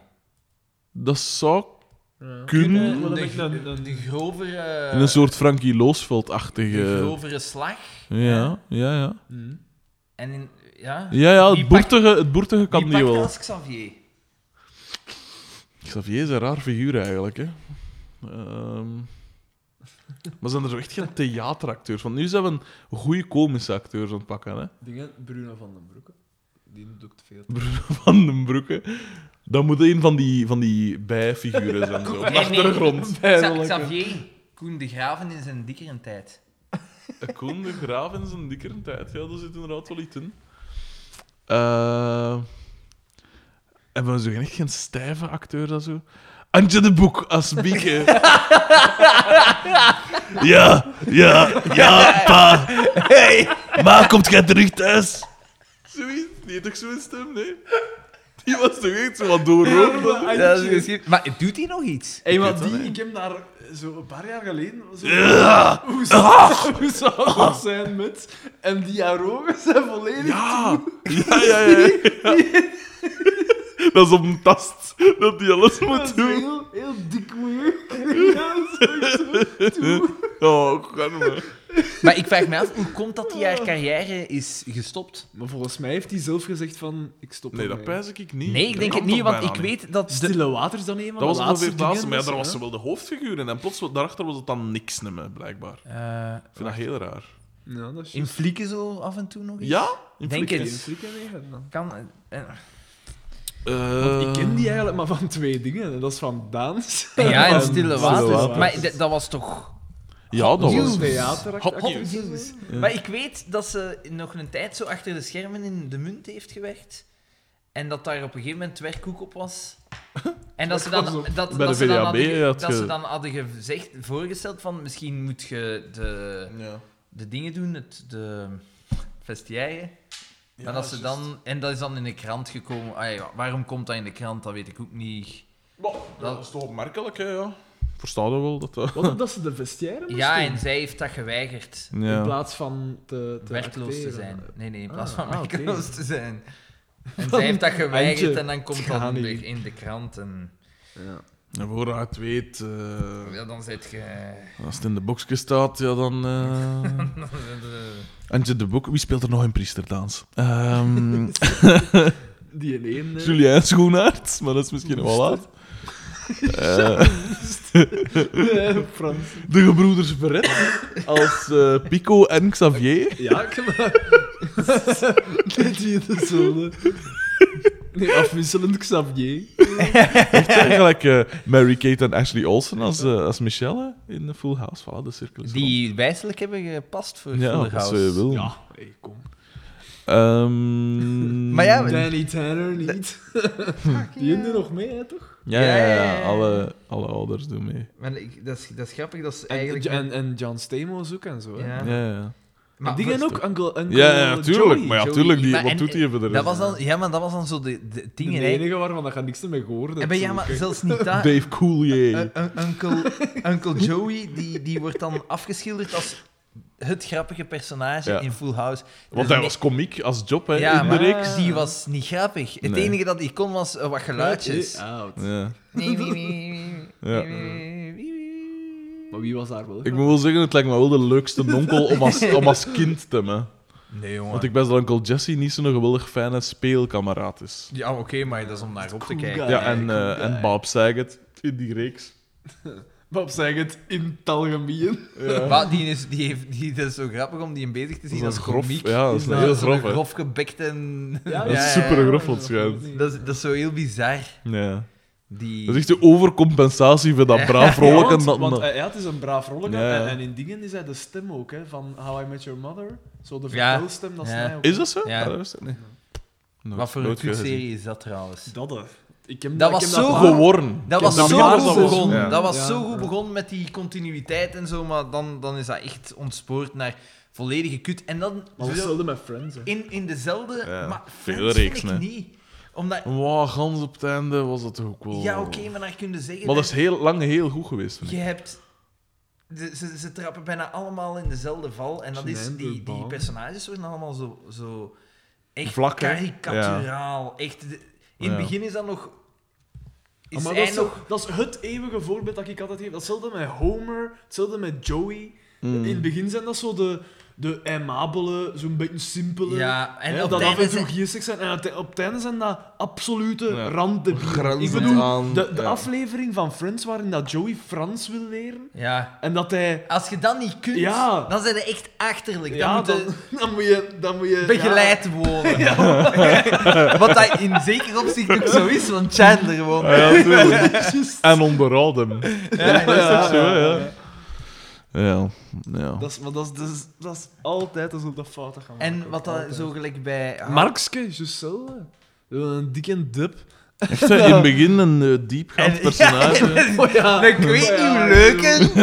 [SPEAKER 1] Dat zou
[SPEAKER 2] Kunnen,
[SPEAKER 1] kunnen.
[SPEAKER 2] maar dan
[SPEAKER 3] de,
[SPEAKER 2] ben ik dan- dan-
[SPEAKER 3] de grovere...
[SPEAKER 1] In een soort eh, Frankie Loosveld-achtige.
[SPEAKER 3] De grovere slag.
[SPEAKER 1] Ja, ja, ja.
[SPEAKER 2] Hm.
[SPEAKER 3] En in, ja,
[SPEAKER 1] Ja, ja,
[SPEAKER 3] Wie
[SPEAKER 1] het boertige, het boertige
[SPEAKER 3] die
[SPEAKER 1] kan die
[SPEAKER 3] pakt
[SPEAKER 1] wel.
[SPEAKER 3] als Xavier.
[SPEAKER 1] Xavier is een raar figuur eigenlijk, hè. Ehm, Maar zijn er zo echt geen theateracteurs? Want nu zijn we een goede komische acteurs aan het pakken, hè.
[SPEAKER 2] Dingen, Bruno van den Broeke. Die doet ook te veel.
[SPEAKER 1] Van den Broeke. Dat moet een van die, van die bijfiguren zijn, zo. Op de
[SPEAKER 3] Nee, nee.
[SPEAKER 1] achtergrond.
[SPEAKER 3] Xa- Xavier. Koen de Graven in zijn dikkere tijd.
[SPEAKER 1] Koen de Graaf in zijn dikkere tijd. Ja, daar zit inderdaad wel iets in. Eh, hebben we zo geen- echt geen stijve acteur dat zo? Antje de Boek als Bieke. ja, ja, ja, pa. Hey, ma, komt jij terug thuis? Zoiets? Die heeft toch zo'n stem, nee? Die was toch echt zo wat doorrood?
[SPEAKER 3] Maar doet hij nog iets?
[SPEAKER 2] Hey, maar
[SPEAKER 1] weet dat
[SPEAKER 2] die,
[SPEAKER 1] niet.
[SPEAKER 2] ik heb daar eh, zo een paar jaar geleden. Zo,
[SPEAKER 1] Ja,
[SPEAKER 2] hoe, zou, hoe zou dat zijn met. En die haar ogen zijn volledig.
[SPEAKER 1] Ja, Ah, ja, ja. ja. Dat is op een tast dat die alles
[SPEAKER 2] dat is
[SPEAKER 1] moet doen.
[SPEAKER 2] heel, heel dik moeilijk. Ja, dat is echt zo. Toe.
[SPEAKER 1] Oh, karma.
[SPEAKER 3] Maar ik vraag me af, hoe komt dat hij haar carrière is gestopt?
[SPEAKER 2] Maar volgens mij heeft hij zelf gezegd: van, Ik stop
[SPEAKER 1] Nee, dat
[SPEAKER 2] ermee.
[SPEAKER 1] pijs ik niet.
[SPEAKER 3] Nee, ik
[SPEAKER 1] Dat
[SPEAKER 3] denk
[SPEAKER 1] kan
[SPEAKER 3] het niet,
[SPEAKER 1] toch
[SPEAKER 3] want
[SPEAKER 1] bijna
[SPEAKER 3] ik
[SPEAKER 1] niet?
[SPEAKER 3] weet dat... De...
[SPEAKER 2] Stille Water is dan een van
[SPEAKER 1] Dat was
[SPEAKER 2] de
[SPEAKER 1] ongeveer
[SPEAKER 2] laatste
[SPEAKER 1] het laatste,
[SPEAKER 2] dingen
[SPEAKER 3] dus,
[SPEAKER 1] maar ja, daar
[SPEAKER 2] of
[SPEAKER 1] was
[SPEAKER 2] zo,
[SPEAKER 1] ze
[SPEAKER 2] hè?
[SPEAKER 1] wel de hoofdfiguur in. En plots, daarachter was het dan niks meer, blijkbaar. Ik
[SPEAKER 3] Eh,
[SPEAKER 1] vind dat heel raar.
[SPEAKER 2] Ja, dat is
[SPEAKER 3] in flieken zo af en toe nog iets?
[SPEAKER 1] Ja? In
[SPEAKER 3] Denk
[SPEAKER 1] Flikken.
[SPEAKER 3] het. Kan, eh, eh.
[SPEAKER 1] Eh,
[SPEAKER 2] Want ik ken die eigenlijk maar van twee dingen. En dat is van dans.
[SPEAKER 3] ja,
[SPEAKER 2] van
[SPEAKER 3] en stille
[SPEAKER 1] Stille
[SPEAKER 3] waters.
[SPEAKER 1] Waters.
[SPEAKER 3] Maar d- dat was toch...
[SPEAKER 1] Eh, Ja, dat
[SPEAKER 2] Zo'n
[SPEAKER 1] was...
[SPEAKER 2] theateracteur.
[SPEAKER 1] Hot
[SPEAKER 3] Jezus.
[SPEAKER 1] Ja.
[SPEAKER 3] Maar ik weet dat ze nog een tijd zo achter de schermen in de munt heeft gewerkt. En dat daar op een gegeven moment werkkoek op was. En dat ze dan, dat, dat,
[SPEAKER 1] Bij de
[SPEAKER 3] ze, dan
[SPEAKER 1] VDAB
[SPEAKER 3] hadden, ge-
[SPEAKER 1] had
[SPEAKER 3] dat ze
[SPEAKER 1] ge-
[SPEAKER 3] dan hadden gezegd, voorgesteld van misschien moet je de,
[SPEAKER 1] Ja.
[SPEAKER 3] de dingen doen, het, de vestiaire. maar dat ze dan, en dat is dan in de krant gekomen. Ah ja, waarom komt dat in de krant? Dat weet ik ook niet.
[SPEAKER 1] dat is toch opmerkelijk, hè, ja. Verstaan we wel dat... dat-
[SPEAKER 2] Wat dat ze de vestiaire moest
[SPEAKER 3] Ja,
[SPEAKER 2] doen?
[SPEAKER 3] en zij heeft dat geweigerd.
[SPEAKER 2] In
[SPEAKER 1] Ja.
[SPEAKER 2] plaats van te, te
[SPEAKER 3] werkloos te
[SPEAKER 2] acteren.
[SPEAKER 3] zijn. Nee, nee, in
[SPEAKER 2] Ah,
[SPEAKER 3] plaats van
[SPEAKER 2] ah, oké.
[SPEAKER 3] werkloos te zijn. En zij heeft dat geweigerd
[SPEAKER 2] Antje,
[SPEAKER 3] en dan komt
[SPEAKER 2] het
[SPEAKER 3] dat
[SPEAKER 2] gaat
[SPEAKER 3] in de,
[SPEAKER 2] niet.
[SPEAKER 3] in de krant. En
[SPEAKER 2] Ja.
[SPEAKER 1] En voor het weet, eh,
[SPEAKER 3] ja, dan zit je...
[SPEAKER 1] als het in de boxje staat, ja, dan... eh, Antje de Boek, wie speelt er nog in priesterdaans? Ehm
[SPEAKER 2] Die in één... eh,
[SPEAKER 1] Julien Schoenaerts, maar dat is misschien wel laat. Eh,
[SPEAKER 2] eh, Frans.
[SPEAKER 1] de gebroeders Verret als eh, Pico en Xavier.
[SPEAKER 2] Ja, ik maar... nee, die de zone. Nee, afwisselend Xavier.
[SPEAKER 1] Eigenlijk eh, Mary-Kate en Ashley Olsen als, eh, als Michelle hè, in Full House. Voilà, de cirkel is
[SPEAKER 3] Die wijselijk hebben gepast voor
[SPEAKER 1] rond. Ja,
[SPEAKER 3] Fuller
[SPEAKER 1] dat
[SPEAKER 3] House.
[SPEAKER 1] zou je willen.
[SPEAKER 2] Ja, hey, kom.
[SPEAKER 1] Ehm,
[SPEAKER 3] Maar ja, we-
[SPEAKER 2] Danny Tanner niet. Die doen er nog mee, hè, toch?
[SPEAKER 1] Ja, ja, ja, ja,
[SPEAKER 3] Ja, ja, ja.
[SPEAKER 1] Alle, alle ouders doen mee.
[SPEAKER 3] Maar ik, dat, is, dat is grappig, dat is
[SPEAKER 2] En,
[SPEAKER 3] eigenlijk...
[SPEAKER 2] en, en John Stamos ook en zo. Hè.
[SPEAKER 3] Ja. Ah,
[SPEAKER 1] Ja, ja.
[SPEAKER 2] Maar die gaan ook Uncle, Uncle
[SPEAKER 1] ja, ja tuurlijk.
[SPEAKER 2] Joey.
[SPEAKER 1] maar ja,
[SPEAKER 3] Joey.
[SPEAKER 1] tuurlijk, die,
[SPEAKER 3] Maar
[SPEAKER 1] wat
[SPEAKER 3] en-
[SPEAKER 1] doet hij verder?
[SPEAKER 3] dat was dan, ja, maar dat was dan zo de, de
[SPEAKER 2] De
[SPEAKER 3] dingen, hè.
[SPEAKER 2] enige waarvan dat gaat niks mee gehoord.
[SPEAKER 3] En bij- Ja, maar zelfs niet dat.
[SPEAKER 1] Dave Coulier.
[SPEAKER 3] Un- un- uncle, uncle Joey, die, die wordt dan afgeschilderd als het grappige personage
[SPEAKER 1] Ja.
[SPEAKER 3] in Full House.
[SPEAKER 1] Want
[SPEAKER 3] Dus
[SPEAKER 1] hij was komiek als job hè,
[SPEAKER 3] Ja,
[SPEAKER 1] in de
[SPEAKER 3] maar
[SPEAKER 1] reeks.
[SPEAKER 3] die was niet grappig. Het
[SPEAKER 1] Nee.
[SPEAKER 3] enige dat hij kon was eh, wat geluidjes.
[SPEAKER 2] ah,
[SPEAKER 1] Ja.
[SPEAKER 3] Nee, nee, nee,
[SPEAKER 1] Ja.
[SPEAKER 3] nee, nee, nee.
[SPEAKER 2] Maar wie was daar wel?
[SPEAKER 1] Ik moet wel zeggen, het lijkt me wel de leukste nonkel om als, om als kind te hebben.
[SPEAKER 3] Nee, jongen.
[SPEAKER 1] Want ik best dat onkel Jesse niet zo'n geweldig fijne speelkameraad is.
[SPEAKER 3] Ja, oké, maar dat is om naar op te
[SPEAKER 2] cool
[SPEAKER 3] kijken.
[SPEAKER 2] guy.
[SPEAKER 1] Ja, en, eh, en Bob Saget in die reeks.
[SPEAKER 2] Bob zei het in het algemeen.
[SPEAKER 1] eh,
[SPEAKER 3] Maar die is, die heeft, die, dat is zo grappig om die in bezig te zien als komiek.
[SPEAKER 1] Ja, dat is
[SPEAKER 2] Is
[SPEAKER 1] een
[SPEAKER 2] dat
[SPEAKER 1] heel
[SPEAKER 3] Dat is zo'n
[SPEAKER 1] grof, hè.
[SPEAKER 3] grof gebekt en...
[SPEAKER 1] Dat is super grof van het schijn.
[SPEAKER 3] Dat is, dat is zo heel bizar.
[SPEAKER 1] Ja.
[SPEAKER 3] Die...
[SPEAKER 1] Dat is echt de overcompensatie voor dat braaf
[SPEAKER 2] Ja,
[SPEAKER 1] rollen.
[SPEAKER 2] want,
[SPEAKER 1] dat,
[SPEAKER 2] want, eh, ja, het is een braaf rolletje.
[SPEAKER 1] Ja, ja.
[SPEAKER 2] En, en in dingen is hij de stem ook, hè, van How I Met Your Mother. Zo de
[SPEAKER 3] Ja.
[SPEAKER 2] vertelstem, dat is
[SPEAKER 3] Ja.
[SPEAKER 2] hij ook.
[SPEAKER 1] Is dat zo?
[SPEAKER 3] Ja.
[SPEAKER 1] Ah, dat wist ik niet. Nooit-
[SPEAKER 3] Wat voor een
[SPEAKER 1] nooit gezien.
[SPEAKER 3] kutserie is dat trouwens?
[SPEAKER 2] Dat, hè. Ik heb
[SPEAKER 3] Dat
[SPEAKER 2] ik
[SPEAKER 3] was
[SPEAKER 2] heb
[SPEAKER 3] zo
[SPEAKER 2] paar-
[SPEAKER 1] Geworden.
[SPEAKER 3] Dat
[SPEAKER 2] Ik
[SPEAKER 3] was
[SPEAKER 2] heb dat
[SPEAKER 3] zo
[SPEAKER 2] jaren
[SPEAKER 3] goed
[SPEAKER 2] al gezien.
[SPEAKER 3] begonnen.
[SPEAKER 1] Ja.
[SPEAKER 3] Dat was
[SPEAKER 2] Ja,
[SPEAKER 3] zo goed
[SPEAKER 2] ja.
[SPEAKER 3] begonnen met die continuïteit en zo, maar dan, dan is dat echt ontspoord naar volledige kut. En dan
[SPEAKER 2] Maar
[SPEAKER 3] zo-
[SPEAKER 2] hetzelfde met Friends, hè.
[SPEAKER 3] in, in dezelfde,
[SPEAKER 1] Ja,
[SPEAKER 3] maar
[SPEAKER 1] veel
[SPEAKER 3] Friends vind
[SPEAKER 1] reeks,
[SPEAKER 3] ik
[SPEAKER 1] hè.
[SPEAKER 3] niet. Omdat,
[SPEAKER 1] Wow, gans op het einde was dat toch ook wel...
[SPEAKER 3] ja, oké, maar daar kun je zeggen...
[SPEAKER 1] Oh. Maar dat is heel, lang heel goed geweest, vind ik.
[SPEAKER 3] Je hebt... de- ze, ze trappen bijna allemaal in dezelfde val en dat is... Die, die
[SPEAKER 2] Snijdenbaan.
[SPEAKER 3] personages worden allemaal zo... zo echt
[SPEAKER 1] Vlak, hè?
[SPEAKER 3] karikaturaal. Echt, de-
[SPEAKER 1] Ja.
[SPEAKER 3] in het begin is dat nog... Is
[SPEAKER 2] Ah, maar
[SPEAKER 3] hij
[SPEAKER 2] dat, is zo-
[SPEAKER 3] nog...
[SPEAKER 2] dat is het eeuwige voorbeeld dat ik altijd geef. Datzelfde met Homer, hetzelfde met Joey.
[SPEAKER 1] Mm.
[SPEAKER 2] In het begin zijn dat zo de, de aimabele, zo'n beetje simpele.
[SPEAKER 3] Ja, en
[SPEAKER 2] hè,
[SPEAKER 3] op
[SPEAKER 2] dat
[SPEAKER 3] het
[SPEAKER 2] af
[SPEAKER 3] einde
[SPEAKER 2] en
[SPEAKER 3] zijn-
[SPEAKER 2] toe geestig zijn. En uite- op het einde zijn dat absolute
[SPEAKER 1] Ja.
[SPEAKER 2] ja. randdebielen. Ik
[SPEAKER 1] Grenzen
[SPEAKER 2] bedoel,
[SPEAKER 1] aan-
[SPEAKER 2] de, de
[SPEAKER 1] ja.
[SPEAKER 2] aflevering van Friends waarin dat Joey Frans wil leren.
[SPEAKER 3] Ja,
[SPEAKER 2] En dat hij...
[SPEAKER 3] Als je dat niet kunt,
[SPEAKER 2] Ja.
[SPEAKER 3] dan zijn je echt achterlijk. Dan
[SPEAKER 2] ja,
[SPEAKER 3] moet je
[SPEAKER 2] dan, dan moet je... Dan moet je
[SPEAKER 3] begeleid worden. Wat dat in zeker opzicht ook zo is, want Chandler woont.
[SPEAKER 1] Ah, ja, tuurlijk.
[SPEAKER 2] Ja, juist.
[SPEAKER 1] en onderhouden. Ja, dat is toch zo, hè, ja. Ja, ja.
[SPEAKER 2] dat, is, maar dat, is, dat, is, dat is altijd als op dat fout gaan maken.
[SPEAKER 3] En wat dat
[SPEAKER 2] Altijd.
[SPEAKER 3] zo gelijk bij...
[SPEAKER 2] Markske, Giselle. Een dikke dub.
[SPEAKER 1] Echt, hè, in het begin een eh, diepgaand
[SPEAKER 3] En-
[SPEAKER 1] personage.
[SPEAKER 2] Oh ja.
[SPEAKER 3] Ik weet niet hoe
[SPEAKER 2] Ja.
[SPEAKER 3] leuk het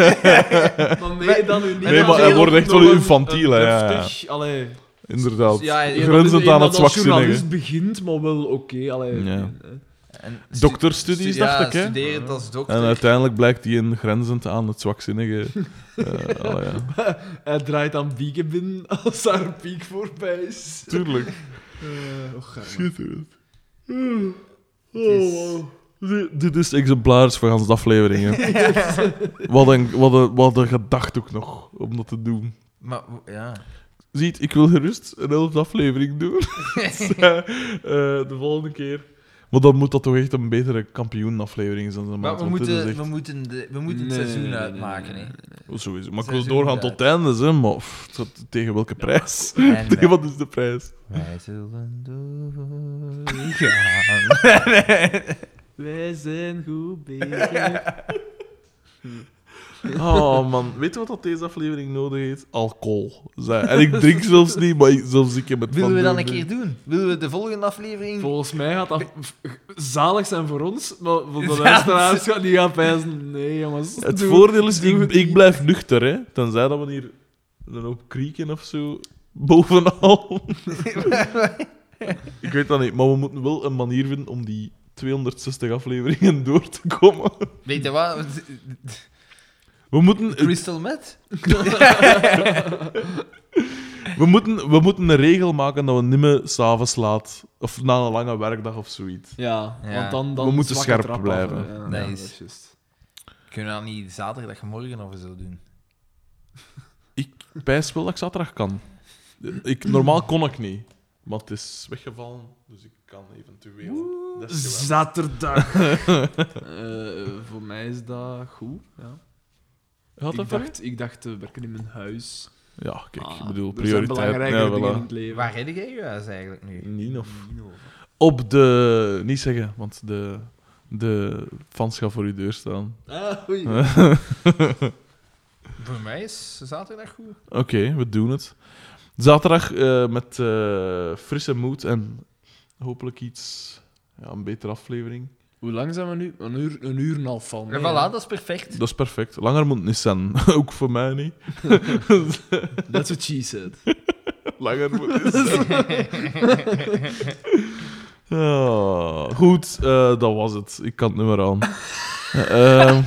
[SPEAKER 2] Maar nee, dan nu niet.
[SPEAKER 1] Nee, maar hij wordt echt wel infantiel, hè, ja, ja.
[SPEAKER 2] Heftig, allee.
[SPEAKER 1] Inderdaad.
[SPEAKER 3] Ja, ja,
[SPEAKER 1] Grenzend aan het
[SPEAKER 2] Als
[SPEAKER 1] zwakzinnige.
[SPEAKER 2] journalist begint, maar wel oké, allee.
[SPEAKER 1] Ja.
[SPEAKER 3] En stu-
[SPEAKER 1] Dokterstudies,
[SPEAKER 3] stu- ja,
[SPEAKER 1] dacht ik, hè?
[SPEAKER 3] studeren als dokter.
[SPEAKER 1] En uiteindelijk blijkt hij een grenzend aan het zwakzinnige. eh allee, ja.
[SPEAKER 2] Hij draait aan Bieken binnen als haar piek voorbij is.
[SPEAKER 1] Tuurlijk.
[SPEAKER 2] Eh, och, ja.
[SPEAKER 1] Schitterend.
[SPEAKER 3] Het is-
[SPEAKER 1] Dit- Oh, Dit is exemplaars voor onze afleveringen. Wat een, wat, een, wat een gedacht ook nog om dat te doen.
[SPEAKER 3] Maar, w- ja.
[SPEAKER 1] Ziet, ik wil gerust een elfde aflevering doen. Dus, eh, eh, de volgende keer. Maar dan moet dat toch echt een betere kampioenaflevering zijn. zeg
[SPEAKER 3] maar we,
[SPEAKER 1] want dit is
[SPEAKER 3] moeten,
[SPEAKER 1] echt-
[SPEAKER 3] we moeten, de, we moeten
[SPEAKER 2] Nee,
[SPEAKER 3] het seizoen
[SPEAKER 2] nee, nee,
[SPEAKER 3] uitmaken.
[SPEAKER 2] nee,
[SPEAKER 3] hè.
[SPEAKER 1] Oh, sowieso. Maar ik
[SPEAKER 3] Zijn
[SPEAKER 1] wil
[SPEAKER 3] ze
[SPEAKER 1] doorgaan
[SPEAKER 3] goed
[SPEAKER 1] tot het einde, hè, maar pff, tot- tegen welke prijs?
[SPEAKER 3] En wij-
[SPEAKER 1] Tegen wat is de prijs?
[SPEAKER 3] Wij zullen doorgaan.
[SPEAKER 2] Wij zijn goed bezig.
[SPEAKER 1] Oh man, weet je wat dat deze aflevering nodig heeft? Alcohol. Zij. En ik drink zelfs niet, maar ik- zelfs ik heb het
[SPEAKER 3] Willen we
[SPEAKER 1] van dus-
[SPEAKER 3] dat een keer doen? Willen we de volgende aflevering?
[SPEAKER 2] Volgens mij gaat dat f- zalig zijn voor ons, maar voor de
[SPEAKER 3] Ja.
[SPEAKER 2] luisteraars gaat die gaan pijzen. Nee, jongens.
[SPEAKER 1] Het
[SPEAKER 2] doe-
[SPEAKER 1] voordeel is,
[SPEAKER 2] doe
[SPEAKER 1] ik,
[SPEAKER 2] het
[SPEAKER 1] ik
[SPEAKER 2] niet.
[SPEAKER 1] blijf nuchter, hè. Tenzij dat we hier een hoop krieken of zo bovenal. ik weet dat niet, maar we moeten wel een manier vinden om die 260 afleveringen door te komen.
[SPEAKER 3] Weet je wat?
[SPEAKER 1] We moeten,
[SPEAKER 3] Crystal Met?
[SPEAKER 1] we moeten, we moeten een regel maken dat we niet meer s'avonds laat, of na een lange werkdag of zoiets.
[SPEAKER 2] Ja,
[SPEAKER 3] Ja.
[SPEAKER 2] want dan, dan
[SPEAKER 1] We moeten
[SPEAKER 2] zwakke
[SPEAKER 1] scherp
[SPEAKER 2] trap af,
[SPEAKER 1] blijven.
[SPEAKER 2] hè. Ja,
[SPEAKER 3] Nee,
[SPEAKER 2] ja,
[SPEAKER 3] is-
[SPEAKER 2] dat is juist.
[SPEAKER 3] Kunnen we dat niet zaterdagmorgen of zo doen?
[SPEAKER 1] Pijs wel dat ik zaterdag kan. Ik, normaal kon ik niet, maar het is weggevallen, dus ik kan eventueel. Dat is geweldig.
[SPEAKER 2] Zaterdag. Eh, voor mij is dat goed. Ja.
[SPEAKER 1] Gaat dat
[SPEAKER 2] Ik,
[SPEAKER 1] voor je?
[SPEAKER 2] dacht, ik dacht, we werken in mijn huis.
[SPEAKER 1] Ja, kijk,
[SPEAKER 2] Ah,
[SPEAKER 1] ik bedoel,
[SPEAKER 2] Er zijn
[SPEAKER 1] prioriteit.
[SPEAKER 2] belangrijke
[SPEAKER 1] Ja,
[SPEAKER 2] dingen in
[SPEAKER 1] voilà.
[SPEAKER 2] het leven.
[SPEAKER 3] Waar redde jij je huis eigenlijk nu?
[SPEAKER 1] Nien of... Op de... Niet zeggen, want de, de fans gaan voor uw deur staan.
[SPEAKER 2] Ah, oei.
[SPEAKER 3] Voor mij is zaterdag goed.
[SPEAKER 1] Oké, we doen het. Zaterdag eh, met eh, frisse moed en hopelijk iets... Ja, een betere aflevering.
[SPEAKER 2] Hoe lang zijn we nu? Een uur, een uur en een half van.
[SPEAKER 3] En voilà, dat is perfect.
[SPEAKER 1] Dat is perfect. Langer moet het niet zijn. Ook voor mij niet.
[SPEAKER 2] That's what she said.
[SPEAKER 1] Langer moet het niet zijn. Ah, goed, eh, dat was het. Ik kan het nummer aan. Ehm,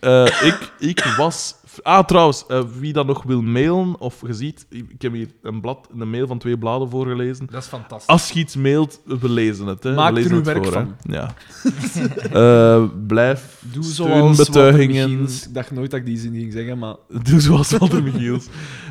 [SPEAKER 1] eh, ik, ik was. Ah, trouwens, eh, wie dat nog wil mailen of je ziet, ik heb hier een, blad, een mail van twee bladen voorgelezen.
[SPEAKER 3] Dat is fantastisch.
[SPEAKER 1] Als je iets mailt, we lezen het. Hè. We
[SPEAKER 2] Maak er
[SPEAKER 1] lezen
[SPEAKER 2] uw
[SPEAKER 1] het
[SPEAKER 2] werk
[SPEAKER 1] hè.
[SPEAKER 2] van.
[SPEAKER 1] Ja. Eh, blijf
[SPEAKER 2] Doe zoals Walter
[SPEAKER 1] steunbetuigingen.
[SPEAKER 2] Michiels. Ik dacht nooit dat ik die zin ging zeggen, maar...
[SPEAKER 1] Doe Dus zoals Walter Michiels.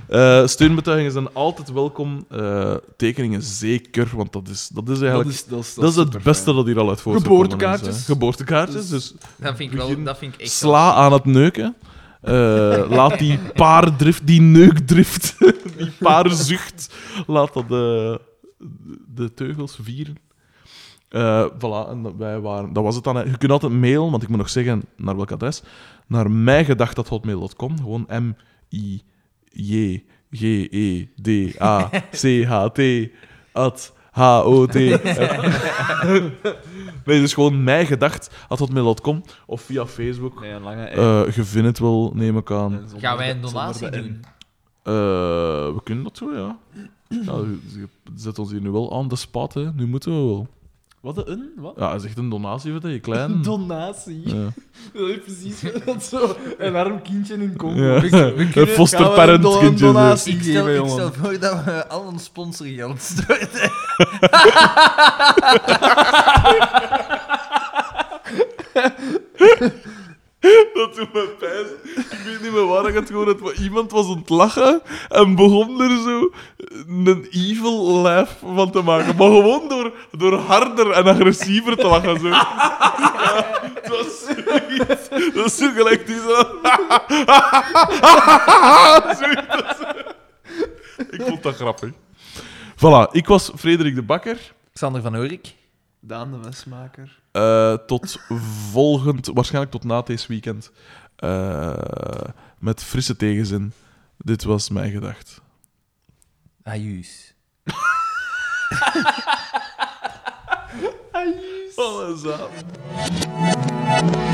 [SPEAKER 1] Eh, steunbetuigingen zijn altijd welkom. Eh, tekeningen zeker, want dat is, dat is eigenlijk...
[SPEAKER 2] Dat is, dat is,
[SPEAKER 1] Dat is het beste dat hier al uit voortgekomen is, hè.
[SPEAKER 2] Geboortekaartjes.
[SPEAKER 1] Geboortekaartjes. Dus
[SPEAKER 3] Dat vind ik, wel,
[SPEAKER 1] begin-
[SPEAKER 3] dat vind ik echt
[SPEAKER 1] sla aan het neuken. Eh, laat die paardrift, die neukdrift, die paarzucht, laat dat de, de teugels vieren. Eh voilà, en dat- wij waren, dat was het dan. hè. Je kunt altijd mailen, want ik moet nog zeggen naar welk adres. Naar mijgedacht.hotmail.com. Gewoon E M-I-J-G-E-D-A-C-H-T at H-O-T. nee, dus gewoon mijgedacht.hotmail.com of via Facebook.
[SPEAKER 2] Nee, een lange ei.
[SPEAKER 1] Eh, je vindt het wel, neem ik aan.
[SPEAKER 2] En zonder
[SPEAKER 3] Gaan wij
[SPEAKER 2] de-
[SPEAKER 3] een donatie
[SPEAKER 2] zonder de
[SPEAKER 3] doen?
[SPEAKER 1] Eh, we kunnen dat doen, ja. ja. je- je Zet ons hier nu wel aan de spat, hè. Nu moeten we wel.
[SPEAKER 2] N. Wat een? Wat?
[SPEAKER 1] Ja, dat is echt een donatie voor je
[SPEAKER 2] Een
[SPEAKER 1] klein.
[SPEAKER 2] donatie.
[SPEAKER 1] Ja.
[SPEAKER 2] Dat is precies dat zo. Een arm kindje in Congo.
[SPEAKER 1] Ja.
[SPEAKER 2] We kunnen-
[SPEAKER 1] Een
[SPEAKER 2] gaan we
[SPEAKER 1] fosterparent
[SPEAKER 2] do- een
[SPEAKER 1] kindje,
[SPEAKER 2] donatie
[SPEAKER 3] Ik stel,
[SPEAKER 2] geven,
[SPEAKER 3] ik
[SPEAKER 2] jongen.
[SPEAKER 3] stel voor dat we al ons sponsorgeld storten.
[SPEAKER 1] Dat doet me pijn. Ik weet niet meer waar ik het gewoon had, maar iemand was aan het lachen en begon er zo een evil laugh van te maken. Maar gewoon door, door harder en agressiever te lachen. Zo. Ja, het was zoiets. Dat is zo gelijk die zo... Zoiets. Dat is- Ik vond dat grappig. Voilà, ik was Frederik de Bakker.
[SPEAKER 3] Xander van Horik.
[SPEAKER 2] Daan de Westmaker.
[SPEAKER 1] Eh, tot volgend, waarschijnlijk tot na deze weekend. Eh, met frisse tegenzin. Dit was mijn gedacht.
[SPEAKER 3] Ajuus.
[SPEAKER 1] Alles aan.